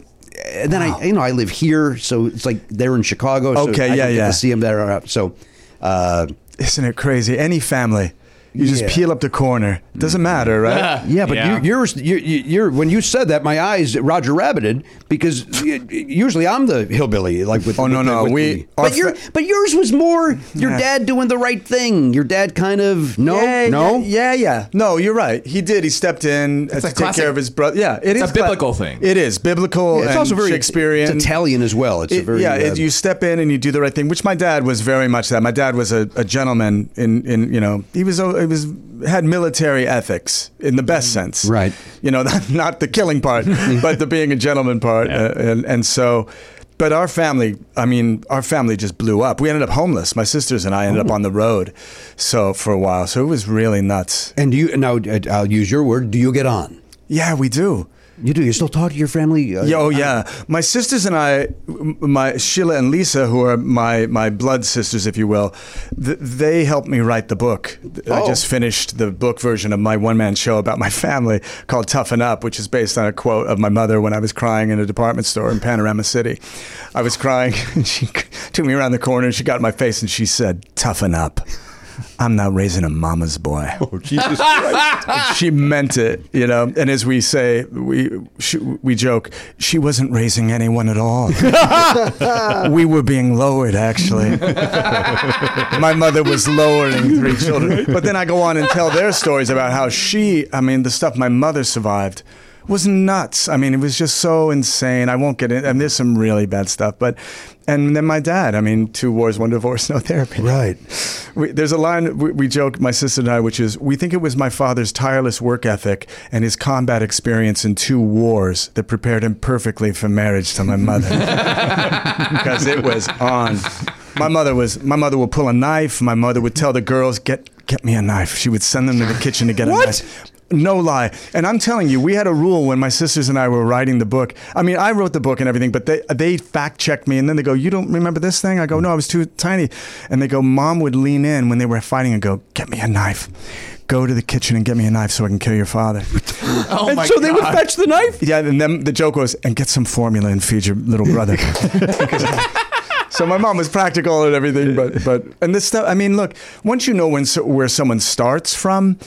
And then I, you know, I live here, so it's like they're in Chicago. so
Okay,
I
yeah,
don't get
yeah.
To see them there, so uh,
Isn't it crazy? Any family, you just
Yeah.
peel up the corner. Doesn't matter, right?
Yeah, but
Yeah.
You, yours, you, you, you're when you said that, my eyes Roger rabbited because y- usually I'm the hillbilly, like with.
Oh, no,
with the-
no,
with
we-
the-
our
but your
fr-
but yours was more your
Yeah.
dad doing the right thing. Your dad kind of no,
yeah,
no,
yeah, yeah, yeah. No, you're right. He did. He stepped in uh, to
a
take
classic-
care of his brother. Yeah, it is
it's a
cla-
biblical thing.
It is biblical.
It's
and
also very
Shakespearean.
It's Italian as well. It's a
It-
very
yeah,
uh,
it, you step in and you do the right thing, which my dad was very much that. My dad was a, a gentleman in, in you know he was a- he was had military ethics in the best sense,
Mm. Right.
You know, [laughs] not, not the
[laughs]
killing part, but the being a gentleman part, uh, and and so. But our family, I mean, our family just blew up. We ended up homeless. My sisters and I ended
Oh.
up on the road, so for a while. So it was really nuts.
and do you now uh, I'll use your word. Do you get on?
Yeah, we do.
You do. You still talk to your family? Uh,
Yeah, oh yeah. My sisters and I, m- my Sheila and Lisa, who are my my blood sisters, if you will, th- they helped me write the book. Th- I just finished the book version of my one man show about my family called Toughen Up, which is based on a quote of my mother when I was crying in a department store in Panorama City. I was crying, [laughs] and she c- took me around the corner and she got in my face and she said, "Toughen up." I'm not raising a mama's boy. she meant it, you know. And as we say, we she, we joke, she wasn't raising anyone at all. [laughs] we were being lowered, actually. [laughs] My mother was lowering three children. But then I go on and tell their stories about how she, I mean, the stuff my mother survived was nuts. I mean, it was just so insane. I won't get in. And there's some really bad stuff, but. And then my dad, I mean, two wars, one divorce, no therapy.
Right.
We, there's a line we, we joke, my sister and I, which is, we think it was my father's tireless work ethic and his combat experience in two wars that prepared him perfectly for marriage to my mother. Because it was on. My mother was. My mother would pull a knife. My mother would tell the girls, "Get, get me a knife." She would send them to the kitchen to get a knife. No lie. And I'm telling you, we had a rule when my sisters and I were writing the book. I mean, I wrote the book and everything, but they they fact checked me and then they go, You don't remember this thing? I go, No, I was too tiny. And they go, Mom would lean in when they were fighting and go, Get me a knife. Go to the kitchen and get me a knife so I can kill your father.
[laughs] Oh
and
my
so they would
God.
fetch the knife? Yeah, and then the joke was, And get some formula and feed your
[laughs]
little brother. So my mom was practical and everything, but but and this stuff. I mean, look, once you know when so, where someone starts from,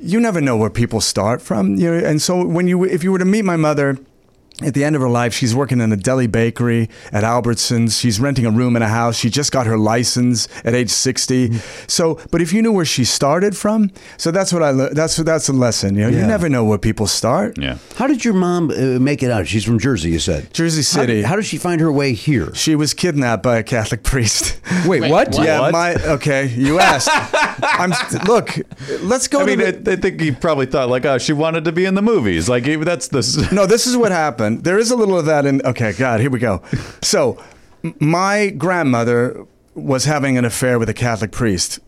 you never know where people start from. You know, and so when you if you were to meet my mother. At the end of her life, she's working in a deli bakery at Albertsons. She's renting a room in a house. She just got her license at age 60. So, but if you knew where she started from, so that's what I, le- that's, that's a lesson. You know, you never know where people start.
Yeah.
How did your mom uh, make it out? She's from Jersey. You said
Jersey
How did-
City.
how did she find her way here?
She was kidnapped by a Catholic priest. [laughs]
Wait, what?
Yeah,
What?
my okay. You asked.
[laughs]
I'm look. Let's go.
I
to
mean,
the-
I, I think he probably thought like, oh, she wanted to be in the movies. Like, he- that's the
no, this is what happened. There is a little of that in. Okay, God, here we go. So, m- my grandmother was having an affair with a Catholic priest,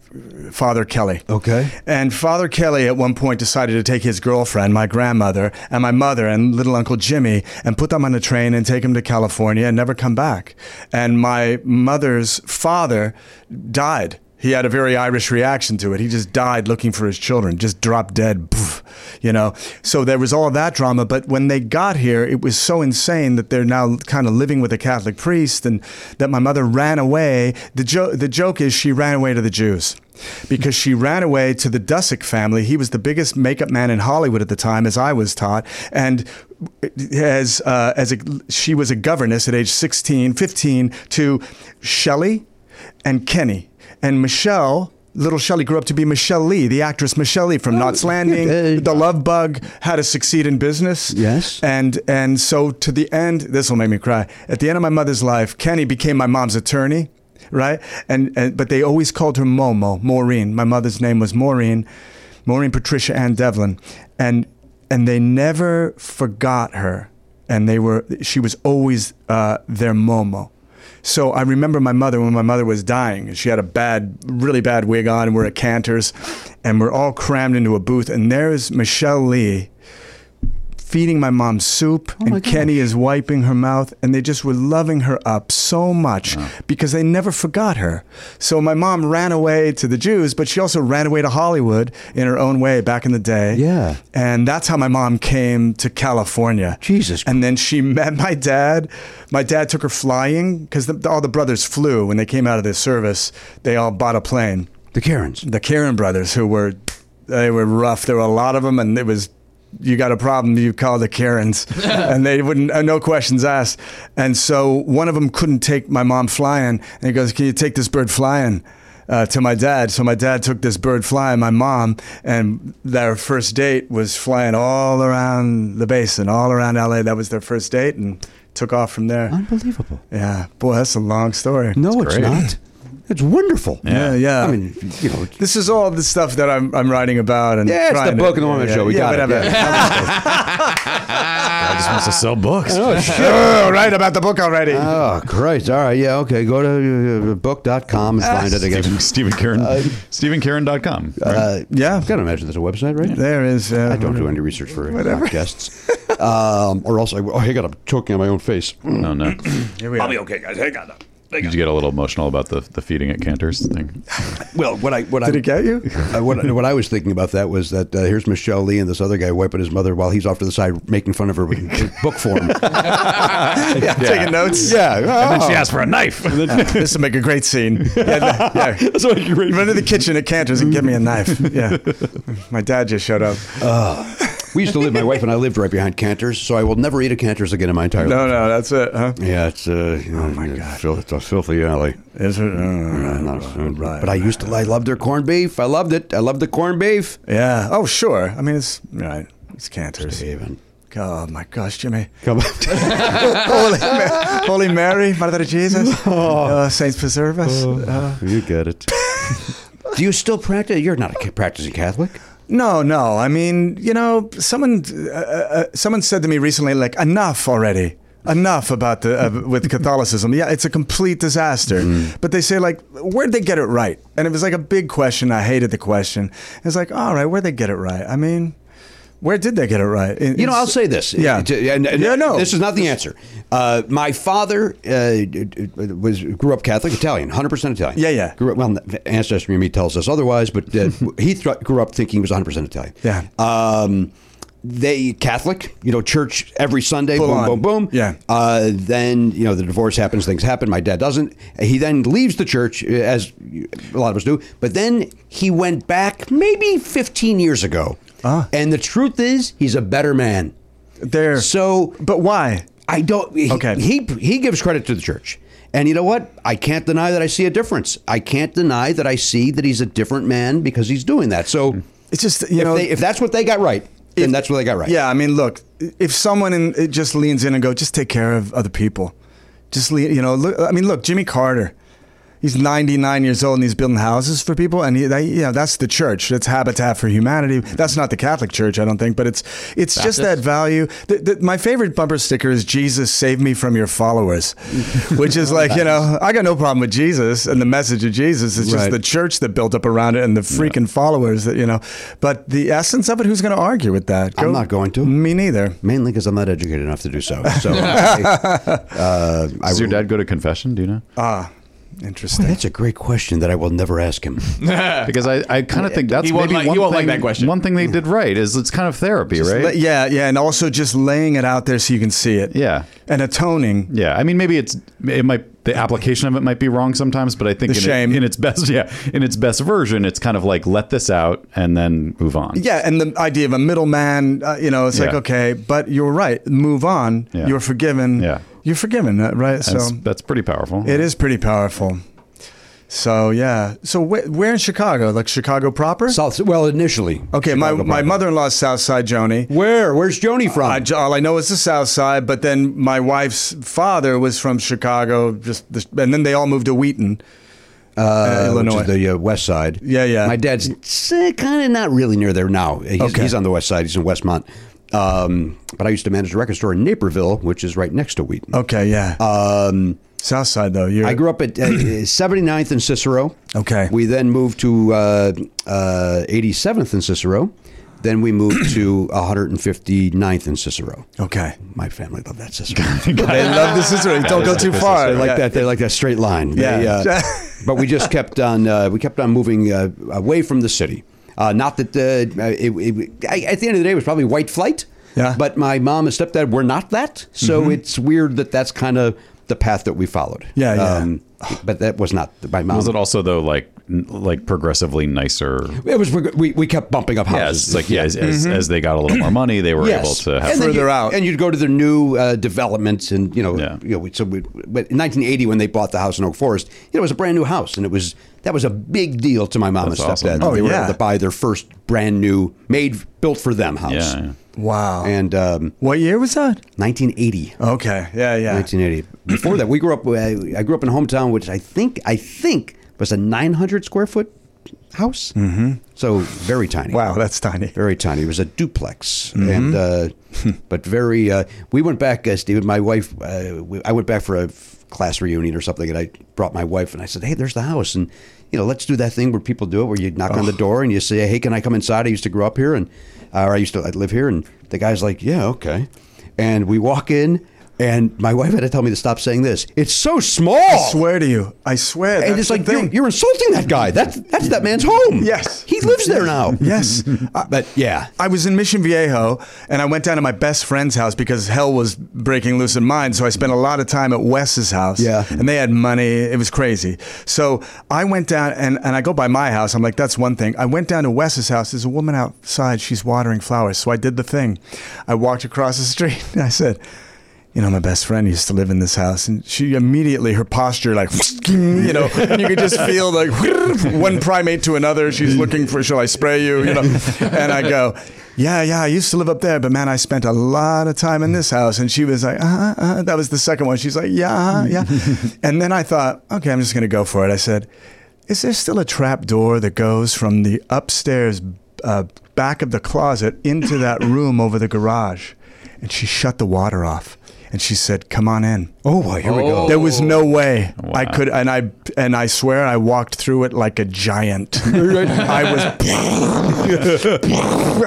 Father Kelly.
Okay.
And Father Kelly at one point decided to take his girlfriend, my grandmother, and my mother and little Uncle Jimmy and put them on a train and take them to California and never come back. And my mother's father died. He had a very Irish reaction to it. He just died looking for his children, just dropped dead, poof, you know. So there was all that drama. But when they got here, it was so insane that they're now kind of living with a Catholic priest and that my mother ran away. The, jo- the joke is she ran away to the Jews because she ran away to the Dusick family. He was the biggest makeup man in Hollywood at the time, as I was taught. And as, uh, as a, she was a governess at age 16, 15 to Shelley and Kenny. And Michelle, little Shelley, grew up to be Michelle Lee, the actress Michelle Lee from Knots Landing,
yeah, uh,
The Love Bug, How to Succeed in Business.
Yes.
And, and so to the end, this will make me cry. At the end of my mother's life, Kenny became my mom's attorney. Right, and, and but they always called her Momo, Maureen. My mother's name was Maureen, Maureen Patricia Ann Devlin, and and they never forgot her, and they were she was always uh, their Momo. So I remember my mother when my mother was dying. and She had a bad, really bad wig on, and we're at Cantor's, and we're all crammed into a booth, and there is Michelle Lee feeding my mom soup and Kenny is wiping her mouth and they just were loving her up so much because they never forgot her. So my mom ran away to the Jews, but she also ran away to Hollywood in her own way back in the day.
Yeah.
And that's how my mom came to California.
Jesus
And then she met my dad. My dad took her flying because all the brothers flew when they came out of their service. They all bought a plane
The Karens.
the Karen brothers who were they were rough. There were a lot of them, and it was you got a problem, you call
[laughs]
the Karens, and they wouldn't uh, no questions asked. And so one of them couldn't take my mom flying, and he goes, "Can you take this bird flying?" Uh, to my dad, so my dad took this bird flying, my mom, and their first date was flying all around the basin, all around LA. That was their first date, and took off from there.
Unbelievable.
Yeah, boy, that's a long story.
No, it's not. It's wonderful.
yeah, yeah.
I mean, you know,
This is all the stuff that I'm, I'm writing about and
Yeah, it's
trying
the book and the woman
yeah,
show. We
yeah,
got it.
whatever.
I just wants to sell
[laughs]
books.
[laughs] oh, right about the book already.
[laughs] oh, Christ. All right. Yeah. Okay. Go to uh, book.com and find it
[laughs]
again.
Stephen, Stephen Karen. StephenKaren.com. Right?
Uh,
Yeah.
I've got to imagine there's a website, right?
there is. Uh,
I don't do any research for [laughs] podcasts. um, or else I, oh, I got I'm choking on my own face.
Mm.
no,
[clears throat]
no.
Here we are.
Did you get a little emotional about the, the feeding at Cantor's thing?
Well, what I what
Did
I
it get you?
I, Uh, what, what I was thinking about that was that uh, here's Michelle Lee and this other guy wiping his mother while he's off to the side making fun of her with with book
[laughs]
form.
yeah, Taking notes.
yeah.
And she asked for a
[laughs]
knife.
this will make a great scene. Yeah, the- yeah. Run to the kitchen at Cantor's and get me a knife. Yeah. My dad just showed up.
We used to live. My wife and I lived right behind Cantor's, so I will never eat a Cantor's again in my entire
No,
life.
Oh, no, that's it, huh?
Yeah, it's uh, oh my god, Oh, it's a filthy alley.
Is it?
Not a- but I used to. I loved their corned beef. I loved it. I loved the corned beef.
Yeah. Oh, sure. I mean, it's right. It's Cantor's.
Even
Oh my gosh, Jimmy.
come on.
[laughs] Holy, Ma- Holy Mary, Mother
[laughs]
of Jesus.
Oh.
Uh, Saints preserve us. Uh,
you get it. Do you still practice? You're not a ca- practicing Catholic.
No, no. I mean, you know, someone uh, uh, someone said to me recently, like, enough already. Enough about the uh, with Catholicism. Yeah, it's a complete disaster.
Mm-hmm.
But they say like, where'd they get it right? And it was like a big question. I hated the question. It's like, all right, where'd they get it right? I mean, where did they get it right? It-
You know,
it's-
I'll say this.
Yeah.
It- it- and- and
Yeah, no.
This is not the answer. Uh, my father uh, was grew up Catholic, Italian, 100% Italian.
Yeah, yeah.
Grew up, well, ancestry of me tells us otherwise, but
[laughs]
uh, he th- grew up thinking he was 100% Italian.
Yeah.
Um, they Catholic, you know, church every Sunday,
Full
boom,
on.
boom, boom.
Yeah.
Uh, then you know the divorce happens, things happen. My dad doesn't. He then leaves the church, uh, as a lot of us do. But then he went back maybe 15 years ago.
Ah.
And the truth is, he's a better man.
there.
So,
but why?
I don't. He,
Okay.
He he gives credit to the church, and you know what? I can't deny that I see a difference. I can't deny that I see that he's a different man because he's doing that. So,
Hmm. It's just you
if,
know
they, if that's what they got right, then
if-
that's what they got right.
Yeah, I mean, look, if someone in, it just leans in and go, just take care of other people. Just lean, you know, look, I mean, look, Jimmy Carter. He's 99 years old and he's building houses for people, and he, they, you know that's the church. That's Habitat for Humanity. That's not the Catholic Church, I don't think, but it's it's just that value. The, the, my favorite bumper sticker is "Jesus, save me from your
[laughs]
followers," which is like you know I got no problem with Jesus and the message of Jesus. It's
Right.
just the church that built up around it and the freaking followers that you know. But the essence of it, who's going to argue with that?
I'm not going to.
Me neither.
Mainly because I'm not educated enough to do so.
[laughs]
So, I, uh, I
Does your
will-
dad go to confession? Do you know?
Ah, interesting.
Boy,
[laughs]
that's a great question that I will never ask him.
because I, I kind of think that's
won't
maybe
like- he
one,
won't like
thing,
that question.
one thing they did right is it's kind of therapy, right?
Le- yeah, yeah, and also just laying it out there so you can see it.
Yeah.
and atoning.
Yeah, I mean, maybe it's it might the application of it might be wrong sometimes, but I think in,
The
it-
shame.
in its best, [laughs] yeah, in its best version, it's kind of like let this out and then move on.
Yeah, and the idea of a middleman, uh, you know, it's like
Yeah.
okay, but you're right. Move on.
Yeah.
You're forgiven.
Yeah.
you're forgiven, uh, right?
that's,
so
that's pretty powerful. [laughs]
it is pretty powerful. So yeah, so wh- where in Chicago? Like Chicago proper?
South. Well, initially.
okay, my,
Chicago
my Uh,
Bible.
mother in law's South Side Joni.
Where? Where's Joni from? Uh,
I, all I know is the South Side, but then my wife's father was from Chicago, just the, and then they all moved to Wheaton, uh,
uh,
Illinois.
Which is the uh, west side.
Yeah, yeah.
My dad's kind of not really near there now. He's,
Okay.
he's on the west side. He's in Westmont. Um, but I used to manage a record store in Naperville, which is right next to Wheaton.
okay, yeah.
Um,
South Side, though. You're,
I grew up at uh,
[clears throat]
79th and Cicero.
Okay.
We then moved to uh, uh, 87th and Cicero. Then we moved to [clears throat] 159th and Cicero.
Okay.
My family loved that [laughs] Cicero.
They love the Cicero. [laughs] Don't go too far.
they like that. They like that straight line. They,
Yeah.
uh, [laughs] but we just kept on. Uh, we kept on moving uh, away from the city. Uh, not that uh, it, it, I, at the end of the day it was probably white flight.
Yeah. Mm-hmm.
But my mom and stepdad were not that, so it's weird that that's kind of the path that we followed. Um,
Yeah, yeah.
but that was not my mom.
Was it also though like n- like progressively nicer?
It was we, we kept bumping up
Yeah,
houses.
it's like yeah, as, as,
Mm-hmm.
as they got a little more money, they were able to have.
then
Further
you,
out.
and you'd go to their new uh, developments, and you know,
Yeah.
you know. we- So we, but in 1980, when they bought the house in Oak Forest, you know, it was a brand new house, and it was that was a big deal to my mom
That's
and
awesome.
stepdad.
Oh,
they were
yeah.
able to buy their first brand new, made built for them house.
Yeah, yeah.
Wow.
And um,
what year was that?
1980.
Okay. Yeah, yeah.
1980. Before that, we grew up. I, I grew up in a hometown, which I think I think was a 900 square foot house. Mm-hmm. So very tiny.
Wow, that's tiny.
Very tiny. It was a duplex,
Mm-hmm.
and
[laughs]
uh, but very. Uh, we went back, uh, Steve. My wife. Uh, we, I went back for a f- class reunion or something, and I brought my wife, and I said, "Hey, there's the house, and you know, let's do that thing where people do it, where you knock on the door and you say, "Hey, can I come inside? I used to grow up here, and or I used to I live here." And the guy's like, "Yeah, okay," and we walk in. And my wife had to tell me to stop saying this. It's so small,
I swear to you. I swear.
and
that's
it's
the
like you're,
thing.
you're insulting that guy. That's that's that man's home.
Yes.
he lives there now. [laughs]
Yes. I-
but yeah,
I was in Mission Viejo and I went down to my best friend's house because hell was breaking loose in mine. So I spent a lot of time at Wes's house.
Yeah.
And they had money. It was crazy. So I went down and, and I go by my house. I'm like, that's one thing. I went down to Wes's house. There's a woman outside. She's watering flowers. So I did the thing. I walked across the street [laughs] and I said, you know, my best friend used to live in this house, and she immediately her posture like, [laughs] you know, and you could just feel like [laughs] one primate to another. She's looking for, shall I spray you? You know, and I go, yeah, yeah, I used to live up there, but man, I spent a lot of time in this house. And she was like, uh, uh, that was the second one. She's like, yeah, uh-huh, yeah, and then I thought, okay, I'm just gonna go for it. I said, is there still a trap door that goes from the upstairs uh, back of the closet into that room over the garage? And she shut the water off. And she said, "Come on in." Oh, well, here we go. There was no way I could, and I and I swear I walked through it like a giant.
[laughs]
I was,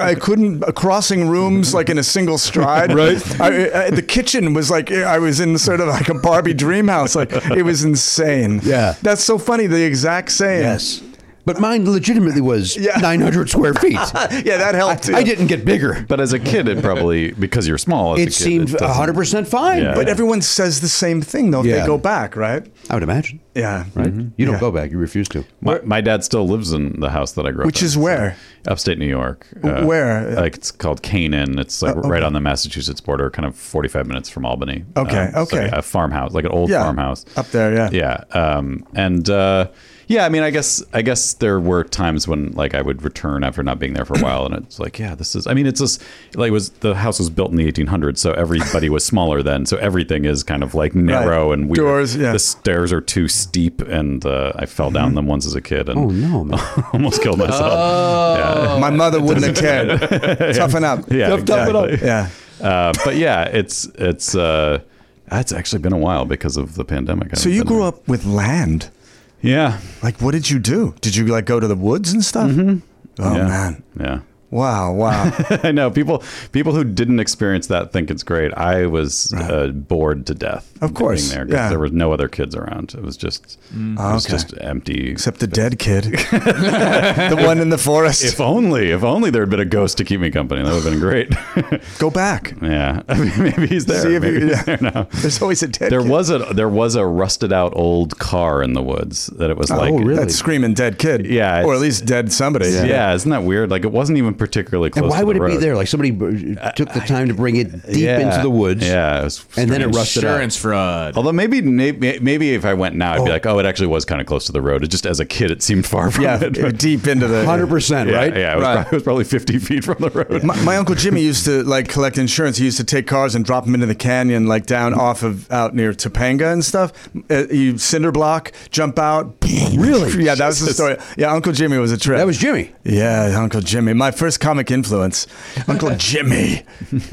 [laughs] I couldn't crossing rooms like in a
[laughs]
single stride. Right. I, I, the kitchen was like I was in sort of like a Barbie dream house. Like it was insane.
Yeah.
That's so funny. The exact same.
Yes. But mine legitimately was [laughs]
Yeah.
900 square
[laughs]
feet. I,
Yeah, that helped.
I
yeah.
didn't get bigger.
But as a kid, it probably because you're small. As a
It
kid,
seemed
doesn't-
100% fine.
Yeah.
But everyone says the same thing though. If
Yeah.
They go back, right?
I would imagine.
Yeah.
Right? You don't
Mm-hmm. Yeah.
go back. You refuse to.
My, my dad still lives in the house that I grew up
Which
in,
is
so-
where?
upstate New York. Uh,
Where? Oh,
Like it's called Canaan. It's like right on the Massachusetts border, kind of 45 minutes from Albany. Um,
Okay,
so
okay.
yeah, a farmhouse, like an old
Yeah,
farmhouse
up there, yeah.
Yeah. Um, and uh, yeah, I mean, I guess I guess there were times when like I would return after not being there for a while, and it's like, yeah, this is. I mean, it's just like it was the house was built in the 1800s, so everybody was smaller then, so everything is kind of like narrow and weird.
Doors, yeah. Mm-hmm.
The stairs are too steep, and uh, I fell down them once as a kid, and oh
no, man.
[laughs] almost killed myself. Oh, Yeah.
My mother wouldn't have [laughs] cared. Toughen up.
Yeah, Tough- toughen up. exactly.
Yeah.
uh, but yeah, it's it's uh, it's actually been a while because of the pandemic. I
So
haven't
you
been
grew
there.
up with land.
yeah,
Like, what did you do? Did you like go to the woods and stuff? Oh
Mm-hmm. yeah,
man!
yeah.
Wow! Wow!
[laughs] I know people people who didn't experience that think it's great. I was uh, bored to death.
Of course,
being there 'cause
yeah.
there was no other kids around. It was just
Mm.
it was
Okay.
just empty.
Except the dead
[laughs]
kid, the one in the forest.
if only if only there had been a ghost to keep me company. That would have been great. [laughs]
go back.
yeah, [laughs] I mean, maybe he's there.
See if
Maybe
you,
he's there
[laughs]
now.
There's always a dead.
There
kid.
was a there was a rusted out old car in the woods that it was
Oh,
like
that screaming dead kid.
Yeah,
or at
it's-
least dead somebody.
Yeah. isn't that weird? Like it wasn't even particularly close.
And why
to
would
the
it be
road.
there? Like somebody b- took the time to bring it deep
Yeah.
into the woods.
Yeah, it was
And then it
strange.
uh,
rusted out.
Insurance fraud.
Although maybe maybe maybe if I went now, I'd be like, oh, it actually was kind of close to the road. It just as a kid, it seemed far from
Yeah,
it.
deep into the
[laughs]
100%,
yeah,
right?
Yeah, it was,
Right.
probably, it was probably fifty feet from the road.
My, my uncle Jimmy used to like collect insurance. He used to take cars and drop them into the canyon, like down off of out near Topanga and stuff. Uh, you cinder block, jump [laughs] out. Really? yeah, that was the story. Yeah, Uncle Jimmy was a trip.
That was Jimmy.
Yeah, Uncle Jimmy. My first comic influence, Uncle [laughs] Jimmy.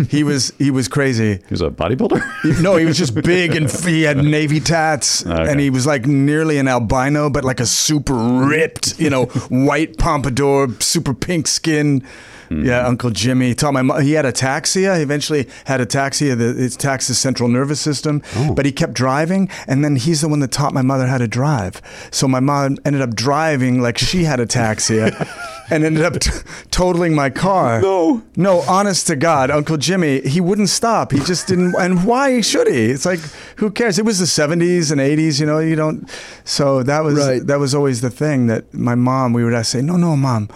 He was he was crazy.
He was
[laughs]
a bodybuilder.
No, he was just big and f- he had navy tats,
Okay.
and he was like nearly an albino, but like a super ripped, you know, white pompadour, super pink skin. Yeah, Uncle Jimmy He taught my mom. He had ataxia. He eventually had ataxia. The, it attacks his central nervous system. But he kept driving, and then he's the one that taught my mother how to drive. So my mom ended up driving like she had ataxia, and ended up t- totaling my car. No, no, honest to God, Uncle Jimmy, he wouldn't stop. He just didn't. And why should he? It's like who cares? It was the '70s and '80s. You know, you don't. So that was
Right.
that was always the thing that my mom. We would I say, no, no, mom.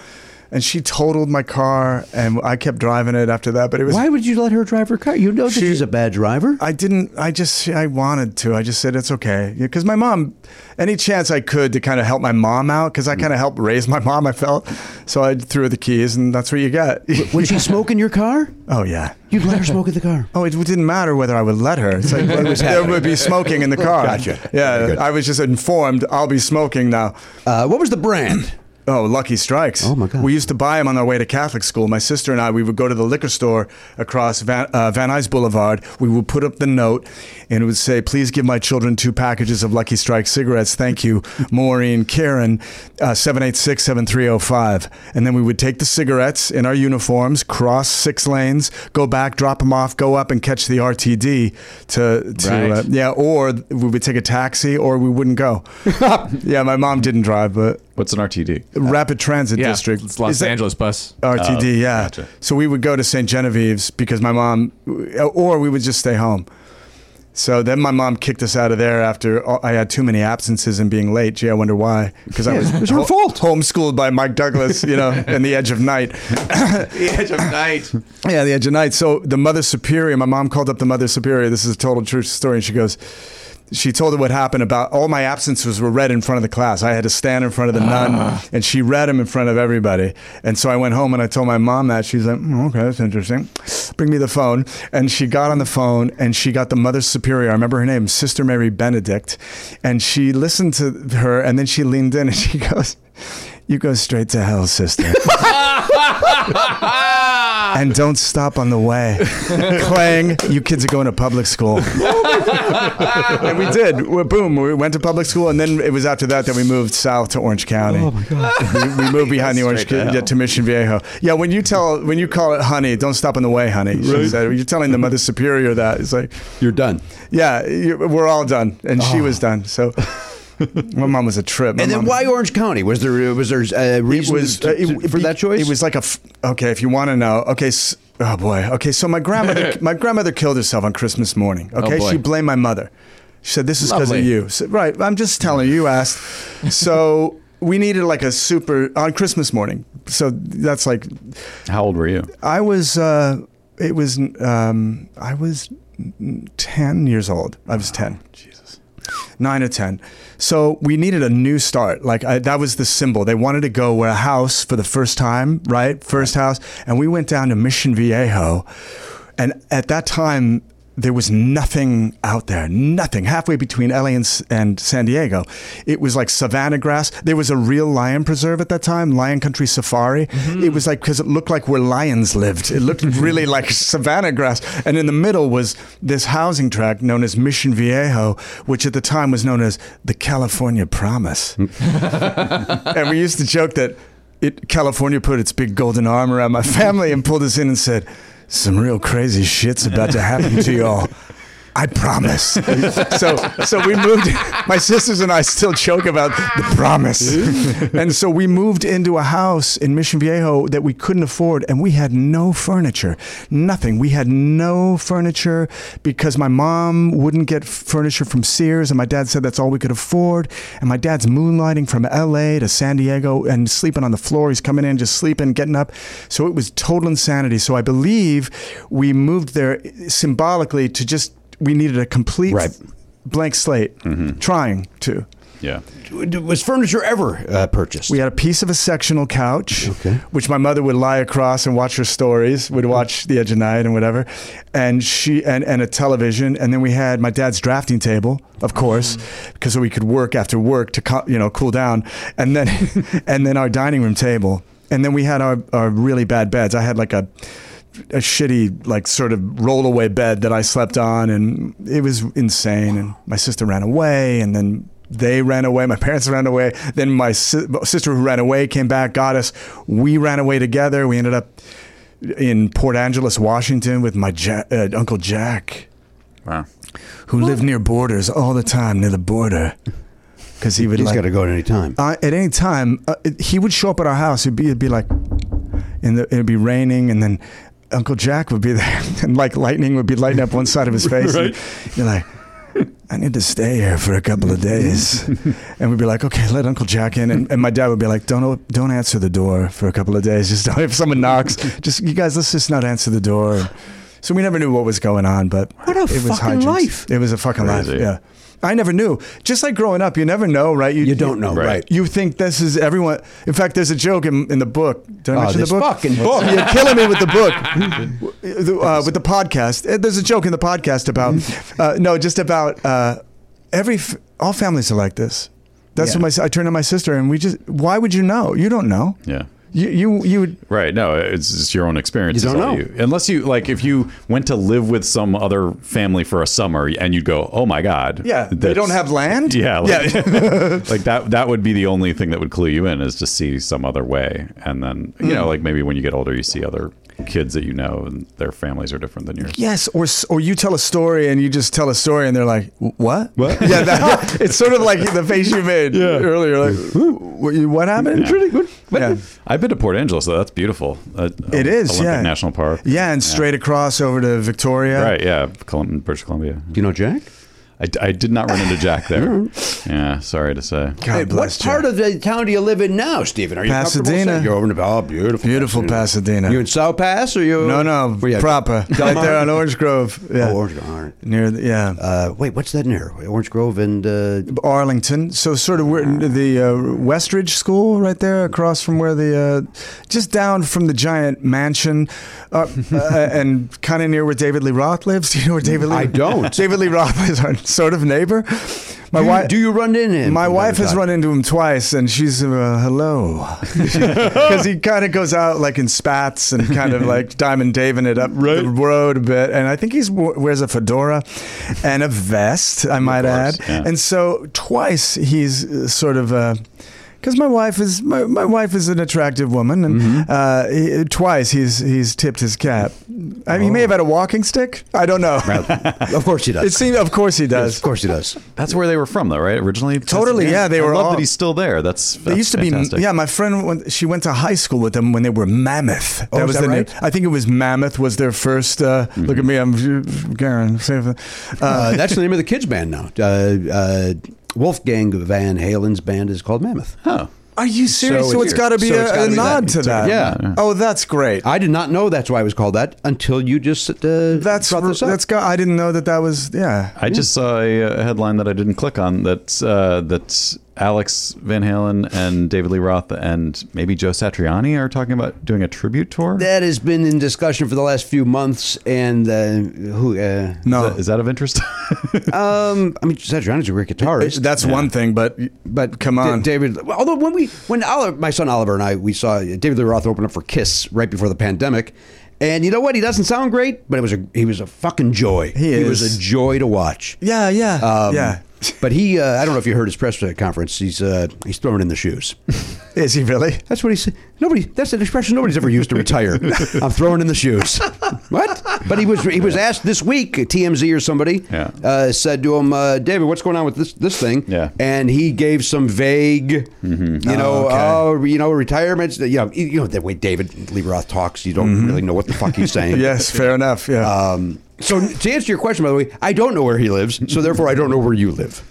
And she totaled my car, and I kept driving it after that. But it was
Why would you let her drive her car? You know that
She-
she's a bad driver.
I didn't. I just. I wanted to. I just said it's okay because my mom. Any chance I could to kind of help my mom out because I kind of helped raise my mom. I felt so I threw her the keys and that's what you got.
Would she smoke in your car?
[laughs] oh yeah.
You'd let her smoke in the car.
Oh, it didn't matter whether I would let her. It's like there would be smoking in the car.
Gotcha.
Yeah, I was just informed. I'll be smoking now.
Uh, what was the brand?
Oh, Lucky Strikes.
Oh, my God.
We used to buy them on our way to Catholic school. My sister and I, we would go to the liquor store across Van, uh, Van Nuys Boulevard. We would put up the note and it would say, please give my children two packages of Lucky Strike cigarettes.
[laughs]
Thank you, Maureen Karen, uh, 786-7305. And then we would take the cigarettes in our uniforms, cross six lanes, go back, drop them off, go up and catch the RTD to, to uh,
Right.
yeah, or we would take a taxi or we
[laughs]
wouldn't go. yeah, my mom didn't drive, but
What's an RTD?
rapid transit
Yeah,
district.
it's Los
Is that-
Angeles Oh, bus.
RTD, yeah.
gotcha.
So we would go to St. Genevieve's because my mom, or we would just stay home. So then my mom kicked us out of there after all- I had too many absences and being late. Gee, I wonder why. Because I was, her fault. homeschooled by Mike Douglas, you know, in the edge of night.
[laughs] The edge of night.
Yeah, the edge of night. So the mother superior, my mom called up the mother superior. This is a total true story. And she goes, she told her what happened about all my absences were read in front of the class. I had to stand in front of the nun, and she read them in front of everybody. And so I went home and I told my mom that. She's like, "Mm, okay, that's interesting. Bring me the phone. And she got on the phone and she got the mother superior. I remember her name, Sister Mary Benedict. And she listened to her, and then she leaned in and [laughs] she goes, you go straight to hell, sister. and don't stop on the way. Clang, you kids are going to public school. and we did. We, boom, we went to public school. And then it was after that that we moved south to Orange County. Oh, my God. We, we moved behind the Orange
Straight to
County
hell.
yeah, to Mission Viejo. Yeah, when you tell, when you call it honey, don't stop on the way, honey. she said. You're telling the mother superior that. It's like,
You're done.
yeah, you, we're all done. And she was done. [laughs] So my mom was a trip. My
And then
mom-
why Orange County? Was
uh,
there was there a
it
reason
was
to-
uh, it-
to- for
it-
that choice?
It was like a f- okay. If you want to know, okay. s oh boy. Okay. So
[laughs]
my grandmother, my grandmother killed herself on Christmas morning.
Oh,
Okay.
boy.
she blamed my mother. She said, "This is because of
Lovely.
you." So- right. I'm just telling you.
[laughs]
You asked. So we needed like a super on Christmas morning. So that's like
How old were you?
I was. Uh, it was. Um, I was ten years old. I was ten. Jesus. Nine or ten. So we needed a new start. Like I, that was the symbol. They wanted to go where a house for the first time, right? First house, and we went down to Mission Viejo, and at that time. There was nothing out there, nothing. Halfway between LA and, S- and San Diego, it was like savannah grass. There was a real lion preserve at that time, Lion Country Safari. It was like because it looked like where lions lived. It looked really like savannah grass. And in the middle was this housing tract known as Mission Viejo, which at the time was known as the California Promise. and we used to joke that it, California put its big golden arm around my family and pulled us in and said, "Some real crazy shit's about to happen to y'all." I promise. so, so we moved. My sisters and I still joke about the promise. and so we moved into a house in Mission Viejo that we couldn't afford, and we had no furniture, nothing. We had no furniture because my mom wouldn't get furniture from Sears, and my dad said that's all we could afford. And my dad's moonlighting from LA to San Diego and sleeping on the floor. He's coming in, just sleeping, getting up. So it was total insanity. So I believe we moved there symbolically to just, we needed a complete
Right.
blank slate, trying to.
Yeah.
was furniture ever uh, purchased?
We had a piece of a sectional couch, which my mother would lie across and watch her stories, would watch The Edge of Night and whatever, and she and, and a television, and then we had my dad's drafting table, of course, because [laughs] we could work after work to co- you know cool down, and then and then our dining room table. and then we had our, our really bad beds. I had like a a shitty like sort of rollaway bed that I slept on, and it was insane. And my sister ran away, and then they ran away. My parents ran away. Then my si- sister who ran away came back, got us. We ran away together. We ended up in Port Angeles, Washington, with my ja- uh, uncle Jack
Wow.
who lived near borders all the time near the border because he would
He's
like
got to go at any time.
I, at any time uh, it- he would show up at our house it'd be, it'd be like and the, it'd be raining and then uncle jack would be there [laughs] and like lightning would be lighting up one side of
[laughs]
his face and you're like I need to stay here for a couple of
[laughs]
days, and we'd be like, "Okay, let Uncle Jack in." And, and my dad would be like, "Don't o- don't answer the door for a couple of days. Just don't, if someone knocks, just you guys, let's just not answer the door." So we never knew what was going on, but
What a
it was
fucking
hijinks.
life.
It was a fucking life.
Crazy.
Yeah, I never knew. Just like growing up, you never know, right?
You don't know, right?
You think this is everyone. In fact, there's a joke in, in the book. Did I
Uh,
Oh,
mention
this
the book?
fucking book.
You're killing me with the book. The, uh, with the podcast, Uh, there's a joke in the
[laughs]
podcast about uh, no, just about uh, every f- all families are like this. That's
Yeah.
what my s- I turned to my sister and we just. Why would you know? You don't know.
Yeah.
You you you would
Right. No, it's just your own experience.
You
is
don't
all
know.
Unless you like, if you went to live with some other family for a summer and you'd go, oh my God.
yeah. They
that's-
don't have
[laughs]
land.
Yeah. Like,
yeah. [laughs]
like that, that would be the only thing that would clue you in is to see some other way. And then, you
Hmm.
know, like maybe when you get older, you see other kids that you know and their families are different than yours.
Yes, or s- or you tell a story and you just tell a story and they're like, "Wh- "What?
What?
[laughs] Yeah, that, it's sort of like the face you made earlier, like, "Wh- wh- "What happened?"
Pretty
good. Yeah,
I've been to Port Angeles, though. That's beautiful. Uh,
it is.
Olympic
yeah,
National Park.
Yeah, and uh, straight across over to Victoria.
Right. Yeah. Colum- British Columbia.
Do you know Jack?
I, I did not run into Jack
[laughs]
there. yeah. Sorry to say.
Hey, what part of the town do you live in now, Stephen? Are you comfortable
Pasadena.
saying You're over in the oh, beautiful,
Beautiful Pasadena.
You in South Pass or you?
no, no,
Oh,
Where you at?
proper, right there on Orange Grove. Yeah,
Oh, Orange Grove. all right.
near the, yeah.
Uh, wait, what's that near? Orange Grove and uh,
Arlington, so sort of where the uh, Westridge School, right there, across from where the, uh, just down from the giant mansion,
[laughs]
uh, uh, and kind of near where David Lee Roth lives. [laughs] Do you know where David Lee?
I don't.
David Lee Roth is our sort of neighbor. My
do, you,
wife.
do you run into him?
my
from
wife
time to
has
time?
run into him twice, and she's uh, hello, [laughs] because he kind of goes out like in spats and kind of like Diamond Daving it up the road a bit. And I think he's wears a fedora and a vest, I might
course,
add.
yeah.
And so twice he's uh, sort of. Uh, because my wife is my, my wife is an attractive woman, and
Mm-hmm.
uh, he- twice he's he's tipped his cap. I mean, he
Oh.
may have had a walking stick. I don't know.
Of course she does.
[laughs] it seems, of course, he does.
Of course she does.
That's where they were from, though, right? Originally.
Totally,
Pasadena.
yeah, they
I
were
love
all-
that he's still there. That's.
They
that's
used to
fantastic.
be, yeah. My friend, went, she went to high school with them when they were Mammoth.
Oh, is that
the
right? Mm-hmm.
name. I think it was Mammoth was their first. Uh, Look at me, I'm Garen. say it. Uh,
Uh, that's the name of the kids' band now. Uh, uh, Wolfgang Van Halen's band is called Mammoth.
Oh.
are you serious? So,
it's
it's got to be
so it's
a,
gotta
a
be
nod
that.
to that.
Yeah.
Oh, that's great.
I did not know that's why it was called that until you just uh,
that's
brought this up.
that's. Got, I didn't know that that was. Yeah.
I just saw a, uh headline that I didn't click on. That's uh, that's Alex Van Halen and David Lee Roth and maybe Joe Satriani are talking about doing a tribute tour.
that has been in discussion for the last few months, and uh, who? Uh,
No.
Is that of
[laughs]
interest?
um, I mean, Satriani's a great guitarist.
that's one thing, but
But
come
Da-
on.
David. Although when we when Oliver, my son Oliver and I we saw David Lee Roth open up for Kiss right before the pandemic, and you know what? He doesn't sound great, but it was a he was a fucking joy.
He
was
is.
a joy to watch.
yeah, yeah,
Um, [laughs]
yeah.
but he, uh, I don't know if you heard his press conference. He's uh, he's throwing in the shoes.
Is he really?
That's what he said. Nobody. That's an expression nobody's ever used to retire. I'm throwing in the shoes. what? But he was he was asked this week. TMZ or somebody
Yeah.
uh, said to him, uh, David, what's going on with this this thing?
Yeah.
And he gave some vague, you know, oh, you know, retirements. You know, you you know the way David Lee Roth talks. You don't really know what the fuck he's saying.
[laughs] Yes, fair enough. Yeah.
Um, so to answer your question, by the way, I don't know where he lives, so therefore I don't know where you live.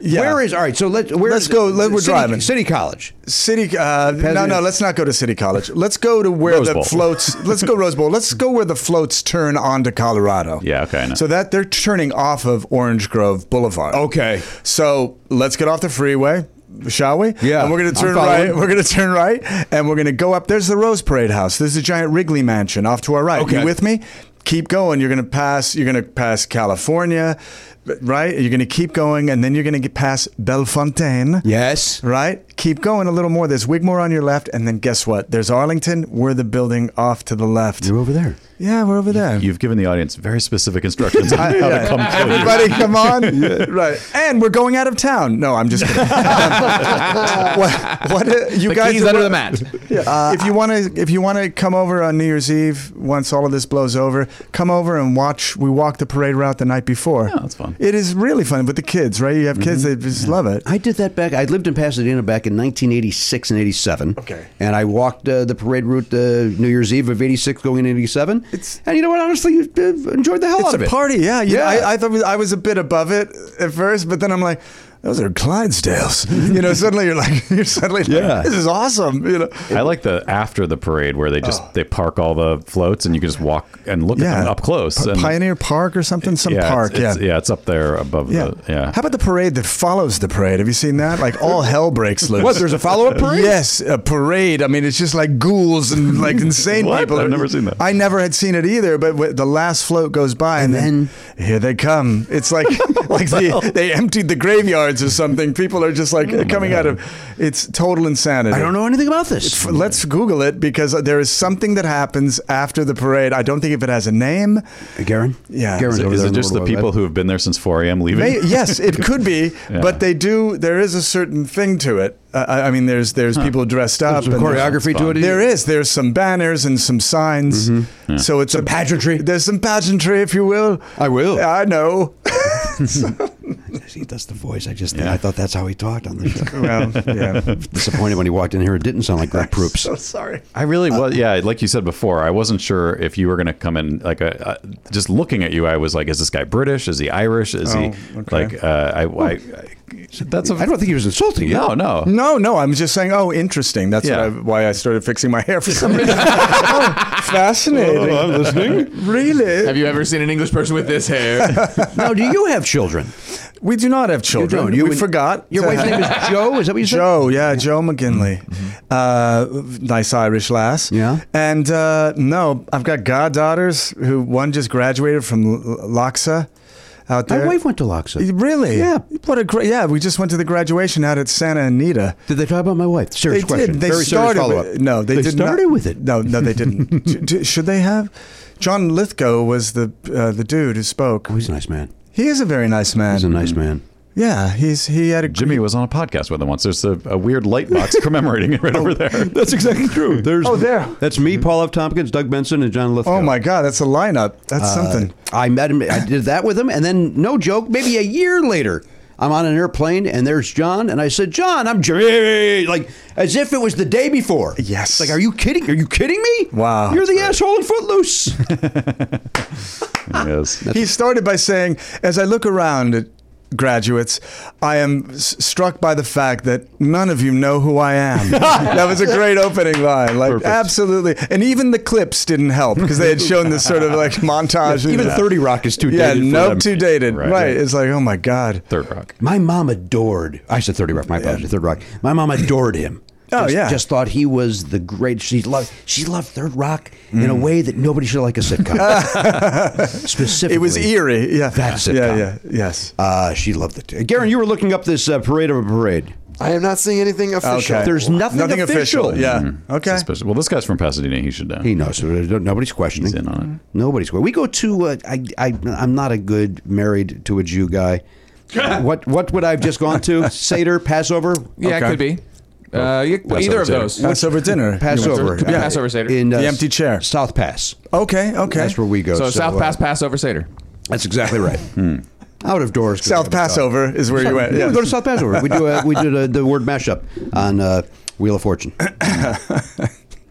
Yeah.
Where is all right? So let where
Let's
is-
go, let- we're
City-
driving.
City College.
City. Uh, no, no. Let's not go to City College. Let's go to where
Rose
the
Bowl. [laughs]
floats. Let's go Rose Bowl. Let's go where the floats turn onto Colorado.
Yeah, okay, I know.
So that they're turning off of Orange Grove Boulevard.
Okay.
So let's get off the freeway. Shall we?
Yeah,
And we're gonna
I'm
turn
following.
right. We're gonna turn right, and we're gonna go up. There's the Rose Parade House. There's the giant Wrigley Mansion off to our right.
Okay.
You with me? Keep going. You're gonna pass. You're gonna pass California, right? You're gonna keep going, and then you're gonna get past Bellefontaine.
Yes.
Right? keep going a little more. There's Wigmore on your left, and then guess what? There's Arlington. We're the building off to the left.
You're over there.
Yeah, we're over there. [laughs]
You've given the audience very specific instructions on how to come kill you.
Everybody, come on! Yeah, right, and we're going out of town. No, I'm just. Kidding. [laughs] Um, what? what uh, you
The
guys
keys
are-
under the mat.
Yeah. if you want to, if you want to come over on New Year's Eve, once all of this blows over, come over and watch. We walk the parade route the night before.
Oh,
Yeah, that's fun.
It is really fun with the kids, right? You have kids;
Mm-hmm.
they just love it.
I did that back. I lived in Pasadena back in 1986 and 87.
Okay.
And I walked uh, the parade route uh, New Year's Eve of 86 going into 87.
It's-
and you know what? Honestly, you uh, enjoyed the hell
it's
out of
a
it.
party, yeah. You
Yeah.
yeah. I, I thought I was a bit above it at first, but then I'm like, those are Clydesdales. [laughs] you know, suddenly you're like, you're suddenly like,
Yeah.
this is awesome. You know,
I like the after the parade where they just they park all the floats and you can just walk and look at
Oh. yeah,
them up close.
P-
and
Pioneer Park or something, some
yeah,
park,
it's,
yeah.
it's, yeah, it's up there above
Yeah.
the yeah.
How about the parade that follows the parade? Have you seen that? Like all hell breaks loose.
What, there's a follow-up parade?
Yes, a parade. I mean, it's just like ghouls and like insane
What?
people.
I've never seen that.
I never had seen it either. But wh- the last float goes by, and,
And
then here they come. It's like [laughs] like the, they emptied the graveyards or something. People are just like coming out of. It's total insanity.
I don't know anything about this.
F- Let's Google it because there is something that happens after the parade. I don't think if it has a name.
Garen?
Yeah.
Garen's
Is
over
Is
there
it
in
just the
World Wide
people
Web.
who have been there since 4 a.m. leaving?
May,
[laughs]
yes, it could be,
Yeah.
but they do. There is a certain thing to it. Uh, I I mean, there's there's people dressed up,
some
and there's-
choreography to it?
There is. There's some banners and some signs. So it's some pageantry. There's some pageantry, if you will.
I will.
I know.
See, that's the voice. I just
Yeah.
I thought that's how he talked
[laughs]
on the show.
well, [laughs] yeah.
Disappointed when he walked in here. It didn't sound like
[laughs]
Greg Proops.
So sorry.
I really
Uh,
was. Yeah, like you said before, I wasn't sure if you were going to come in. Like, uh, uh, just looking at you, I was like, "Is this guy British? Is he Irish? Is he
Oh, okay.
like?" Uh, I, I, I, that's a
I don't think he was insulting. you.
no, no.
No, no. I'm just saying. Oh, interesting. That's
Yeah.
what I, why I started fixing my hair for some reason. Oh, fascinating. I'm listening. Really?
Have you ever seen an English person with this hair?
Now, do you have children?
We do not have children.
don't. You
we
and-
forgot.
Your
to
wife's
have-
name is Joe. Is that what you said? Mm-hmm.
Joe, yeah, Joe McGinley. Uh, nice Irish lass.
Yeah.
And uh, no, I've got goddaughters who one just graduated from L- Loxa out
My
there.
wife went to Loxa.
Really?
Yeah.
What a great. Yeah, we just went to the graduation out at Santa Anita.
Did they talk about my wife? Serious
they
question.
did. They
Very
started.
serious follow-up.
with, no, they, did not-
started with it.
No, no, they
[laughs]
didn't. D- d- Should they have? John Lithgow was the uh, the dude who spoke.
Oh, he's a nice man.
He is a very nice man.
He's a nice man.
yeah, he's he had a
Jimmy was on a podcast with him once. There's a, a weird light
[laughs]
box commemorating it right over there.
That's exactly
[laughs]
true. There's
Oh, there.
That's me, Paul F. Tompkins, Doug Benson, and John Lithgow.
Oh my God, that's a lineup. That's
Uh,
something.
I met him. I did that with him, and then no joke, maybe a year later, I'm on an airplane, and there's John, and I said, "John, I'm Jimmy," like as if it was the day before.
Yes.
Like, are you kidding? Are you kidding me?
Wow.
You're the asshole in Footloose. [laughs]
yes.
He started by saying, as I look around at graduates, I am s- struck by the fact that none of you know who
[laughs]
I am. that was a great opening line. Like,
Perfect.
absolutely. And even the clips didn't help because they had shown this sort of
[laughs]
like montage.
Even
Yeah.
30 Rock is too
Yeah,
dated. for
nope,
them.
too dated.
Right.
Right. It's like, oh my God.
Third Rock.
My mom adored. I said Thirty Rock. My apologies. Third Rock. My mom adored him.
Oh,
Just-
yeah.
Just thought he was the great. She loved. She loved Third Rock in
Mm.
a way that nobody should like a sitcom.
[laughs]
Specifically,
It was eerie. Yeah.
That's it,
Yeah,
Tom.
yeah. Yes.
Uh, she loved it. Garen, you were looking up this uh, parade of a parade.
I am not seeing anything official.
Okay.
There's nothing, Mm-hmm.
Nothing official. Yeah. Okay.
Suspicious. Well, this guy's from Pasadena. He should know.
He knows. So there's no- Nobody's questioning.
He's in on
Nobody's questioning. We go to. Uh, I, I, I'm not a good married to a Jew guy. what What would I have just gone to? Seder, Passover,
yeah, it
Okay.
could be. Uh, you- either of
too.
those.
Passover dinner.
Passover,
to- Yeah. Passover Seder.
in uh,
The empty chair.
South Pass.
Okay. Okay.
That's where we go.
So, South
uh,
Pass Passover Seder.
That's exactly right. Out of doors.
South Passover is where you went.
Yeah,
Yeah.
we go to South Passover. We do a, we did a, the word mashup on uh, Wheel of Fortune.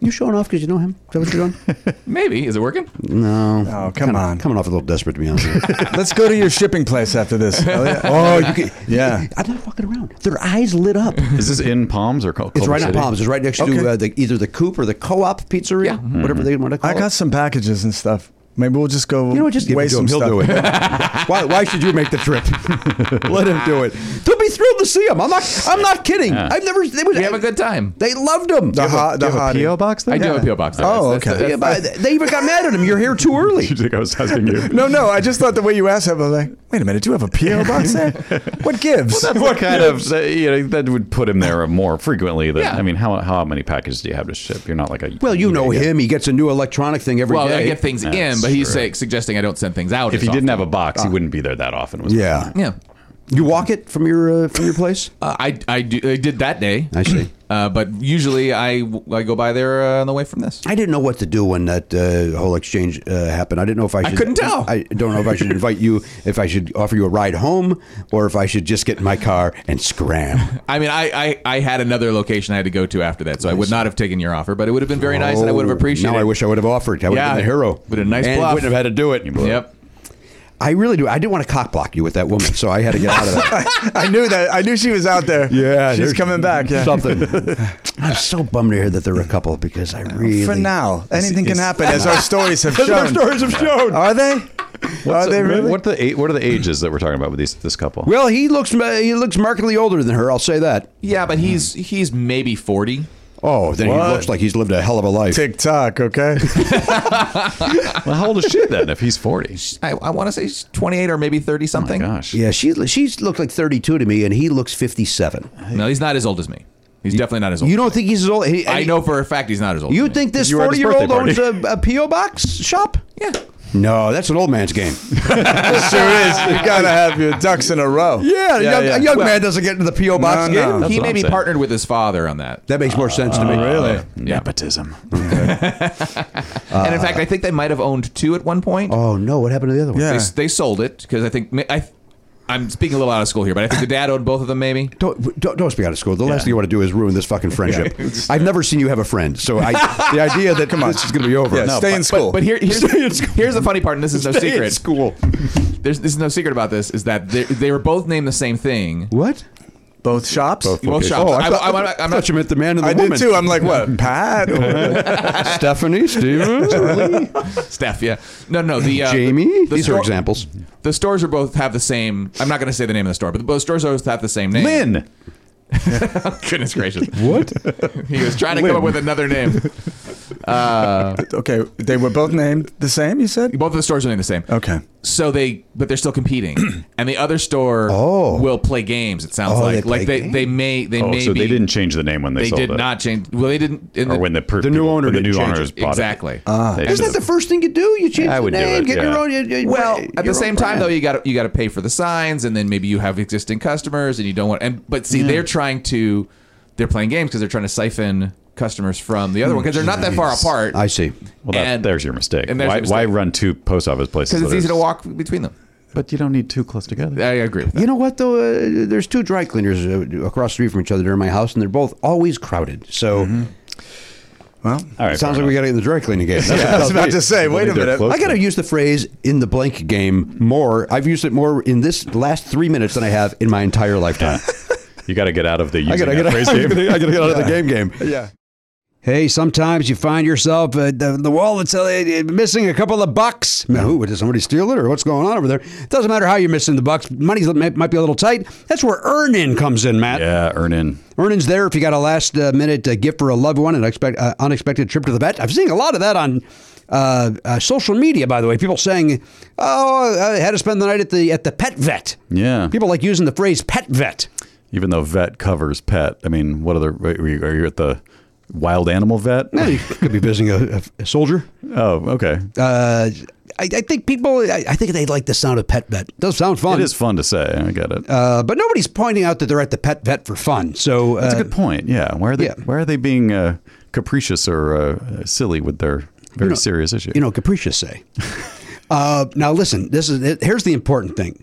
you showing off because you know him? Is that what you're doing?
Maybe. Is it working?
Oh, come on.
Coming off a little desperate to be honest. With
[laughs]
you.
[laughs] Let's go to your shipping place
[laughs]
after this. Oh, yeah.
Oh, you can, [laughs]
Yeah.
I'm not fucking around. Their eyes lit up.
Is this in Palms or Cul-
It's
Culver
right on
City?
Palms. It's right next to
Okay.
uh, the, either the Coop or the Co-op Pizzeria,
Yeah.
Mm-hmm.
whatever they want to call
I got
it.
some packages and stuff. Maybe we'll just go
You know what? Just give it
waste
to him.
some
He'll
stuff.
do it.
[laughs]
why, why should you make the trip? Let him do it. They'll be thrilled to see him. I'm not. I'm not kidding.
Yeah.
I've never. They was,
We have a good time.
They loved him.
The, ho- the
Do you have a
hottie.
PO box there?
I do have a P.O. box. though.
Oh,
That's- that's-
okay.
Yeah, but they even got mad at him. You're here too
[laughs]
early.
you think I was asking you?
[laughs]
No, no. I just thought the way you asked that was like, Wait a minute, do you have a PO box [laughs] there? What gives?
[laughs]
That's what kind of you know that would put him there more frequently than I mean how how many packages do you have to ship? You're not like a
Well, you know him. He gets a new electronic thing every day.
Well, I get things
That's
in, but he's
true.
say, suggesting I don't send things out.
if
as
he didn't have
often.
a box, he wouldn't be there that often. Was my
yeah.
yeah,
You walk it from your uh, from your place.
uh, I I, do, I did that day.
I see.
Uh, but usually I, I go by there uh, on the way from this.
I didn't know what to do when that uh, whole exchange uh, happened. I didn't know if I should.
couldn't tell.
I don't know if I should invite you, if I should offer you a ride home, or if I should just get in my car and scram.
I mean, I, I, I had another location I had to go to after that, so I would not have taken your offer, but it would have been very nice, and [laughs] I would have
Oh,
appreciated.
Now I
it.
wish I would have offered. I would have
Yeah.
been a hero.
Been a nice
and
bluff.
wouldn't have had to do it.
Yep.
I really do. I didn't want to cock block you with that woman, so I had to get out of that.
I knew that. I knew she was out there. she's
there's
coming back. Yeah.
Something. [laughs] I'm so bummed to hear that they're a couple because I really.
For now, anything can
it's-
happen, as our stories have shown.
have shown.
Are they?
What's
Uh,
Are they
the-
really?
What the a- what are the ages that we're talking about with these this couple?
Well, he looks he looks markedly older than her. I'll say that.
Yeah, but he's he's maybe forty.
Oh, then he
What?
looks like he's lived a hell of a life.
Tick tock. Okay.
Well, how old is she then? If he's
[laughs]
forty,
I, I want to say he's twenty eight or maybe thirty something.
Oh
gosh,
Yeah, she she's looked like 32 to me, and he looks 57.
No, he's not as old as me. He's definitely not as old.
You don't think he's as old? he-
I know for a fact he's not as old.
You
as me.
think this
You were at his
40 year old owns
birthday
a, a PO box shop?
Yeah.
No, that's an old man's game.
sure is. You gotta have your ducks in a row.
Yeah, a young, a young
Well-
man doesn't get into the PO box
Oh. No, no.
game.
That's
he
what
may
I'm
be
saying.
partnered with his father on that.
That makes more sense to me.
Really?
nepotism.
Uh,
and in fact, I think they might have owned two at one point.
Oh no, what happened to the other one?
Yeah.
They, they sold it because I think I, I'm speaking a little out of school here, but I think the dad owed both of them. Maybe
Don't, don't, don't speak out of school. The last thing you want to do is ruin this fucking friendship. I've never seen you have a friend, so I, the idea that this is going to be over.
Yeah, stay in school.
But here, here's, here's the funny part, and this is no secret.
school.
There's, there's no secret about this. Is that they, they were both named the same thing.
What?
Both shops.
Both shops.
Oh, I,
I-
thought,
I- I'm
I
not- I'm
thought
not-
you meant the man and the
I
woman.
[laughs]
did too. I'm like, what? Pat?
Stephanie, Stevens,
Steph, yeah. No, no. The uh,
Jamie.
The,
These are
store-
examples.
The stores are both have the same. I'm not going to say the name of the store, but both stores both have the same name.
Lynn,
[laughs]
Oh,
[laughs]
Goodness gracious. what? He was trying to come up with another name. Uh,
okay, they were both named the same. You said.
both of the stores are named the
Oh.
same.
Okay.
So they, but they're
[clears throat]
still competing, and the other store
Oh.
will play games. It sounds
Oh, they
like
play
like they,
games?
they may they
oh,
may
so
be,
they didn't change the name when they,
they
sold
did
it.
not change. Well, they didn't. In
or when the per-
The new owner
the
didn't
new
change Uh,
owners
it.
bought
Exactly.
it.
Ah.
They
Isn't
should've-
that the first thing you do? You change
I
the
would do
name,
it,
get your
yeah.
own. You, you,
well, at
your
the
own
same time
brand.
though, you got to you got to pay for the signs, and then maybe you have existing customers, and you don't want. And but see, they're trying to they're playing games because they're trying to siphon customers from the other one because they're not that far apart.
I see.
Well, that,
And-
there's your mistake.
and there's
why,
your
why
mistake.
run two post office places?
because it's
that are-
easy to walk between them.
but you don't need two close together.
I agree. With that.
You know what though? Uh, there's two dry cleaners uh, across the street from each other near my house, and they're both always crowded. So
Well,
All right,
it sounds
fair
like we
enough.
got to get in the dry cleaning [laughs] game. That's what it
I was
tells
about
me.
to say. Wait a
they're
minute.
close.
I got to use the phrase "in the blank game" more. I've used it more in this last three minutes than I have in my entire lifetime.
you got to get out of the using
I got
that
to get out
phrase
[laughs] I
game.
[laughs] gotta get out of the game game.
Yeah.
Hey, sometimes you find yourself uh, the, the wallet's uh, uh, missing a couple of bucks.
Now, who did somebody steal it, or what's going on over there?
It doesn't matter how you're missing the bucks. Money might might be a little tight. That's where earn in comes in, Matt.
Yeah, earn in.
Earnings there if you got a last uh, minute uh, gift for a loved one, an expect, uh, unexpected trip to the vet. I've seen a lot of that on uh, uh, social media, by the way. People saying, "Oh, I had to spend the night at the at the pet vet."
Yeah.
people like using the phrase "pet vet."
Even though vet covers pet, I mean, what other are you, are you at the wild animal vet?
Eh, you could be visiting a, a soldier.
Oh, okay.
Uh, I, I think people, I, I think they like the sound of pet vet. does sound fun.
It is fun to say. I get it.
Uh, but nobody's pointing out that they're at the pet vet for fun. So uh,
That's a good point. Yeah. Why are they
yeah.
Why are they being uh, capricious or uh, silly with their very serious issue?
you know, capricious say. [laughs] uh, now listen, this is here's the important thing.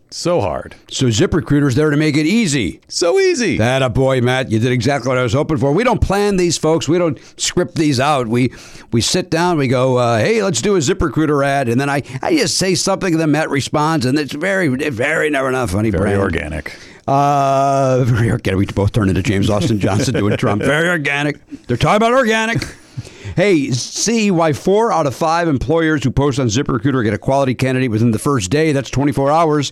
So hard.
So ZipRecruiter's there to make it easy.
So easy.
That a boy, Matt. You did exactly what I was hoping for. We don't plan these, folks. We don't script these out. We we sit down. We go, uh, hey, let's do a ZipRecruiter ad, and then I, I just say something, and then Matt responds, and it's very very never enough funny.
Very
brand.
organic.
Uh, very organic. We both turned into James Austin Johnson doing Trump. Very organic. They're talking about organic. Hey, see why four out of five employers who post on ZipRecruiter get a quality candidate within the first day. That's 24 hours.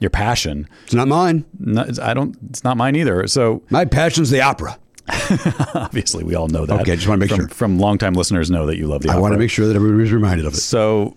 your passion.
It's not mine.
No, it's- I don't. It's not mine either. So
My passion's the opera.
[laughs] obviously, we all know that.
Okay, just wanna make
from,
sure.
From longtime listeners know that you love the.
I want to make sure that everybody's reminded of it.
So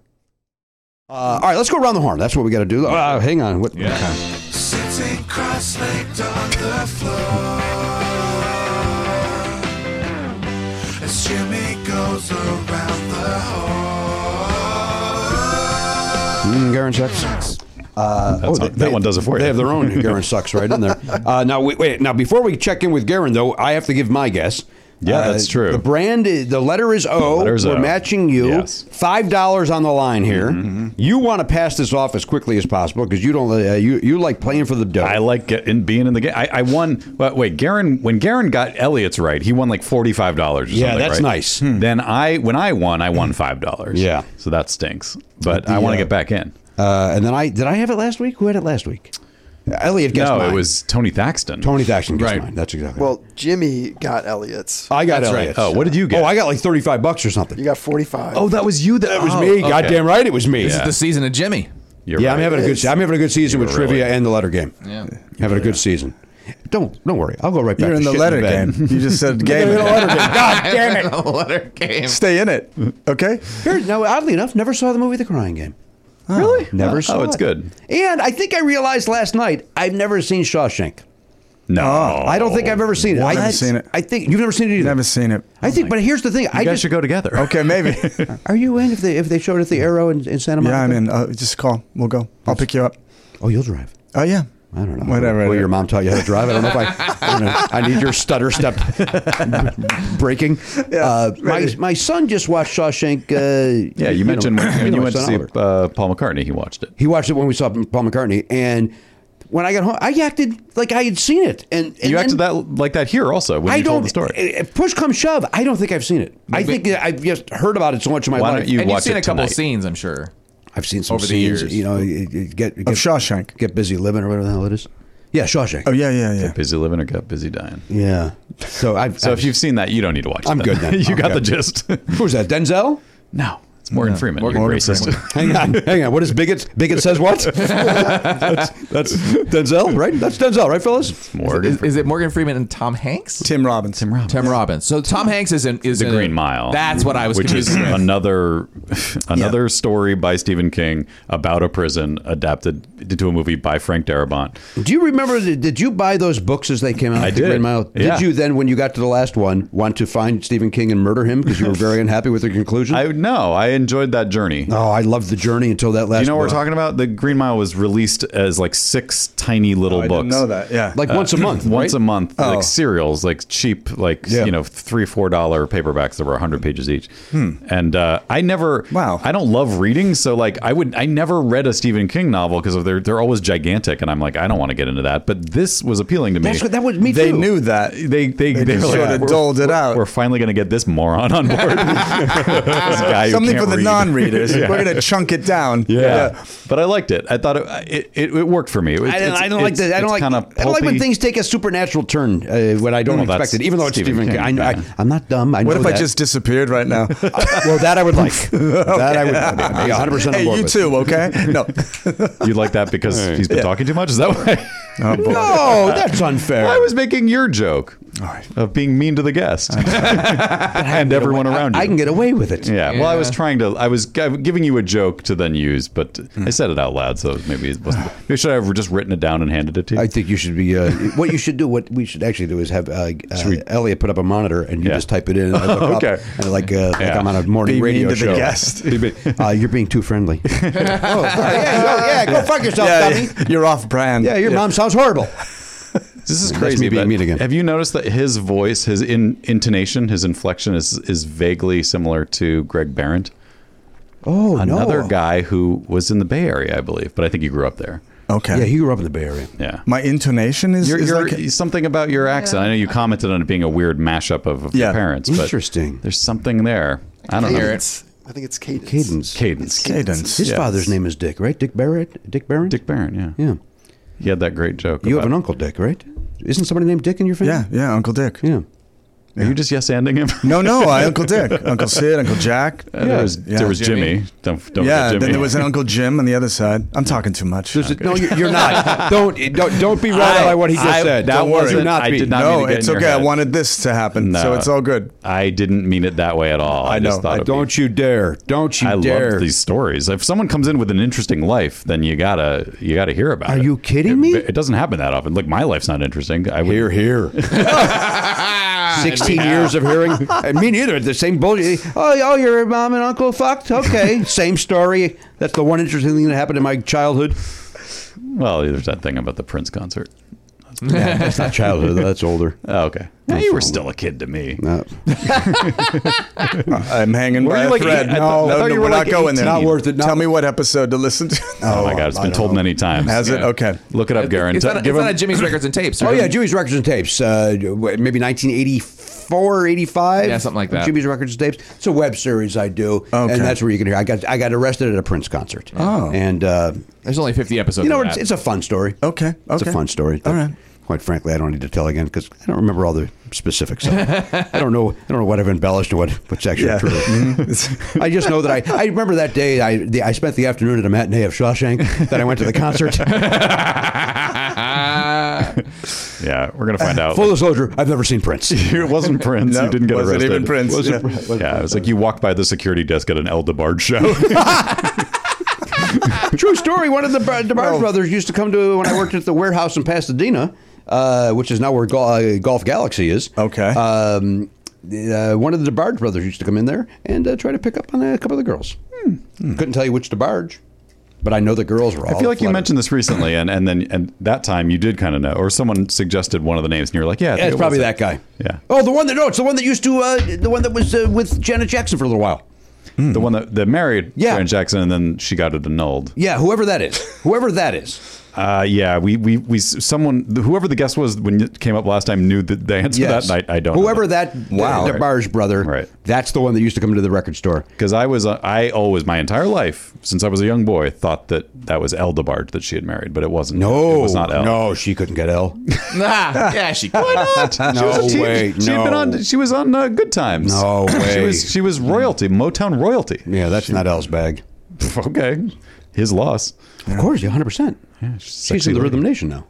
Uh, all right, let's go around the horn. That's what we got to do. Uh, hang on. What,
Sitting cross-legged on the floor as Jimmy goes around the horn.
Mm, Garen sucks. Uh,
That's not- that one does it for
They
you.
have
[laughs]
their own Garen sucks right in there. Uh, now wait, wait. Now before we check in with Garen, though, I have to give my guess. Uh,
Yeah, that's true.
The brand, is, the letter is O.
letter is
We're
O.
matching you.
Yes. Mm-hmm.
Five dollars on the line here. You want to pass this off as quickly as possible because you don't. Uh, you you like playing for the dough.
I like get, in being in the game. I, I won. But wait, Garen. When Garen got Elliot's right, he won like forty five dollars.
Yeah, that's nice. Hmm.
Then I, when I won, I won five dollars.
Yeah.
so that stinks. But I want to
uh,
get back in.
uh, and then I did. I have it last week. Who had it last week? Elliot guessed
No,
mine.
it was Tony Thaxton.
Tony Thaxton guessed
Right.
mine. That's exactly.
Well, Jimmy got Elliot's.
I got
That's right.
Elliot's.
Oh, what did you get?
Oh, I got like thirty-five bucks or something.
You got 45.
Oh, that was you. That,
It was me. Goddamn right, it was me.
This is the season of Jimmy.
You're
yeah,
right.
I'm having a good.
It's-
se- I'm having a good season
You
with
were really-
trivia and the letter game. Yeah, having a good season. Don't don't worry. I'll go right back.
You're in
to
the
shit
letter
bed.
game. You just said game.
You're [laughs] in the letter game. God damn it!
The letter game.
[laughs] Stay in it. Okay.
Here, now, oddly enough, never saw the movie The Crying Game. Really? Never
Oh,
saw.
Oh, it's
it.
good.
And I think I realized last night I've never seen Shawshank.
No,
Oh, I don't think I've ever seen it.
What?
I
Oh, Haven't seen it.
I think you've never seen it either.
Never seen it. Oh
I think, but here's the thing. I
You guys
just
should go together.
Okay, maybe.
are you in if they if they showed it at the Arrow in, in Santa Monica?
yeah, I'm in. Uh, just call. We'll go. I'll pick you up.
Oh, you'll drive.
Oh yeah.
I don't know.
Whatever.
Well, your mom taught you how to drive. I don't know if I. I, don't know. I need your stutter step [laughs] breaking. uh, my,
maybe.
my son just watched Shawshank. Uh,
Yeah, you,
know,
mentioned when, when
know,
you
my
went to
son
see
Oliver.
uh, Paul McCartney, he watched it.
He watched it when we saw Paul McCartney, and when I got home, I acted like I had seen it. And, and
you
then
acted that like that here also when
I
you
don't.
told the story.
eh, eh, Push come shove, I don't think I've seen it. I think that I've just heard about it so much in my
Why
life.
don't you
And you've
watch
seen
it
a couple
tonight?
of scenes, I'm sure.
I've seen some
over the
scenes.
years.
You know, you- you get, get
Shawshank.
get busy living or whatever the hell it is. Yeah, Shawshank.
Oh yeah, yeah, yeah.
Busy living or got busy dying.
yeah. So I've
So
I've-
if you've seen that, [laughs] you don't need to watch it.
I'm good then.
you
I'm
got the
good.
gist.
Who's that? Denzel?
no, it's Morgan Freeman.
Morgan
you
Freeman.
racist. [laughs]
Hang [laughs] on, hang on. What is bigot? Bigot says [laughs] what? that's, that's Denzel, right? That's Denzel, right, fellas?
Morgan.
Is, is it Morgan Freeman and Tom Hanks?
Tim Robbins. Tim Robbins.
Tim Robbins. So Tom Hanks is in is
The
in a-
Green Mile.
That's what I was
Which is
confused with.
another [laughs] another story by Stephen King about a prison adapted into a movie by Frank Darabont.
Do you remember? Did you buy those books as they came out?
I
The Green
did.
Mile? Did
Yeah.
you then, when you got to the last one, want to find Stephen King and murder him because you were very unhappy with the conclusion?
I no, I enjoyed that journey.
oh, I loved the journey until that last.
you know what we're
book.
talking about? The Green Mile was released as like six tiny little
Oh, I
books.
didn't know that. Yeah.
Like once a month.
Once
right?
a month,
Oh.
like serials, like cheap, like
Yeah.
you know, three four dollar paperbacks that were hundred pages each. And uh, I never,
Hmm. Wow.
I don't love reading, so like I would, I never read a Stephen King novel because they're they're always gigantic, and I'm like, I don't want to get into that. But this was appealing to me.
That's what that was. Me
they
too.
knew that.
they they they,
just
were
sorta
like, "We're-
doled it
we're-
out."
We're finally going to get this moron on
[laughs]
board. This guy who
Something
can't
for the
read.
non-readers.
[laughs] Yeah.
We're gonna chunk it down.
Yeah. but I liked it. I thought it it, it, it worked for me. It,
I don't, I don't like that. I don't like.
Kind
I
of
don't like when things take a supernatural turn uh, when I don't
Well,
expect
that's
it. Even though it's
Stephen
Stephen King,
King,
I, know-
yeah.
I, I'm not dumb. I
What
know
if I
that.
just disappeared right
[laughs]
now?
[laughs] well, that I would like. That I would. I'd be 100 percent on
hey,
board
you
with.
too. Okay.
[laughs]
No.
You like that
[laughs]
because he's been talking too much. Is that why?
No, that's unfair.
I was making your joke of being mean to the
[laughs]
guest [laughs] and everyone around you.
I can get away with it.
Yeah. Well, I was trying to. I was g- giving you a joke to then use, but
Hmm.
I said it out loud, so maybe it wasn't.
[sighs]
Maybe should I have just written it down and handed it to you?
I think you should be. Uh, [laughs] what you should do, what we should actually do, is have uh, uh, Elliot put up a monitor and you
Yeah.
just type it in.
[laughs]
And I look up,
Okay.
and like, uh, like
Yeah.
I'm on a morning
Be mean
radio
to the
show. [laughs]
guest.
Be mean- uh, you're being too friendly. [laughs] oh, sorry. yeah, go, yeah, go fuck yourself,
yeah,
dummy.
yeah. You're off brand.
Yeah, your mom sounds horrible.
This is
That's
crazy.
me being
but
mean again.
Have you noticed that his voice, his in, intonation, his inflection is is vaguely similar to Greg Barrett?
Oh
Another
no.
guy who was in the Bay Area, I believe, but I think he grew up there.
Okay.
Yeah, he grew up in the Bay Area.
Yeah.
My intonation is,
You're,
is
you're,
like
something about your accent. I know you commented on it being a weird mashup of, of your
Yeah.
parents, but
Interesting.
there's something there. I don't know.
Cadence. I think it's cadence.
Cadence.
Cadence.
cadence.
His
Yes.
father's name is Dick, right? Dick Barrett. Dick Barron.
Dick Barron, yeah.
Yeah.
He had that great joke.
You
about-
have an uncle, Dick, right? Isn't somebody named Dick in your
Yeah,
family?
yeah, Uncle Dick.
Yeah.
Are you just yes anding him? [laughs]
No, no, I, Uncle Dick, Uncle Sid, Uncle Jack.
Uh, There was,
yeah.
there was Jimmy.
Jimmy.
Don't, don't
yeah,
forget Jimmy.
then there was an Uncle Jim on the other side. I'm talking too much.
There's a- no, you- you're not. don't don't don't be wrought
I-
out by what he just
I-
said.
that
Don't worry.
wasn't-
Do not
I
be.
did not mean
no,
to get
it's
in your
okay. I
head.
wanted this to happen,
No.
so it's all good.
I didn't mean it that way at all. I,
I
just
know.
thought
I
it'd be-
Don't you dare! Don't you
I
dare!
love these stories. If someone comes in with an interesting life, then you gotta you gotta hear about
Are
it.
you kidding
It-
me?
It doesn't happen that often. Look, my life's not interesting. I would,
Here, here. Sixteen years of [laughs] hearing. and me neither. The same bullshit. Oh, oh, your mom and uncle fucked. [laughs] Okay, same story. That's the one interesting thing that happened in my childhood.
[laughs] Well, there's that thing about the Prince concert.
That's not childhood. though. That's older.
Oh, okay, Now you were still a kid to me.
No.
I'm hanging
Were
by
you
a
like
thread.
eight- I
no,
thought- I
no,
thought you
no,
were
we're
like
not going there.
18. Not
worth it, not-
Tell me what episode to listen to.
Oh, my god, it's been told many times.
Has it?
Yeah.
Okay.
Look it up, Garen.
It's
T-
not, it's
give
not
him-
at Jimmy's Records and Tapes.
Oh
right?
yeah, Jimmy's records and tapes. Uh, wh- maybe 1984, 85.
Yeah, something like that.
Jimmy's records and tapes. It's a web series I do,
Okay.
and that's where you can hear. I got I got arrested at a Prince concert. Oh, and uh,
There's only 50 episodes.
you know
of
it's,
that.
it's a fun story.
Okay,
it's a
okay.
fun story. but
All right.
Quite frankly, I don't need to tell again because I don't remember all the specifics.
[laughs]
Of it. I don't know. I don't know what I've embellished and what what's actually
Yeah. [laughs] Mm-hmm.
true. [laughs] I just know that I, I remember that day. I the, I spent the afternoon at a matinee of Shawshank. Then I went to the
[laughs]
concert.
yeah, we're gonna
[laughs]
find out.
Full disclosure, I've never seen
[laughs]
Prince.
it wasn't Prince.
No,
you didn't get
wasn't
arrested.
even Prince. Wasn't-
yeah. yeah, it was like you walked by the security desk at an El DeBarge
[laughs]
show.
True story. One of the Bar- DeBarge brothers used to come to when I worked at the warehouse in Pasadena, uh, which is now where Gol- uh, Golf Galaxy is.
Okay.
Um, the, uh, one of the DeBarge brothers used to come in there and uh, try to pick up on a couple of the girls. Couldn't tell you which DeBarge, but I know the girls were all.
Hmm. I feel like you
athletic.
mentioned this recently, and, and then and that time you did kind of know, or someone suggested one of the names, and you were like, "Yeah, I think
Yeah, it's
it
probably
was
that guy.
Yeah.
Oh, the one that no, it's the one that used to uh, the one that was uh, with Janet Jackson for a little while.
the one that, that married
Hmm. Yeah.
Janet Jackson, and then she got it annulled." [laughs]
Yeah, whoever that is, whoever that is.
Uh, yeah, we, we we someone whoever the guest was when it came up last time knew the, the answer
Yes.
that night. I don't.
Whoever that
Wow.
wow, the, Barge brother,
Right.
that's the one that used to come to the record store.
because I was uh, I always my entire life since I was a young boy thought that that was Eldebarge that she had married, but it wasn't.
No,
it was not El.
no, [laughs] she couldn't get L.
Nah, yeah,
[laughs]
she could.
She was
no
a teen-
way,
She had
no.
been on. She was on uh, Good Times.
No
She
way.
was, she was royalty, Motown royalty.
yeah, that's not L's bag.
[laughs] okay, his loss.
Of course, yeah, hundred percent. She's
sexy
in the
lady.
Rhythm Nation now.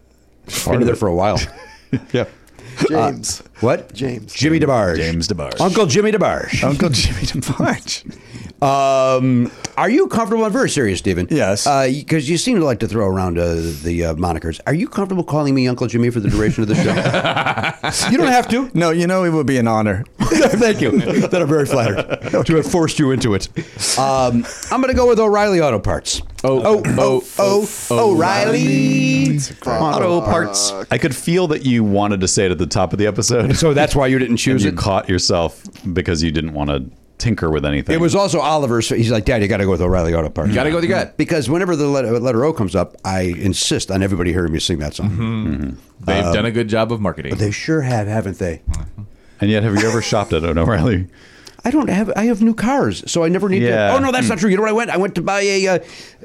Been there for a while.
Yeah,
James.
[laughs] What?
James.
Jimmy DeBarge.
James DeBarge.
[laughs] Uncle Jimmy DeBarge.
Uncle Jimmy DeBarge.
[laughs] Um, are you comfortable? I'm very serious, Stephen.
Yes.
Because you seem to like to throw around uh, the uh, monikers. Are you comfortable calling me Uncle Jimmy for the [laughs] duration of the show? you don't have to.
[laughs] No, you know it would be an honor.
Thank you. [laughs] That I'm very flattered [laughs] to have forced you into it. Um, I'm going to go with O'Reilly Auto Parts. Oh, oh, oh, O'Reilly.
Auto parts. I could feel that you wanted to say it at the top of the episode.
So that's why you
[laughs]
didn't
and
choose
you
it.
caught yourself because you didn't want to tinker with anything.
It was also Oliver's. He's like, Dad, you got to go with O'Reilly Auto Parts.
Gotta go with your gut.
Because whenever the letter, letter O comes up, I insist on everybody hearing me sing that song.
Mm-hmm.
They've done a good job of marketing.
They sure have, haven't they?
and yet, have you ever shopped at O'Reilly?
I don't have. I have new cars, so I never need
Yeah. Mm.
to. Oh no, that's not true. You know what I went? I went to buy a uh,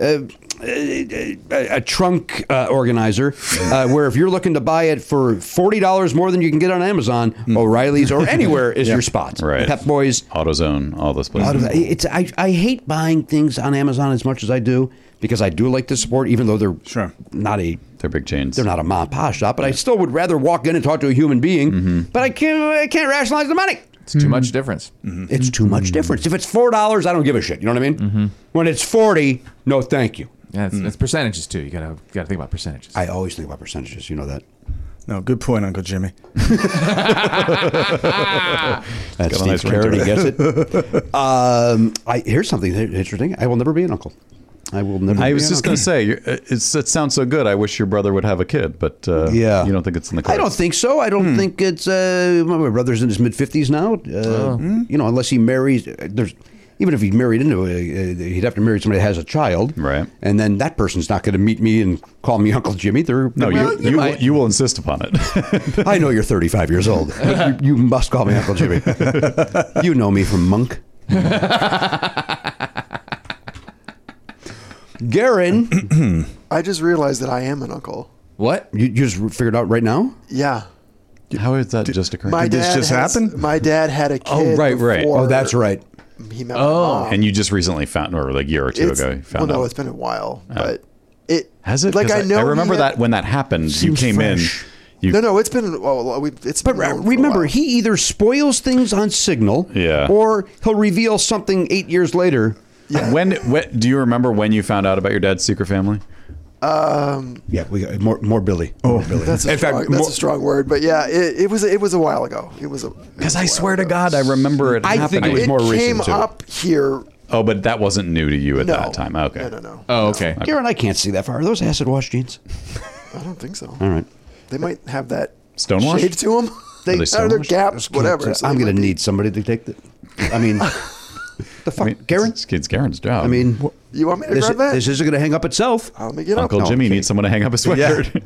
uh, a, a, a trunk uh, organizer,
[laughs]
uh, where if you're looking to buy it for forty dollars more than you can get on Amazon, O'Reilly's,
[laughs]
or anywhere is your spot.
Mm. Right.
Pep Boys.
AutoZone, all those places.
Out of it's I, I hate buying things on Amazon as much as I do because I do like to support, even though they're
Sure.
not a
They're big chains.
they're not a mom and pop shop, but I still would rather walk in and talk to a human being.
Mm-hmm.
But I can't I can't rationalize the money.
It's too much difference.
Mm-hmm.
It's too much difference. If it's four dollars, I don't give a shit. You know what I mean? When it's forty, no, thank you.
Yeah, it's, it's percentages too. You gotta you gotta think about percentages.
I always think about percentages. You know that.
No, good point, Uncle Jimmy.
That's
got a nice
Steve
ring to
Carrot. He gets it. um, I, here's something interesting. I will never be an uncle. I will
[laughs]
never.
I
be
was
an
just
uncle.
going to say, you're- uh, it's, it sounds so good. I wish your brother would have a kid, but uh,
Yeah.
you don't think it's in the cards.
I don't think so. I
Hmm.
don't think it's. Uh, my brother's in his mid fifties now. Uh,
Oh. Hmm?
You know, unless he marries, uh, there's even if he married into, a, uh, he'd have to marry somebody that has a child,
Right.
And then that person's not going to meet me and call me [laughs] Uncle Jimmy. They're
No,
Well,
you, you, will, you will insist upon it.
I know you're 35 years old. But you, you must call me
[laughs]
Uncle Jimmy. you know me from Monk.
[clears throat]
Garin,
I just realized that I am an uncle.
what?
you you just figured out right now.
Yeah.
[laughs] How is that just occurring?
My
this
dad
just
has-
happen?
My dad had a kid.
Oh, right, right.
before
Oh, that's right.
He met oh,
and you just recently found, or like a year or two ago, you found
well, no,
out.
it's been a while, but it
Has it?
Like
'Cause
I know,
I
he
remember
had-
that when that happened, you
Seems
came
fresh.
in. You,
No, no, it's been. Well, we, it's
But
been known for a
remember,
while.
he either spoils things on Signal,
Yeah.
or he'll reveal something eight years later.
When, when do you remember when you found out about your dad's secret family?
Yeah, we got more, more Billy. Oh, Billy.
That's a,
In
strong,
fact,
that's
more-
a strong word, but yeah, it, it was it was a while ago. It was a
Because I swear to God, I remember it.
I think
happening.
it was more
came
recent too.
up here.
Oh, but that wasn't new to you at
No,
that time. Okay.
No, no, no.
Oh, okay.
Garen, I can't see that far. Are those acid wash jeans?
I don't think so.
All right.
They might have that
Stonewashed?
shade to them.
Are
They,
they
are their
stonewashed?
gaps, whatever.
Can't- I'm going to need somebody to take the. I [laughs] mean, the fuck,
I mean,
Garen.
It's, it's Garen's job.
I mean,
You want me to
this,
grab that?
this isn't going to hang up itself.
I'll make it
Uncle
up.
Jimmy needs someone to hang up his sweatshirt.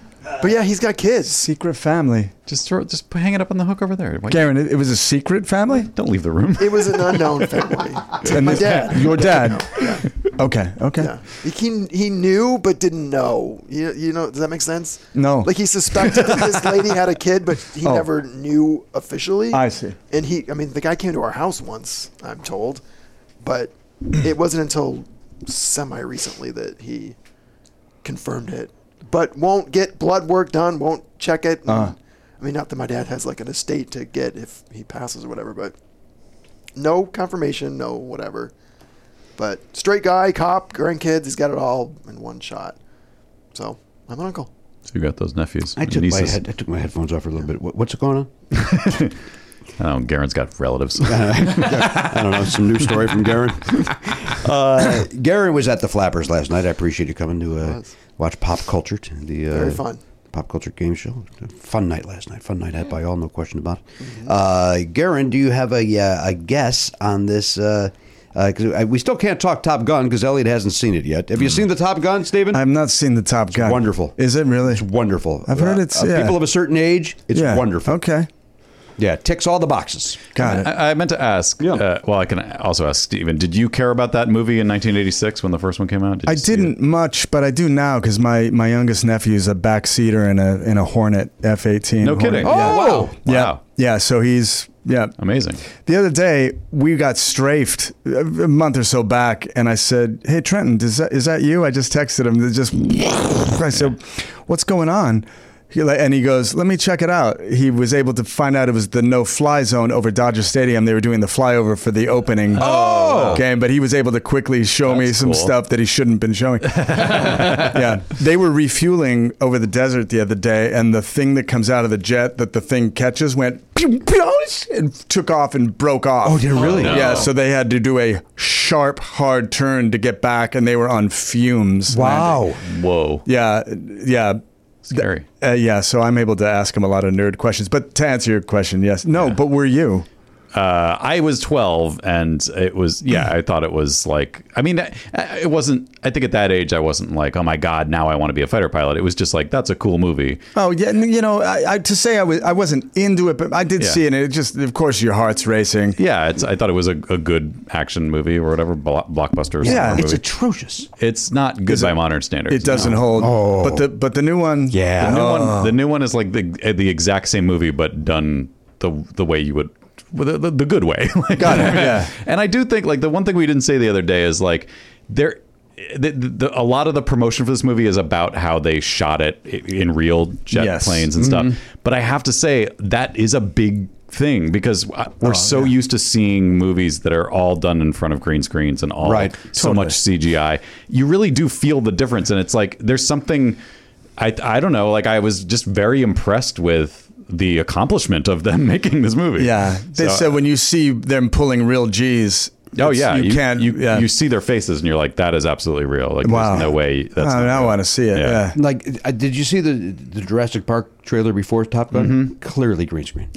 [laughs] But yeah, he's got kids.
Secret family.
just throw, just hang it up on the hook over there. Why-
Garen, it, it was a secret family?
don't leave the room.
It was an unknown family.
And
My
this-
dad.
[laughs] Your dad. Okay, okay.
Yeah. He he knew but didn't know. You, you know, does that make sense?
No.
Like he suspected that this lady had a kid, but he
Oh.
never knew officially.
I see.
And he, I mean, the guy came to our house once, I'm told,
[clears throat]
but it wasn't until semi recently that he confirmed it. But won't get blood work done, won't check it. and-
Uh-huh.
I mean, not that my dad has like an estate to get if he passes or whatever, but no confirmation, no whatever. But straight guy, cop, grandkids, he's got it all in one shot. So I'm an uncle.
[laughs] so you got those nephews.
I
and
took my
nieces.
head, I took my headphones off for a little bit. What, what's going on?
Oh, Garen's got relatives.
I don't know. Some new story from Garen. [laughs] Uh, Garen was at the Flappers last night. I appreciate you coming to uh,
Was.
watch Pop Culture, t- the uh,
Very fun.
Pop Culture Game Show. Fun night last night. Fun night had by all,
Mm-hmm.
no question about it. Uh, Garen, do you have a uh, a guess on this uh, Because I we still can't talk Top Gun because Elliot hasn't seen it yet. Have you seen the Top Gun, Steven?
I've not seen the Top Gun.
wonderful.
Is it really?
It's wonderful. Uh,
I've heard it's- yeah.
People of a certain age, it's
Yeah.
wonderful.
Okay.
Yeah, ticks all the boxes.
Got it.
I, I meant to ask. Uh, well, I can also ask Steven. Did you care about that movie in 1986 when the first one came out? Did
I
you see
didn't much, but I do now because my, my youngest nephew's a backseater in a in a Hornet F eighteen.
No kidding.
Yeah.
wow.
yeah,
Wow.
yeah. So he's yeah.
Amazing.
The other day we got strafed a a month or so back, and I said, "Hey Trenton, is that is that you?" I just texted him. It Just [laughs] I said, "What's going on?" He, like- and he goes, "Let me check it out." He was able to find out it was the no-fly zone over Dodger Stadium. They were doing the flyover for the opening game, but he was able to quickly show me
Oh. That's
some
cool.
stuff that he shouldn't have been [laughs] showing. yeah, they were refueling over the desert the other day, and the thing that comes out of the jet that the thing catches went pew, pew, and took off and broke off. Oh, did it really? Yeah, so they had to do a sharp, hard turn to get back, and they were on fumes. landing.
Whoa.
Yeah, yeah.
Scary.
Uh, yeah, so I'm able to ask him a lot of nerd questions. But to answer your question, yes. No, but were you?
Uh, I was 12 and it was, yeah, I thought it was like, I mean, I- I- it wasn't, I think at that age, I wasn't like, oh my God, now I want to be a fighter pilot. It was just like, that's a cool movie.
Oh yeah, n- you know, I, I to say I was I wasn't into it, but I did
Yeah.
see it. and It just, of course, your heart's racing.
Yeah, it's, I thought it was a, a good action movie or whatever, blo- blockbuster.
Yeah.
summer
It's
movie.
atrocious.
it's not good by modern standards.
It doesn't hold.
Oh.
But the but the new one.
Yeah.
The new,
Oh.
one, the new one is like the the exact same movie, but done the the way you would, well, the, the, the good way. [laughs] Like,
Got it, yeah.
And I do think like the one thing we didn't say the other day is like there. The, the, the- a lot of the promotion for this movie is about how they shot it i- in real jet
Yes.
planes and stuff.
Mm-hmm.
But I have to say that is a big thing because I-
Oh,
we're so used to seeing movies that are all done in front of green screens and all
Right.
so much CGI. You really do feel the difference, and it's like there's something. I I don't know. Like I was just very impressed with the accomplishment of them [laughs] making this movie.
Yeah.
So-
They
uh,
said when you see them pulling real G's.
Oh
it's-
yeah,
you, can't.
You,
yeah.
you see their faces, and you're like, that is absolutely real. Like
Wow.
there's no way.
Oh,
That's not
I
real.
want to see it.
Yeah.
Yeah.
Like, uh, did you see the the Jurassic Park trailer before Top Gun?
Mm-hmm.
Clearly green
[laughs]
screen.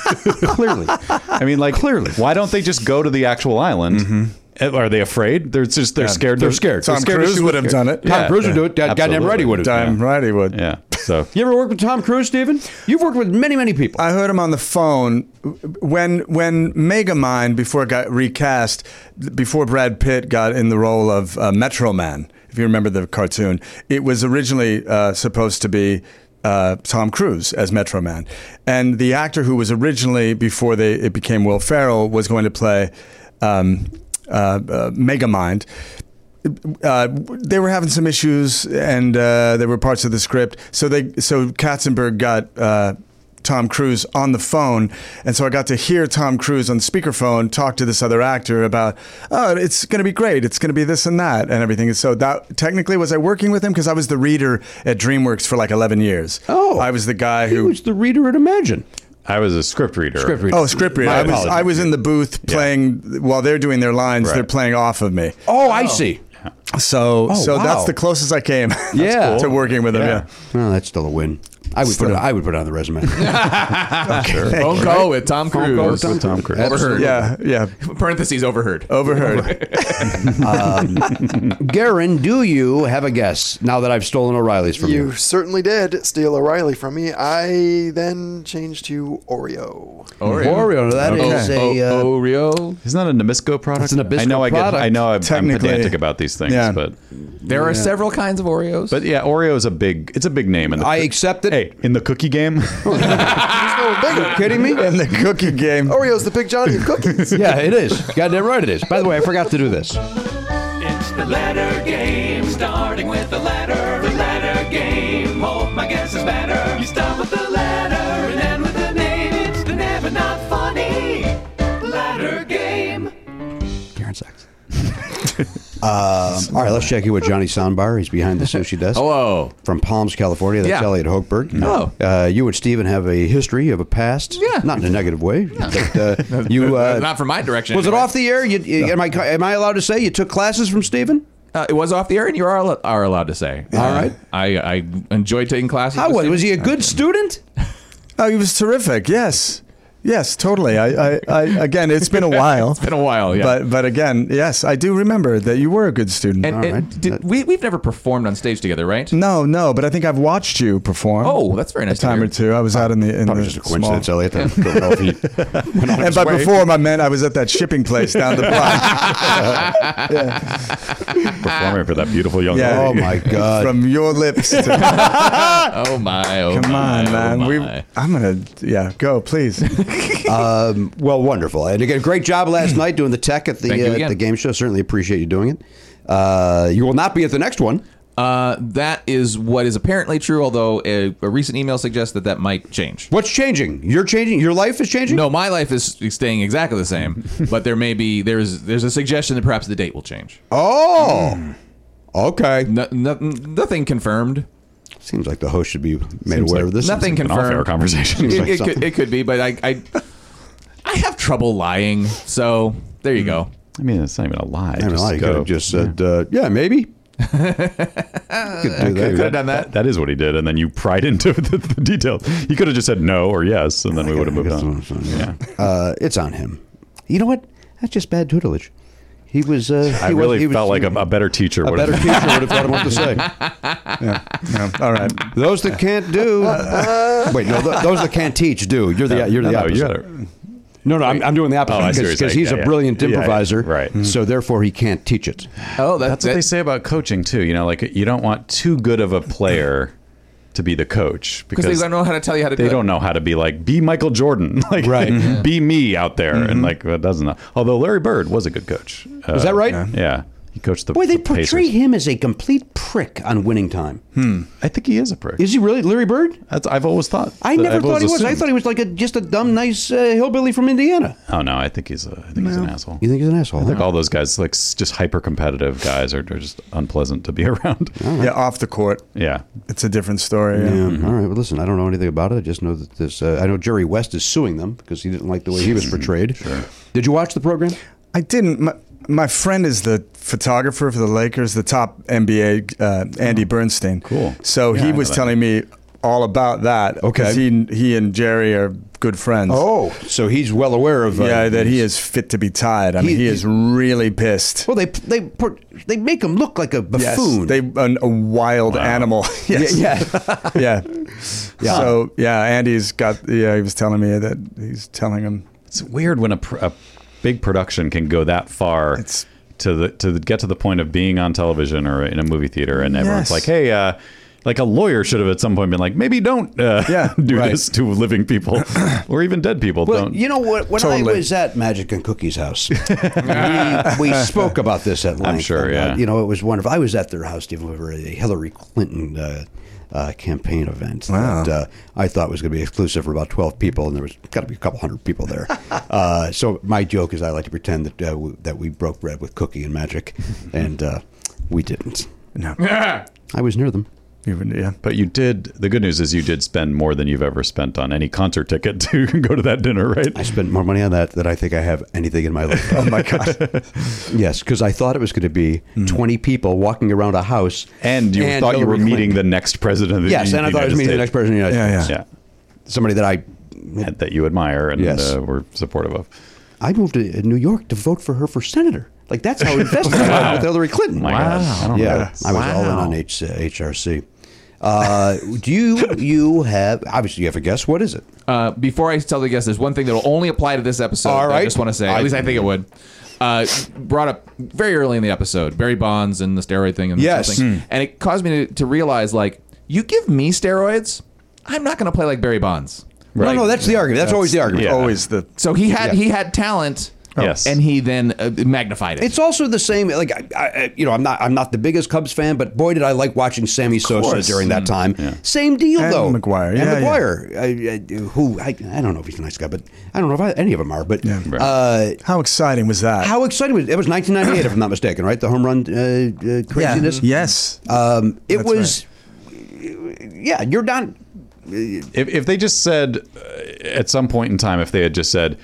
Clearly.
I mean, like clearly, why don't they just go to the actual island? Are they afraid? They're just they're scared. They're scared.
Tom
They're scared to
Cruise
shoot
would have done it.
Yeah.
Tom Cruise would do it.
Yeah,
God- Goddamn right he would have.
Damn right he would.
Yeah. [laughs] So
You ever worked with Tom Cruise, Steven? You've worked with many, many people.
I heard him on the phone when when Megamind before it got recast, before Brad Pitt got in the role of uh, Metro Man. If you remember the cartoon, it was originally uh, supposed to be. Uh, Tom Cruise as Metro Man, and the actor who was originally before they it became Will Ferrell was going to play um, uh, uh, Megamind, uh, they were having some issues, and uh, there were parts of the script. So they, so Katzenberg got uh, Tom Cruise on the phone, and so I got to hear Tom Cruise on speakerphone talk to this other actor about, oh, it's going to be great, it's going to be this and that and everything. And so that technically was I working with him because I was the reader at DreamWorks for like eleven years.
Oh.
I was the guy
He
who
was the reader at Imagine.
I was a script reader.
Script reader.
Oh, script reader.
My
I was,
apologies.
I was in the booth playing while they're doing their lines.
Right.
They're playing off of me.
Oh, I see.
So, so
Oh, wow.
that's the closest I came. [laughs]
Yeah. cool.
to working with him.
Yeah.
Yeah.
Well, that's still a win. I would put it, I would put it on
[laughs]
the resume.
Phone call with Tom Cruise.
Worked with Tom Cruise.
Overheard.
yeah, Oh. yeah.
[laughs] Parentheses overheard. [laughs]
Overheard.
Garen, do you have a guess now that I've stolen O'Reilly's from you?
You certainly did steal O'Reilly from me. I then changed to Oreo.
Oh.
Oreo. That is a. uh,
Oh, Oreo.
Isn't that a Nabisco product?
It's a Nabisco
I know I get.
product.
I know I'm, I'm
Technically.
pedantic about these things,
Yeah.
but
There are several kinds of Oreos.
but yeah, Oreo is a big. It's a big name. In the
I
coo-
accept it.
Hey, in the cookie
[laughs]
game,
Are you kidding me?
In the cookie game.
Oreo's the big Johnny of
[laughs]
cookies.
yeah, it is. Goddamn right it is. By the way, I forgot to do this.
It's the letter game, starting with the letter. The letter game, hope my guess is better. You start with the letter and end with the name. It's the never not funny letter game.
[laughs]
Karen sucks. um, all right, let's check in with Johnny Soundbar. He's behind the sushi desk.
Hello.
From Palms, California. That's
Yeah.
Elliot Hochberg.
Hello.
Uh, you and Steven have a history of a past.
Yeah.
Not in a negative way. But,
[laughs]
uh, you, uh,
Not from my direction.
was it
anyway.
off the air? You, you- am, I, am I allowed to say you took classes from Steven?
Uh, it was off the air, and you are al- are allowed to say.
All right.
I I enjoyed taking classes.
How
with
was
Steve.
Was he a good student?
Oh, he was terrific. Yes. Yes, totally. I, I, I again, it's been a
[laughs]
while.
It's been a while, yeah.
But but again, yes, I do remember that you were a good student.
and, and did, we we've never performed on stage together, right?
no, no, but I think I've watched you perform.
Oh, that's very nice
A
to
time
hear.
or two. I was out in the in
Probably
the
Oh, just a coincidence,
Uh, small-
Elliot. I don't know if he went on
And
his
by
way.
perform, I meant I was at that shipping place down the block.
Performing for that beautiful young
Yeah.
lady.
[laughs] Oh my God!
From your lips. To,
Oh my! Oh
come
my,
on,
oh
man. we.
my.
I'm gonna. Yeah, go [laughs] please.
Um, well, wonderful, and again, great job last night doing the tech at the
Thank you
uh, at
again.
the game show. Certainly appreciate you doing it. Uh, you will not be at the next one.
Uh, that is what is apparently true, although a, a recent email suggests that that might change.
What's changing? You're changing. Your life is changing.
No, my life is staying exactly the
[laughs]
same, but there may be there's there's a suggestion that perhaps the date will change.
Oh.
Hmm.
Okay.
No, no, nothing confirmed.
Seems like the host should be made
like
aware of this.
nothing
An off-air
confirmed.
conversation. [laughs]
It,
like
it could,
something.
it could be, but I, I I have trouble lying, so there you
Hmm.
go.
I mean, it's not even a lie.
I mean,
Just
I could
go.
have just said, yeah, uh, yeah maybe. You could do that.
Could have done that.
That is what he did, and then you pried into [laughs] the, the details. He could have just said no or yes, and then we would have moved on. Yeah.
Uh, it's on him. You know what? That's just bad tutelage. He was. Uh,
I
he was-
really
he was-
felt like a, a better teacher
a
would
better
have.
teacher would have thought of what
[laughs]
to say.
Yeah, all right.
Those that can't [laughs] do. wait, no, th- those that can't teach do. You're the you're the
no,
opposite.
you gotta-
no, no, I'm, I'm doing the
Oh, I see what you're
opposite because
saying.
he's
Yeah,
a
yeah.
brilliant
Yeah, yeah.
improviser,
Right. Hmm.
So therefore, he can't teach it.
Oh, that,
That's what they say about coaching too. You know, like you don't want too good of a player to be the coach
because they don't know how to tell you how to.
they
do
don't know how to be like be Michael Jordan, [laughs] like
Right. Mm-hmm.
be me out there, and like that doesn't. Know. Although Larry Bird was a good coach, uh,
Is that right?
Yeah, he coached the
Boy, they
the
portray
Pacers.
him as a complete prick on winning time.
I think he is a prick.
Is he really Larry Bird?
That's, I've always thought.
I never
I've
thought
always
he was. I
assumed.
thought he was like a, just a dumb, nice uh, hillbilly from Indiana.
Oh no, I think he's a. I think he's an asshole.
You think he's an asshole?
I think
huh?
all those guys, like s- just hyper competitive guys, are, are just unpleasant to be [laughs] around.
Oh.
Yeah, off the court.
yeah.
It's a different story.
Yeah,
yeah. Mm-hmm.
all right. Well, listen, I don't know anything about it. I just know that this. Uh, I know Jerry West is suing them because he didn't like the way he
Mm-hmm.
was portrayed. sure. Did you watch the program?
I didn't. My, my friend is the photographer for the Lakers, the top NBA, uh, Andy Bernstein.
Cool.
So
Yeah, I
he
know
was
that.
telling me all about that.
Okay. Oh,
'cause He, he and Jerry are good friends.
so he's well aware of.
Oh.
uh,
Yeah, that he is fit to be tied. I mean,
He-
he, is really pissed.
Well, they they put, they make him look like a
Yes,
buffoon.
they an, a wild animal. [laughs] yes.
yeah,
[laughs] yeah.
Yeah.
So yeah, Andy's got. Yeah, he was telling me that he's telling him.
It's weird when a, pr- a big production can go that far
It's-
to the to the, get to the point of being on television or in a movie theater, and everyone's
Yes.
like, "Hey, uh, like a lawyer should have at some point been like, maybe don't uh, [laughs]
Yeah,
do
right.
this to living
[coughs]
people or even dead people."
Well,
don't
you know what? When
Totally.
I was at Magic and Cookie's
[laughs]
house, we, we spoke about this at length.
sure,
about-
yeah.
You know, it was wonderful. I was at their house to deliver a Hillary Clinton uh, uh, campaign event that uh, I thought was going to be exclusive for about twelve people, and there was got to be a couple hundred
[laughs]
people there. uh, so my joke is I like to pretend that uh, w- that we broke bread with Cookie and Magic, and uh, we didn't.
[laughs]
No.
I was near them.
You would- yeah.
But you did. The good news is you did spend more than you've ever spent on any concert ticket [laughs] to go to that dinner, right?
I spent more money on that than I think I have anything in
[laughs]
my life. oh my god! [laughs] yes, because I thought it was going to be twenty people walking around a house,
Hmm. And you thought you were
Hillary
meeting the
Clinton.
next president of the
yes,
United
and I thought I was meeting the next
States.
person in the United
Yeah,
States.
yeah.
Somebody that I
Yeah, that you admire and
Yes.
uh, were supportive of.
I moved to New York to vote for her for senator. Like that's how invested
[laughs]
I was with Hillary Clinton.
My God. I don't know.
Yeah, I was all in on H, uh, HRC. Uh, do you you have obviously you have a guess? What is it?
Uh, before I tell the guests, there's one thing that will only apply to this episode.
All
that
right.
I just want to say, at
I-
least I think it would. Uh, brought up very early in the episode, Barry Bonds and the steroid thing, and
Yes. Hmm.
something. and it caused me to, to realize, like, you give me steroids, I'm not going to play like Barry Bonds.
No, no, that's the argument. That's, always the argument.
Yeah.
Always the.
So he had
Yeah.
he had talent,
Yes.
and he then uh, magnified it.
It's also the same. Like I, I, you know, I'm not I'm not the biggest Cubs fan, but boy did I like watching Sammy Sosa
course. Mm,
during that time. Same deal
And
though.
McGuire.
and
Yeah, yeah.
McGuire, I, I, who I, I don't know if he's a nice guy, but I don't know if I, any of them are. But uh,
How exciting was that?
how exciting was it? Was 1998, if I'm not mistaken, right? The home run uh, uh, craziness.
Yes.
Um, it
That's
was. Yeah, you're not.
If, if they just said uh, at some point in time, if they had just said,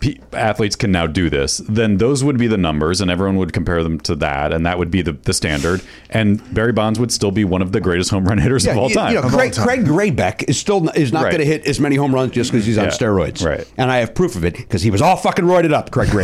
pe- athletes can now do this, then those would be the numbers, and everyone would compare them to that, and that would be the, the standard. And Barry Bonds would still be one of the greatest home run hitters of all
you-
time.
You know, Craig, Craig Graybeck is still n- is not
Right.
going to hit as many home runs just because he's on
Yeah.
steroids.
Right.
And I have proof of it because he was all fucking roided up, Craig [laughs]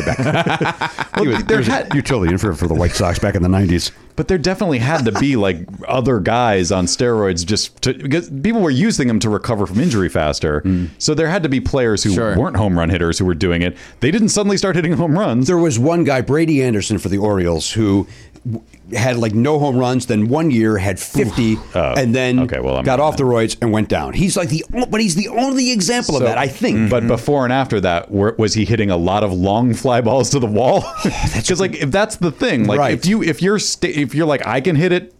Graybeck. he was, he was a utility for, for the White Sox back in the 90s.
But there definitely had to be like other guys on steroids just to, because people were using them to recover from injury faster. So there had to be players who
Sure.
weren't home run hitters who were doing it. They didn't suddenly start hitting home runs.
There was one guy, Brady Anderson for the Orioles, who w- had like no home runs, then one year had 50, and then
okay, well, I'm
got
not
off the roids and went down. He's like the, o- but he's the only example of that, I think.
But before and after that, were, was he hitting a lot of long fly balls to the wall? [laughs] Because like if that's the thing, like
Right.
if you if you're sta if you're like I can hit it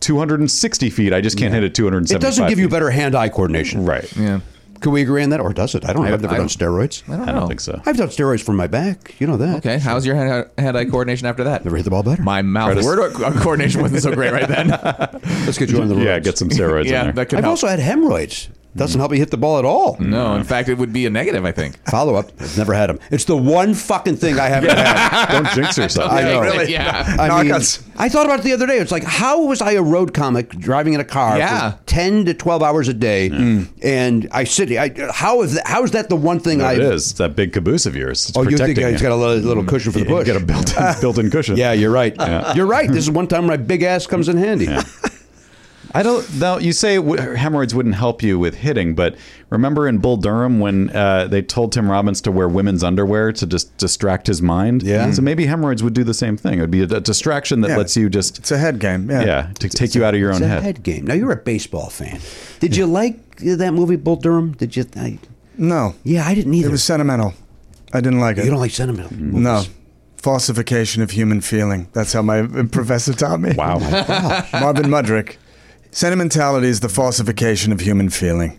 260 feet, I just can't hit it 275.
It doesn't give you
feet."
better hand-eye coordination,
right.
Yeah.
Can we agree on that, or does it? I don't. know. I've never
I-
done steroids.
I don't,
I
know.
don't think so.
I've done steroids for my back. You know that.
Okay, how's your hand- hand-eye coordination after that?
Never hit the ball better.
My mouth
Curtis.
word co- coordination wasn't so great right
[laughs]
then.
Let's get you on the road.
Yeah, get some steroids
yeah,
in there.
that could
I've
help. Mm.
also had hemorrhoids. Doesn't help me hit the ball at all.
no, in fact, it would be a negative. I think.
Follow up. I've never had them. It's the one fucking thing I haven't had.
Don't jinx yourself.
I know.
Really? Yeah.
I, mean,
Knockouts.
I thought about it the other day. It's like, how was I a road comic driving in a car
Yeah.
for 10 to 12 hours a day? And I sit I, how, is that, how is that the one thing
No,
I.
it is. It's that big caboose of yours. It's
Oh, you think
protecting
it's
you.
got a little, little cushion for the push?
You
[laughs]
got a built-in, [laughs] built-in cushion.
yeah, you're right.
Yeah.
You're right. This is one time my big ass comes in handy.
I don't. Now you say w- hemorrhoids wouldn't help you with hitting, but remember in Bull Durham when uh, they told Tim Robbins to wear women's underwear to just distract his mind.
Yeah.
So maybe hemorrhoids would do the same thing. It would be a, a distraction that
Yeah.
lets you just.
It's a head game, yeah.
to take you out of your own
It's a
head.
head game. Now you're a baseball fan. Did you like that movie Bull Durham? Did you? I,
No.
yeah, I didn't either.
It was Mm-hmm. sentimental. I didn't like it.
you don't like sentimental movies.
No. Falsification of human feeling. That's how my [laughs] professor taught me.
Wow.
[laughs]
Marvin Mudrick. Sentimentality is the falsification of human feeling.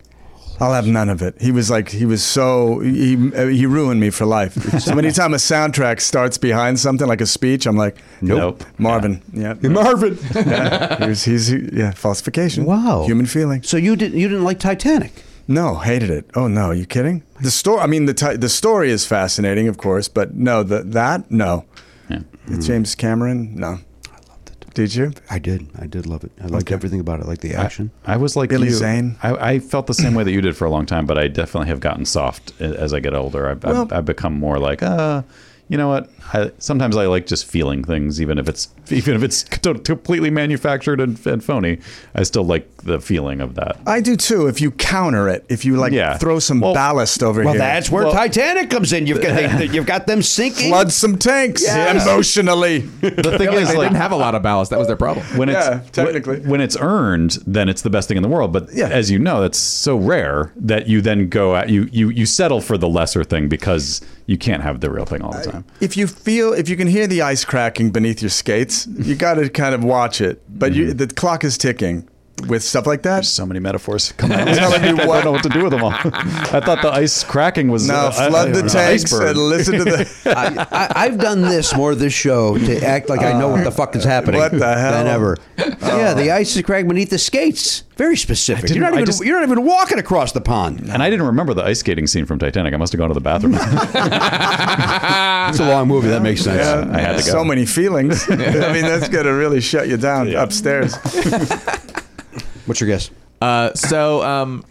I'll have none of it. He was like, he was so, he, uh, he ruined me for life. So anytime a soundtrack starts behind something, like a speech, I'm like, nope.
Nope.
Marvin. Yeah.
Marvin.
yeah. He's, he's, yeah, falsification.
Wow.
Human feeling.
So you didn't you didn't like Titanic?
No, hated it. Oh no, you kidding? The story. I mean, the ti- the story is fascinating, of course, but no, the that no. The James Cameron, no. I loved it. Did you?
I did. I did love it. I liked everything about it. I liked the action.
I was like
Billy
you.
Zane.
I, I felt the same way that you did for a long time, but I definitely have gotten soft a- as I get older. I've,
Well-
I've, I've become more like, uh, you know what? I, sometimes I like just feeling things, even if it's [laughs] even if it's to- completely manufactured and, and phony. I still like the feeling of
[laughs]
that.
I do too. If you counter it, if you like
Yeah.
throw some
Well-
ballast over
Well,
here,
that's where Titanic comes in. You've got they, you've got them sinking.
flood some tanks
[laughs]
emotionally.
The thing
They
is, like,
didn't have a lot of ballast. That was their problem.
when it's
Yeah, technically.
when, when it's earned, then it's the best thing in the world. But
Yeah.
as you know, that's so rare that you then go at you you you settle for the lesser thing because you can't have the real thing all the time.
if you feel, if you can hear the ice cracking beneath your skates, you got to kind of watch it. But
Mm-hmm.
you, the clock is ticking with stuff like that.
so many metaphors come out. I
telling [laughs] you
don't
what.
know what to do with them all. [laughs] I thought the ice cracking was
Now
uh, I- I
flood the
don't know,
tanks
iceberg.
and listen
[laughs]
to the.
I, I, I've done this more this show to act like I know what the fuck is happening.
Uh, What the hell? Uh.
Than ever. Yeah, the ice is cracking beneath the skates. Very specific. You're not
I
even
just-
you're not even walking across the pond.
and I didn't remember the ice skating scene from Titanic. I must have gone to the
[laughs]
bathroom.
It's a long movie. That makes sense.
Yeah,
I had to go.
So
[laughs]
many feelings. I mean, that's gonna really shut you down
Yeah. [laughs]
upstairs.
What's your guess?
Uh, so, um,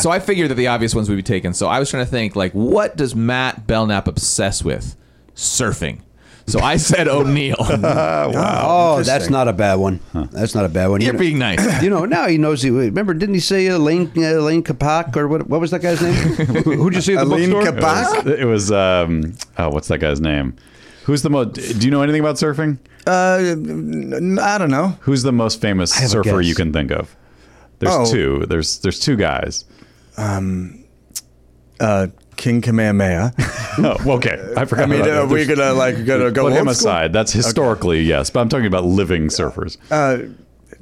so I figured that the obvious ones would be taken. So I was trying to think, like, what does Matt Belknap obsess with? Surfing. So I said O'Neill. [laughs]
Oh, that's not a bad one. That's not a bad one.
You're
You know-
being
[laughs]
nice.
You know, now he knows. He remember, didn't he say uh, Lane uh, Lane Kapak or what? What was that guy's name? Who would you see at the
Aline
bookstore?
[laughs]
Kabak?
it was um, oh, what's that guy's name? Who's the most? Do you know anything about surfing?
Uh, n- I don't know.
Who's the most famous
have a
surfer
guess.
you can think of? There's
Oh.
two. There's there's two
[laughs]
guys.
Uh, King Kamehameha.
Oh, well, okay, [laughs] I forgot.
I mean,
about
uh,
that.
we're
There's-
gonna like gonna go
Put him
old school?
aside. That's historically yes, but I'm talking about living surfers.
Uh,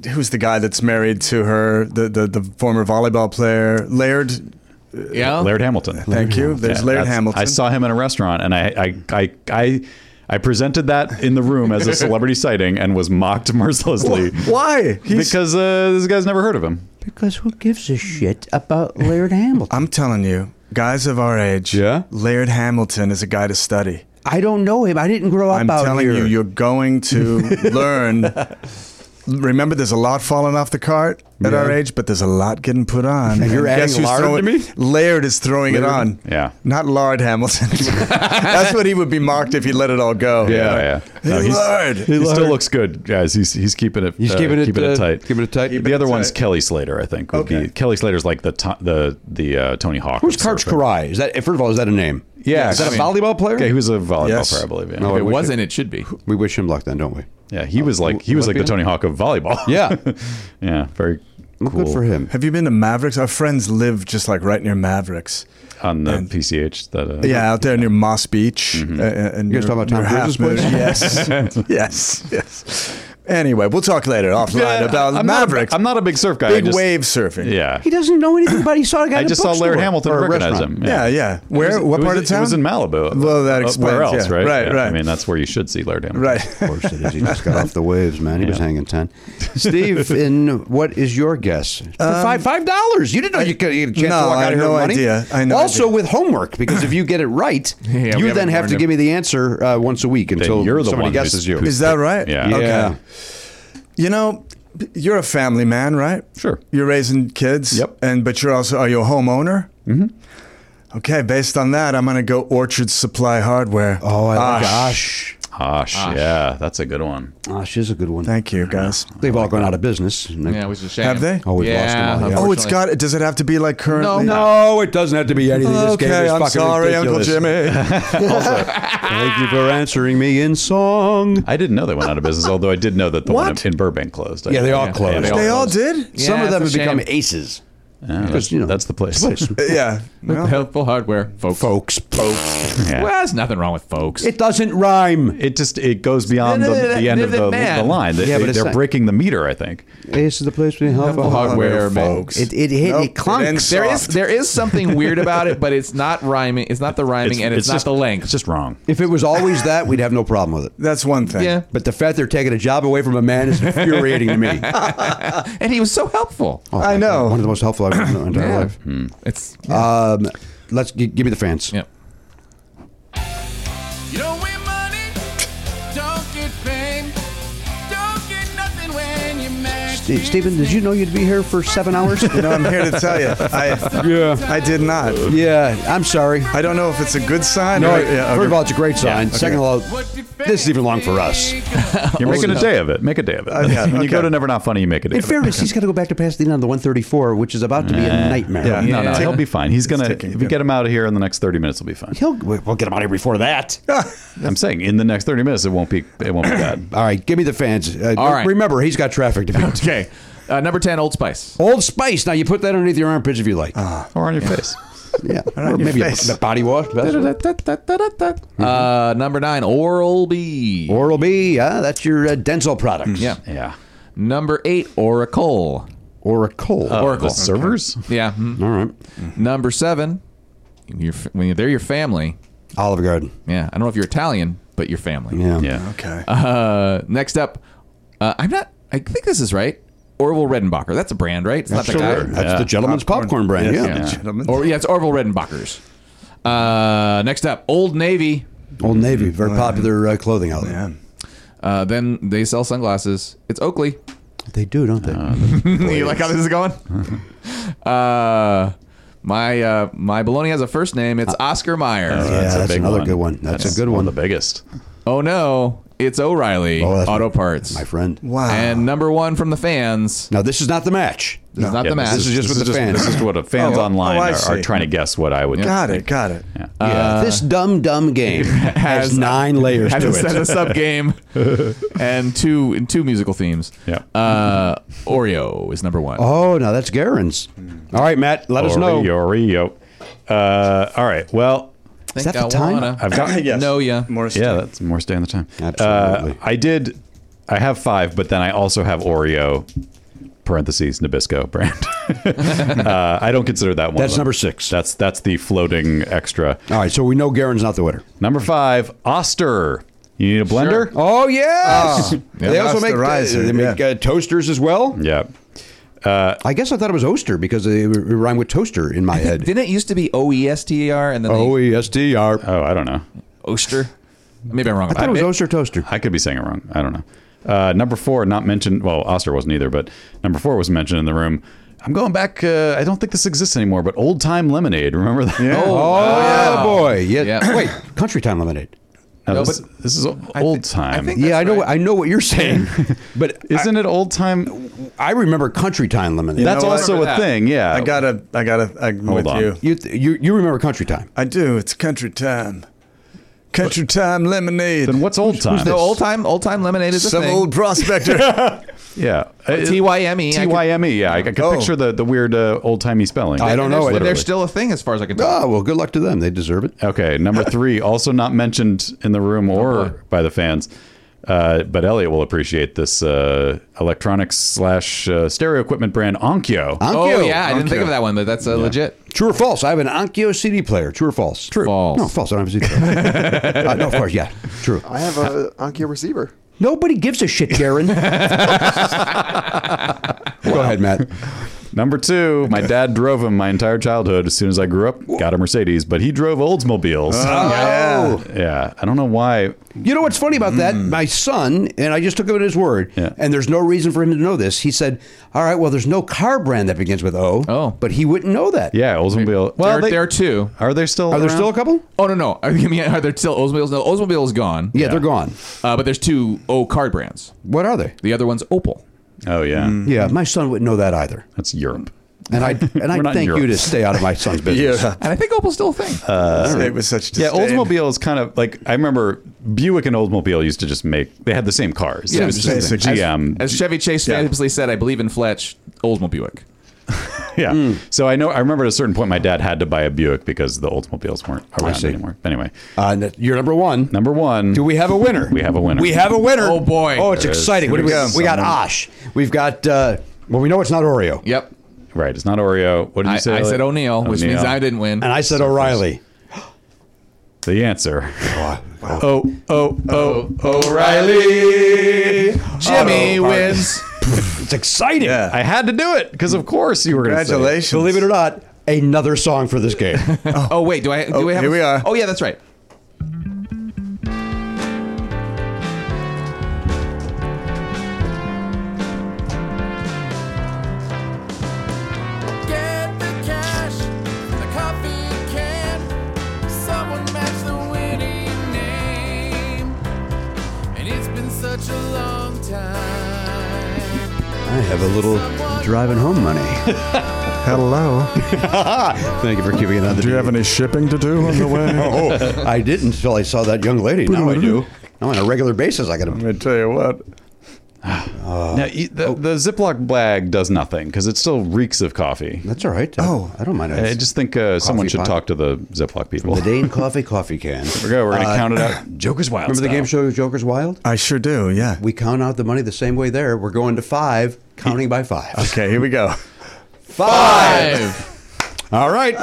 who's the guy that's married to her? The the, the former volleyball player Laird.
Oh.
yeah.
Laird Hamilton.
Thank you. There's
Yeah,
Laird
that's-
Hamilton.
I saw him in a restaurant, and I, I, I, I, I presented that in the room
[laughs]
as a celebrity sighting and was mocked mercilessly.
Why? He's,
Because uh, this guy's never heard of him.
Because who gives a shit about Laird Hamilton?
I'm telling you, Guys of our age,
Yeah?
Laird Hamilton is a guy to study.
I don't know him. I didn't grow up
I'm
out
telling
here.
you, you're
[laughs]
going to learn. Remember, there's a lot falling off the cart at our age, but there's a lot getting put on. And
you're adding
guess who's
lard
throwing,
to me?
Laird is throwing it on.
Yeah.
Not
[laughs]
Lard Hamilton. That's what he would be marked if he let it all go.
Yeah, yeah. No,
Hey,
he's-
Lard.
He still looks good, guys. He's he's keeping it.
He's
uh,
keeping it, uh,
tight.
keeping it tight.
Keeping
the
it
other one's
tight.
Kelly Slater, I think. Would
Okay.
be Kelly Slater's like the to, the the uh, Tony Hawk.
Who's
of
Karch
surfing.
Karai? Is that first of all, is that a name?
Yeah,
Is that a
I mean-
volleyball player?
Yeah, he was a volleyball
Yes.
player, I believe. Yeah,
No,
If it
wish
wasn't, it should be.
We wish him luck then, don't we?
yeah. He was like he was like the Tony Hawk of volleyball.
Yeah.
[laughs] yeah. Very
Well,
cool
Good for him.
Have you been to Mavericks? Our friends live just like right near Mavericks.
on the PCH. That uh,
Yeah, out there near Moss Beach. Uh, and
You guys talking about Tom Cruise's place?
Yes, yes, yes. Anyway, we'll talk later offline
Yeah,
about
I'm
Mavericks.
Not a, I'm not a big surf guy. I
big
just-
wave surfing.
Yeah.
he doesn't know anything about. He saw a guy.
I
at a
just saw Laird
bookstore.
Hamilton
or a
recognize
restaurant.
him.
Yeah, yeah.
It
Where?
was-
what
it
part
was-
of town?
It was in Malibu.
Well, that
Uh,
explains,
Where else,
yeah.
right?
Right,
Yeah, I
right.
mean, that's where you should see Laird Hamilton.
Right.
Of course it is. He
[laughs]
just got off the waves, man. He was hanging ten. Steve, in what is your guess? For five five dollars. You didn't know you could you had a chance
no,
to walk
I
out of here
had
with money.
no idea. I had no
also
idea.
with homework, because if you get it
[laughs]
right,
we
you
haven't
then have
warned
to
him.
give me the answer uh, once a week until
you're the
somebody
one who's-
guesses you.
who's-
Is that right?
Yeah.
yeah.
Okay. You know, you're a family man, right?
Sure.
You're raising kids.
Yep.
And but you're also are you a homeowner? Mm-hmm. Okay. Based on that, I'm gonna go Orchard Supply Hardware. Ah,
Oh, I like
Osh.
Osh.
Osh, yeah, that's a good one.
Osh is a good one.
Thank you, guys.
They've all gone out of business. and they-
Yeah, which is a shame.
Have they?
Oh, we've
yeah,
lost them all, yeah.
Oh, it's
unfortunately.
got. Does it have to be like currently?
No, Oh, it doesn't have to be anything. This game
Okay,
is
I'm
fucking
sorry,
ridiculous.
Uncle Jimmy.
[laughs] Thank you for answering me in song.
I didn't know they went out of business, although I did know that the one
What?
in Burbank closed.
Yeah, they all closed.
they
[laughs] [laughs] they all
[laughs]
did.
Yeah,
Some of them have
it's a
become
shame.
aces.
Yeah, that's,
you know,
that's the place.
Yeah. Well,
helpful hardware, folks.
Folks, folks.
Yeah.
Well, there's nothing wrong with folks.
It doesn't rhyme.
It just it goes beyond the, the end of the, the line. They,
Yeah, but it's
they're
not-
breaking the meter, I think.
Ace is the place we have
Helpful hardware,
folks.
It it hit
Nope,
it clunks.
ends
There is
soft.
there is something weird about it, but it's not rhyming. It's not the rhyming, and it's, not
just,
the
It's
length.
just wrong.
If it was always that, we'd have no problem with it.
That's one thing.
yeah,
But the fact they're taking a job away from a man is infuriating to me.
and he was so helpful.
Oh,
I
my
know.
God. One of the most helpful I've ever in my entire
Yeah.
life.
It's
Um, let's gi- give me the fans.
Hmm. yeah.
You don't win money, don't get fame, don't get nothing when you match.
Ste- Stephen, did you know you'd be here for seven hours?
You know, I'm here to tell you. I, yeah. I did not.
Yeah, I'm sorry.
I don't know if it's a good sign.
No,
or,
it-
yeah,
first of
okay.
all, it's a great sign. Second of all, this is even long for us.
You're making a day of it. Make a day of it.
yeah,
when you go
okay.
to Never Not Funny, you make a day
In
of it.
fairness, he's got to go back to Pasadena on the 134, which is about to be a nightmare.
Yeah.
No, no,
Yeah.
he'll be fine. He's gonna.
ticking,
If we
yeah.
get him out of here in the next thirty minutes, he'll be fine.
He'll, we'll get him out of here before that.
I'm saying in the next thirty minutes, it won't be. It won't be
[laughs]
bad.
All right, give me the fans. Uh,
All right.
Remember, he's got traffic to
[laughs]
beat.
Okay, uh, number ten, Old Spice.
Old Spice. Now you put that underneath your armpits if you like.
Or on your face.
yeah, or maybe a,
face.
a body wash.
Uh, number nine, Oral B.
Oral B. Yeah, that's your uh, dental product.
Mm, yeah.
Yeah.
Number eight, Oracle.
or a cold.
Oracle.
The servers.
Yeah. mhm.
All right,
Number seven, your f- when they're your family.
Olive Garden.
Yeah, I don't know if you're Italian, but your family.
Yeah.
Yeah.
Okay.
Uh, next up, uh, I'm not. I think this is right. Orville Redenbacher. That's a brand, right? It's not the
Absolutely.
guy.
That's
Yeah.
the gentleman's popcorn, brand.
Yes,
Yeah.
gentlemen.
Or yeah, it's Orville Redenbacher's. Uh, next up, Old Navy.
Old Navy, very popular uh, clothing outlet.
Yeah.
Uh, then they sell sunglasses. It's Oakley.
They do, don't they? [laughs]
you like how this is going? [laughs] uh, my uh, my baloney has a first name. It's Oscar Meyer.
uh, Yeah, that's another good one. That's a good one.
of the biggest.
oh no, it's O'Reilly
Oh, that's
Auto
my-
Parts.
My friend.
Wow.
And number one from the fans.
Now this is not the match.
This is not
Yeah,
the match.
This is just
This is,
with the
just,
fans.
this is what the fans
Oh,
online
oh, I
are, are
see.
trying to guess what I would.
Got it. Got it.
Yeah.
yeah, this dumb dumb game has, nine layers
Had
to
to
it.
set a sub game and two and two musical themes.
Yeah.
Uh, Oreo is number one.
Oh, now that's Garen's. All right, Matt, let us know.
Oreo. Uh, all right. Well,
Think
that the
I
time?
wanna-
I've got.
Yes.
No, yeah.
Morris.
Yeah, that's more stay on the time. Uh,
Absolutely.
I did. I have five, but then I also have Oreo. Parentheses Nabisco brand. [laughs] uh, I don't consider that one.
That's
of them.
number six.
That's that's the floating extra.
All right, so we know Garen's not the winner.
Number five, Oster. You need a blender?
Oh yes,
Yeah,
they also
that's the
make, uh,
riser,
they make
yeah.
uh, toasters as well.
Yeah. Uh,
I guess I thought it was Oster because it, it rhymed with toaster in my head.
Didn't it used to be O E S T E R and
[laughs]
then
O
the
E S T R.
oh, I don't know.
Oster? Maybe I'm wrong.
I
About
thought it was E
May-
Oster toaster.
I could be saying it wrong. I don't know. Uh, number four, not mentioned. Well, Oster wasn't either, but number four was mentioned in the room. I'm going back. Uh, I don't think this exists anymore, but Old Time Lemonade. Remember [laughs] that?
Oh, yeah, boy. Yeah.
Yeah.
Wait, [coughs] Country Time Lemonade.
No,
Oh.
No,
this,
but-
this is o- old time.
think-
Yeah,
That's
I know.
right.
I know what you're [laughs] saying, but
Isn't it old time?
I remember Country Time Lemonade.
That's
know what?
also a
Remember that.
thing. Yeah.
I gotta, I gotta, I'm with
on.
you.
you, th- you. You remember Country Time?
I do. It's country time. Country time lemonade.
Then what's old time?
No, old time, old time lemonade is a
Some
thing.
old prospector.
Yeah. Uh,
Oh, TYME. E, I could-
TYME. E, Yeah. I could
Oh.
picture the, the weird uh, old timey spelling.
I don't
And
know
there's-
it.
There's still a thing as far as I can tell.
Oh well, good luck to them. They deserve it.
Okay. Number three, also not mentioned in the room or by the fans. Uh, but Elliot will appreciate this uh, electronics slash uh, stereo equipment brand Onkyo.
Oh,
Onkyo.
yeah, I didn't think of that one, but that's uh, legit.
True or false? I have an Onkyo CD player. True or false? True.
False.
No, false. I don't have a CD
[laughs]
player. Uh, no, of course, yeah. True.
I have a Onkyo receiver.
Nobody gives a shit, Jaron. Go ahead, Matt.
Number two, my dad drove him my entire childhood. As soon as I grew up, got a Mercedes, but he drove Oldsmobiles.
Uh-huh.
yeah.
Yeah. I don't know why.
Oh. You know what's funny about that? My son, and I just took him at his word,
Yeah.
and there's no reason for him to know this. He said, All right, well, there's no car brand that begins with O.
Oh.
But he wouldn't know that.
Yeah. Oldsmobile. Well,
there,
they,
there are two.
Are there still?
Are there
around?
still a couple?
Oh, no, no. [laughs] I mean, are there still Oldsmobiles? No, Oldsmobile is gone.
Yeah, they're gone.
Uh, but there's two O card brands.
What are they?
The other one's Opel.
Oh yeah,
Yeah, my son wouldn't know that either.
that's Europe.
And I and
We're
I
not in
thank you
Europe.
to stay out of my son's business.
yeah.
And I think Opel's still a thing.
[laughs] It was such
Yeah,
disdain.
Oldsmobile is kind of like I remember Buick and Oldsmobile used to just make. They had the same cars.
Yeah,
it was just
basically.
GM.
As Chevy Chase
Yeah.
famously said, I believe in Fletch, Oldsmobile Buick.
yeah. So I know I remember at a certain point my dad had to buy a Buick because the Oldsmobiles weren't around
see.
anymore. Anyway,
Uh, n- you're number one.
number one.
Do we have a winner?
We have a winner.
We have a winner.
Oh, boy.
Oh, it's
There is-
exciting. What do we
there
got?
is
We got
someone-
Osh. We've got. Uh, well, we know it's not Oreo.
Yep.
Right. It's not Oreo. What did you
I,
say?
I
Elliot?
said O'Neill, which means I didn't win.
And I said O'Reilly.
The answer.
Oh, oh, oh, O'Reilly. Jimmy wins.
It's
[laughs]
exciting.
I had to do it because of course you were going to.
Congratulations.
Believe it or not, another song for this game.
Oh, wait, do I do we have
here we are.
Oh yeah, that's right.
Get the cash, the coffee can. Someone match the winning name. And it's been such a long time.
I have a little driving home money.
Hello.
[laughs] Thank you for giving another.
Do you have any shipping to do on the way?
Oh, I didn't until I saw that young lady. Now I do. Now on a regular basis, I
Let
can.
me tell you what.
Now, you- the, the Ziploc bag does nothing because it still reeks of coffee.
That's all right. Oh, I don't mind.
I just think uh, someone should
pot.
talk to the Ziploc people.
the Dane Coffee Coffee Can.
Here we go. We're going to count it out. Joker's Wild.
Remember the
style.
game show Joker's Wild?
I sure do, yeah.
We count out the money the same way. There, we're going to five, counting by five.
okay, here we go.
Five.
All right.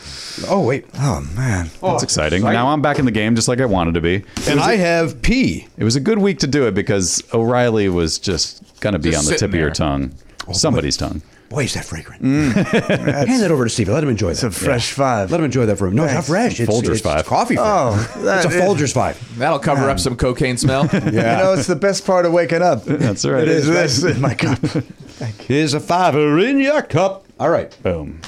[laughs] oh wait,
Oh, man.
That's exciting. Now I'm back in the game just like I wanted to be.
and I have P.
It was a good week to do it because O'Reilly was just going to be
Just
on the tip
sitting
of your
there.
tongue. Somebody's tongue.
Boy, is that fragrant. [laughs] Hand that over to Stevie. Let him enjoy
It's a
that.
fresh five.
Let him enjoy that for him. No, it's not fresh. It's,
Folgers
it's
five.
coffee.
Oh,
Oh,
that
it's a
is-
Folgers five.
That'll cover up some cocaine
[laughs]
smell.
You know, it's the best part of waking up. That's
right.
It is this in [laughs] my cup.
Here's a fiver in your cup. All right.
Boom.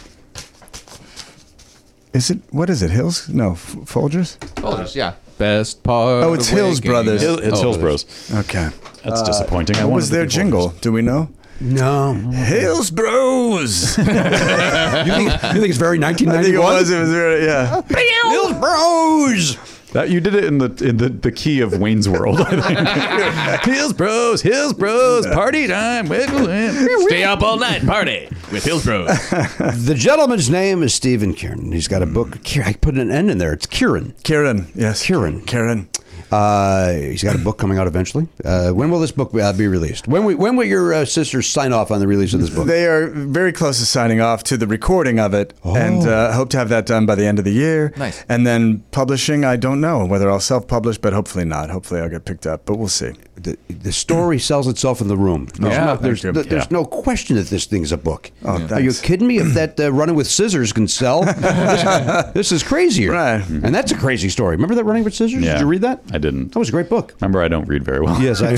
Is it, what is it, Hills? No, F- Folgers?
Folgers, Oh, yeah. Best part.
Oh, it's
of
Hills
waking
Brothers.
up.
Hill- It's
Oh,
Hills
there's-
Bros.
Okay.
That's disappointing. I
Uh, What was
wanted
their
the Folgers.
jingle? Do we know?
No.
Hills Bros. [laughs]
You think, you think it's very
I think it
1991?
was. It was really, yeah.
Hills Bros.
That you did it in the in the, the key of Wayne's World. I
[laughs]
think. Hills Bros, Hills Bros, party time.
Stay up all night, party with Hills Bros.
[laughs]
The gentleman's name is Stephen Kieran. He's got a book. Kier- I put an N in there. It's Kieran.
[laughs] Kieran. Yes.
Kieran.
Kieran.
Uh, he's got a book coming out eventually. Uh, when will this book uh, be released? When we, when will your uh, sisters sign off on the release of this book?
They are very close to signing off to the recording of it, and uh, hope to have that done by the end of the year.
Nice.
And then publishing, I don't know whether I'll self-publish, but hopefully not. Hopefully I'll get picked up, but we'll see.
the, the story sells itself in the room. There's,
Yeah,
no, there's,
thank you.
there's no question that this thing's a book. Are you
thanks.
kidding me? If that uh, running with scissors can
[laughs]
sell, this, this is crazier.
Right.
And that's a crazy story. Remember that running with scissors?
Yeah.
Did you read that?
I didn't.
That was a great book.
Remember, I don't read very well.
Yes, [laughs] I.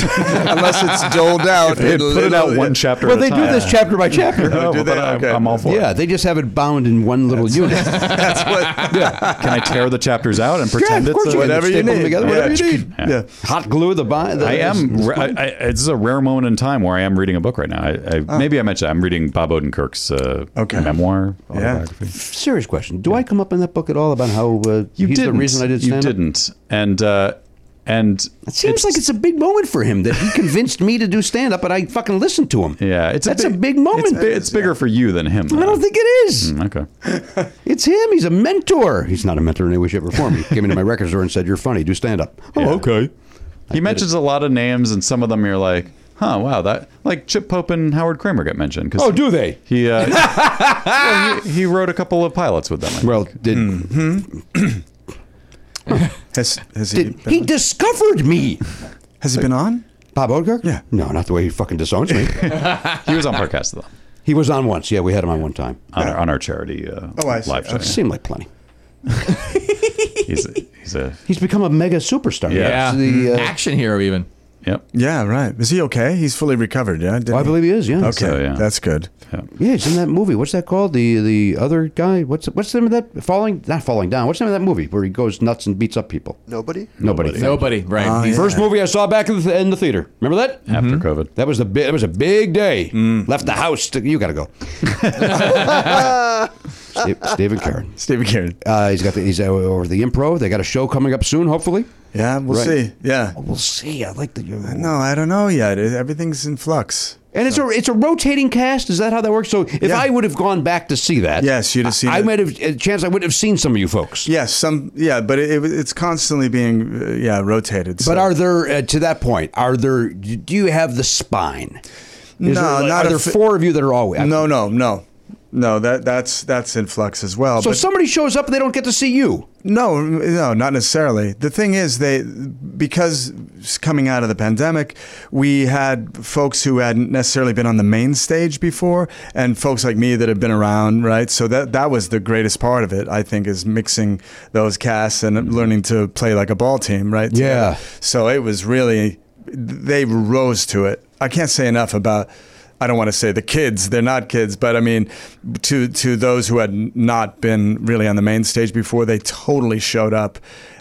Unless it's doled out.
[laughs]
[laughs] They had put it out one chapter.
well,
at a
they do
time.
this chapter by
[laughs]
[laughs]
chapter.
Oh, well, then I-
Okay.
I'm all for
Yeah, they just have it bound in one little
[laughs]
unit.
That's what,
it. Can I tear the chapters out and
yeah,
pretend
of
it's
course
a,
you can.
whatever you
Staple them
need.
together,
Yeah.
whatever you need.
Yeah.
Hot glue the bind. [laughs]
I am. I, I, it's a rare moment in time where I am reading a book right now. I, I,
Ah.
Maybe I mentioned I'm reading Bob Odenkirk's uh,
Okay.
memoir.
Yeah.
autobiography.
Serious question. Do I come up in that book at all about how uh,
You
he's
didn't.
the reason I did
you
stand
didn't. And uh, and
It seems like it's a big moment for him that
[laughs]
he convinced me to do stand up, and I fucking listened to him.
yeah. It's
that's
a
a
big,
big moment.
It's, bi- it's bigger for you than him.
I
though.
don't think it is.
Okay.
Oh, It's him. He's a mentor. He's not a mentor in any way, shape, or form. He came
[laughs]
into my record store and said, "You're funny. Do stand up." Oh,
Yeah.
okay.
He mentions a lot of names, and some of them you're like, huh, wow, that like Chip Pope and Howard Kramer get mentioned. 'cause
Oh, do they?
He, uh, [laughs] well, he he wrote a couple of pilots with them. I
Well, did
Mm.
Has, has, he,
did he discovered me?
has he been on?
Bob Odenkirk?
Yeah.
No, not the way he fucking disowns
[laughs]
me.
think. he was on podcast though
he was on once. Yeah, we had him on one time.
on, our, on our charity uh,
Oh, I see.
live show.
Okay.
Seemed like plenty.
He's a, he's a
He's become a mega superstar.
Yeah.
He's The, uh,
action hero even.
yep.
Yeah, right. Is he okay? He's fully recovered, yeah? Didn't
I
he?
believe he is. Yeah.
Okay,
So, yeah.
that's good.
Yeah, it's in that movie. What's that called? The the other guy. What's what's the name of that? Falling not falling down. What's the name of that movie where he goes nuts and beats up people?
Nobody?
Nobody.
Nobody, right?
Uh,
He's-
First movie I saw back in the, in the theater. Remember that?
After COVID.
That was the bi- that was a big day. Left the house. To, you got to go. Steve, Stephen Karen.
Stephen Kieran.
Uh, he's got the, he's uh, over the improv. They got a show coming up soon. Hopefully,
Yeah, we'll
Right.
see. Yeah.
we'll see. I like the
No, I don't know yet. It- Everything's in flux.
And it's a it's a rotating cast. Is that how that works? So if
Yeah.
I would have gone back to see that,
Yes, you'd have seen
I, I
it.
might have a chance. I would have seen some of you folks.
Yes, some yeah, but it, it, it's constantly being uh, yeah rotated.
But are there uh, to that point? Are there? Do you have the spine? Is
No,
there, like,
not
are there
if it-
four of you that are always?
no no no no that that's that's in flux as well.
So
but
somebody shows up and they don't get to see you.
no no not necessarily. The thing is they because coming out of the pandemic, we had folks who hadn't necessarily been on the main stage before, and folks like me that have been around right. So that that was the greatest part of it. I think is mixing those casts and learning to play like a ball team right.
Yeah.
So it was really they rose to it. I can't say enough about. I don't want to say the kids; they're not kids, but I mean, to to those who had not been really on the main stage before, they totally showed up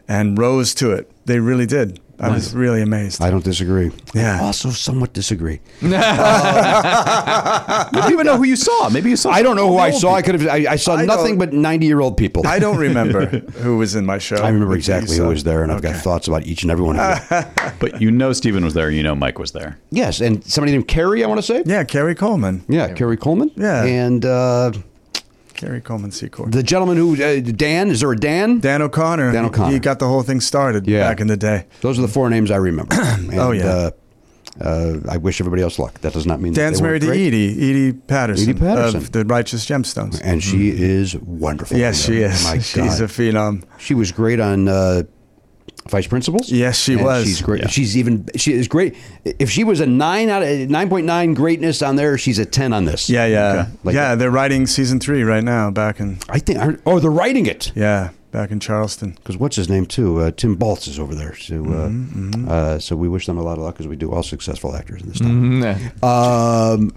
and rose to it. They really did. I was really amazed.
I don't disagree.
Yeah.
I also somewhat disagree.
I don't even know who you saw. Maybe you saw.
I don't know who I saw. I could have. I, I saw
I
nothing
don't-
but ninety-year-old people.
I
[laughs]
don't remember who was in my show.
I remember
You
exactly who
saw-
was there, and I've got thoughts about each and every one
[laughs]
of them.
But you know Steven was there. You know Mike was there.
yes, and somebody named Carrie, I want to say.
Yeah, Kerry Coleman.
Yeah, Carrie Coleman.
Yeah.
and uh,
Kerry Coleman Secor.
the gentleman who uh, Dan is there a Dan?
Dan O'Connor.
Dan O'Connor.
He got the whole thing started
Yeah.
back in the day.
Those are the four names I
[clears throat]
remember. And,
Oh, yeah.
Uh, uh, I wish everybody else luck. That does not mean that
Dan's
they
married
weren't
to
great.
Edie, Edie Patterson,
Edie Patterson.
of the Righteous Gemstones.
and she is wonderful.
Mm-hmm. Yes, she is. [laughs]
My
She's
God.
a phenom.
she was great on uh, Vice Principals.
Yes, she
And
was.
She's great.
Yeah.
She's even. She is great. If she was a nine out of nine point nine greatness on there, she's a ten on this.
Yeah, yeah,
Like-
yeah. They're writing season three right now. Back in
I think. aren't- Oh, they're writing it
yeah, back in Charleston.
because what's his name too? Uh, Tim Baltz is over there. So, uh,
Mm-hmm,
uh, so we wish them a lot of luck as we do all successful actors in this town.
Mm-hmm.
Um,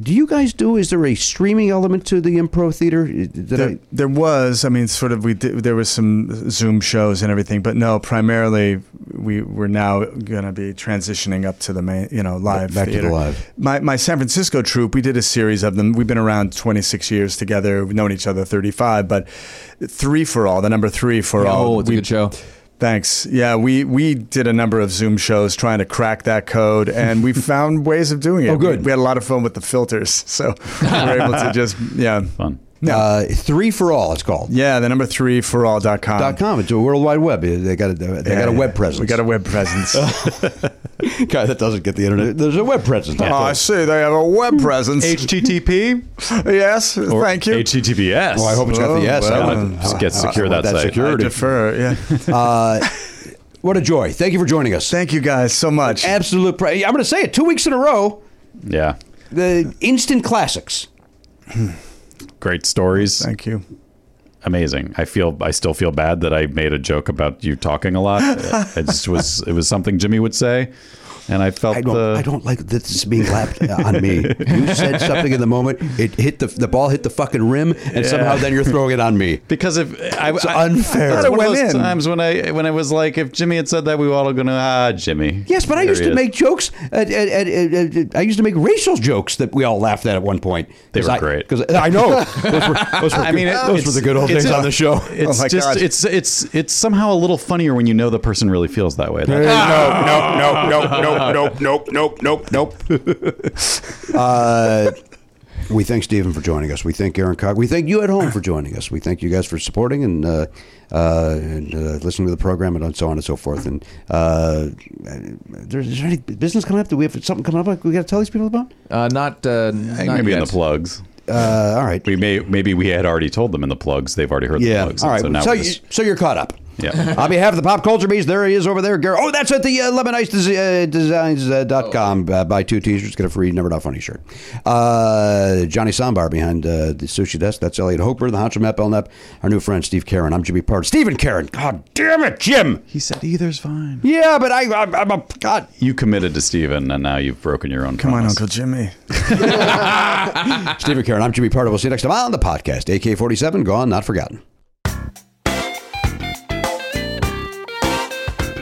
do you guys do? Is there a streaming element to the improv theater? Did
There,
I,
there was, I mean, sort of. We did, there was some Zoom shows and everything, but no. Primarily, we we're now going to be transitioning up to the main, you know, live
Back to the
theater.
live.
My my San Francisco troupe. We did a series of them. We've been around 26 years together. We've known each other 35, but three for all. The number three for all.
Oh, it's a
we-
good show.
Thanks. Yeah, we we did a number of Zoom shows trying to crack that code,
[laughs]
and we found ways of doing it. Oh,
good.
[laughs]
[laughs]
We, we had a lot of fun with the filters, so we were able to just yeah
Fun.
No.
Uh, three for all, it's called.
Yeah, the number three for all dot com.
Dot com. It's a World Wide Web. They got a, they got a web presence.
We got a
[laughs]
web presence.
guy that doesn't get the internet. There's a web presence.
Oh, I see. They have a
Hmm.
web presence.
HTTP
yes,
or
thank you.
HTTPS.
Well, I hope it's got the
Oh,
yes. I
well,
want-
just get
I- I
secure
want
that site.
I
security.
defer.
[laughs]
Yeah.
Uh,
[laughs]
what a joy! Thank you for joining us.
Thank you guys so much.
Absolute. Pre- I'm going to say it two weeks in a row.
Yeah.
The instant classics.
Great stories.
Thank you.
Amazing. I feel I still feel bad that I made a joke about you talking a
[laughs]
lot. it just was it was something Jimmy would say. And I felt
I don't.
the
I don't like this being lapped on
[laughs]
me. You said something in the moment. It hit the the ball hit the fucking rim, and somehow then you're throwing it on me.
because if I,
It's
I,
unfair.
That's one of
Went
those
in.
times when I when I was like, if Jimmy had said that, we were all gonna ah Jimmy.
Yes, but I
There
used
he
to
is.
make jokes. At, at, at, at, at- I used to make racial jokes that we all laughed at at one point.
They
'Cause
were
I,
great.
Because I
[laughs]
know those were, those were
I mean,
good-
it-
those were
it's-
the good old
it's
days
a-
on the
[laughs]
show. Oh
It's
my
just
God.
it's it's it's somehow a little funnier when you know the person really feels that way. That's-
no, no, no, no, no, no, no, no, no. uh, we thank Stephen for joining us. We thank Aaron Cog. We thank you at home for joining us. We thank you guys for supporting and uh, uh, and uh, listening to the program and so on and so forth. And uh, there's, is there any business coming up? Do we have something coming up? We got to tell these people about.
Uh, not uh, not
maybe in
yet.
the plugs.
Uh, all right.
We may maybe we had already told them in the plugs. They've already heard the
Yeah.
plugs.
All
and
right.
So now
So,
we're
you,
just-
so you're caught up.
Yeah.
[laughs] On behalf of the Pop Culture Beast, there he is over there. Gary. Oh, that's at the uh, Lemon Ice Des- uh, Designs uh, dot com. Uh, buy two t-shirts, get a free Never Not Funny shirt. Uh, Johnny Sambar behind uh, the sushi desk. That's Elliot Hoper, the Honcho Matt Belknap, our new friend Steve Karen. I'm Jimmy Part. Stephen Karen. God Oh, damn it, Jim.
he said either's fine.
Yeah, but I, I'm, I'm a God.
You committed to Steven and now you've broken your own
Come on,
promise.
Uncle Jimmy.
Stephen Karen. I'm Jimmy Part. We'll see you next time on the podcast. AK-47, gone, not forgotten.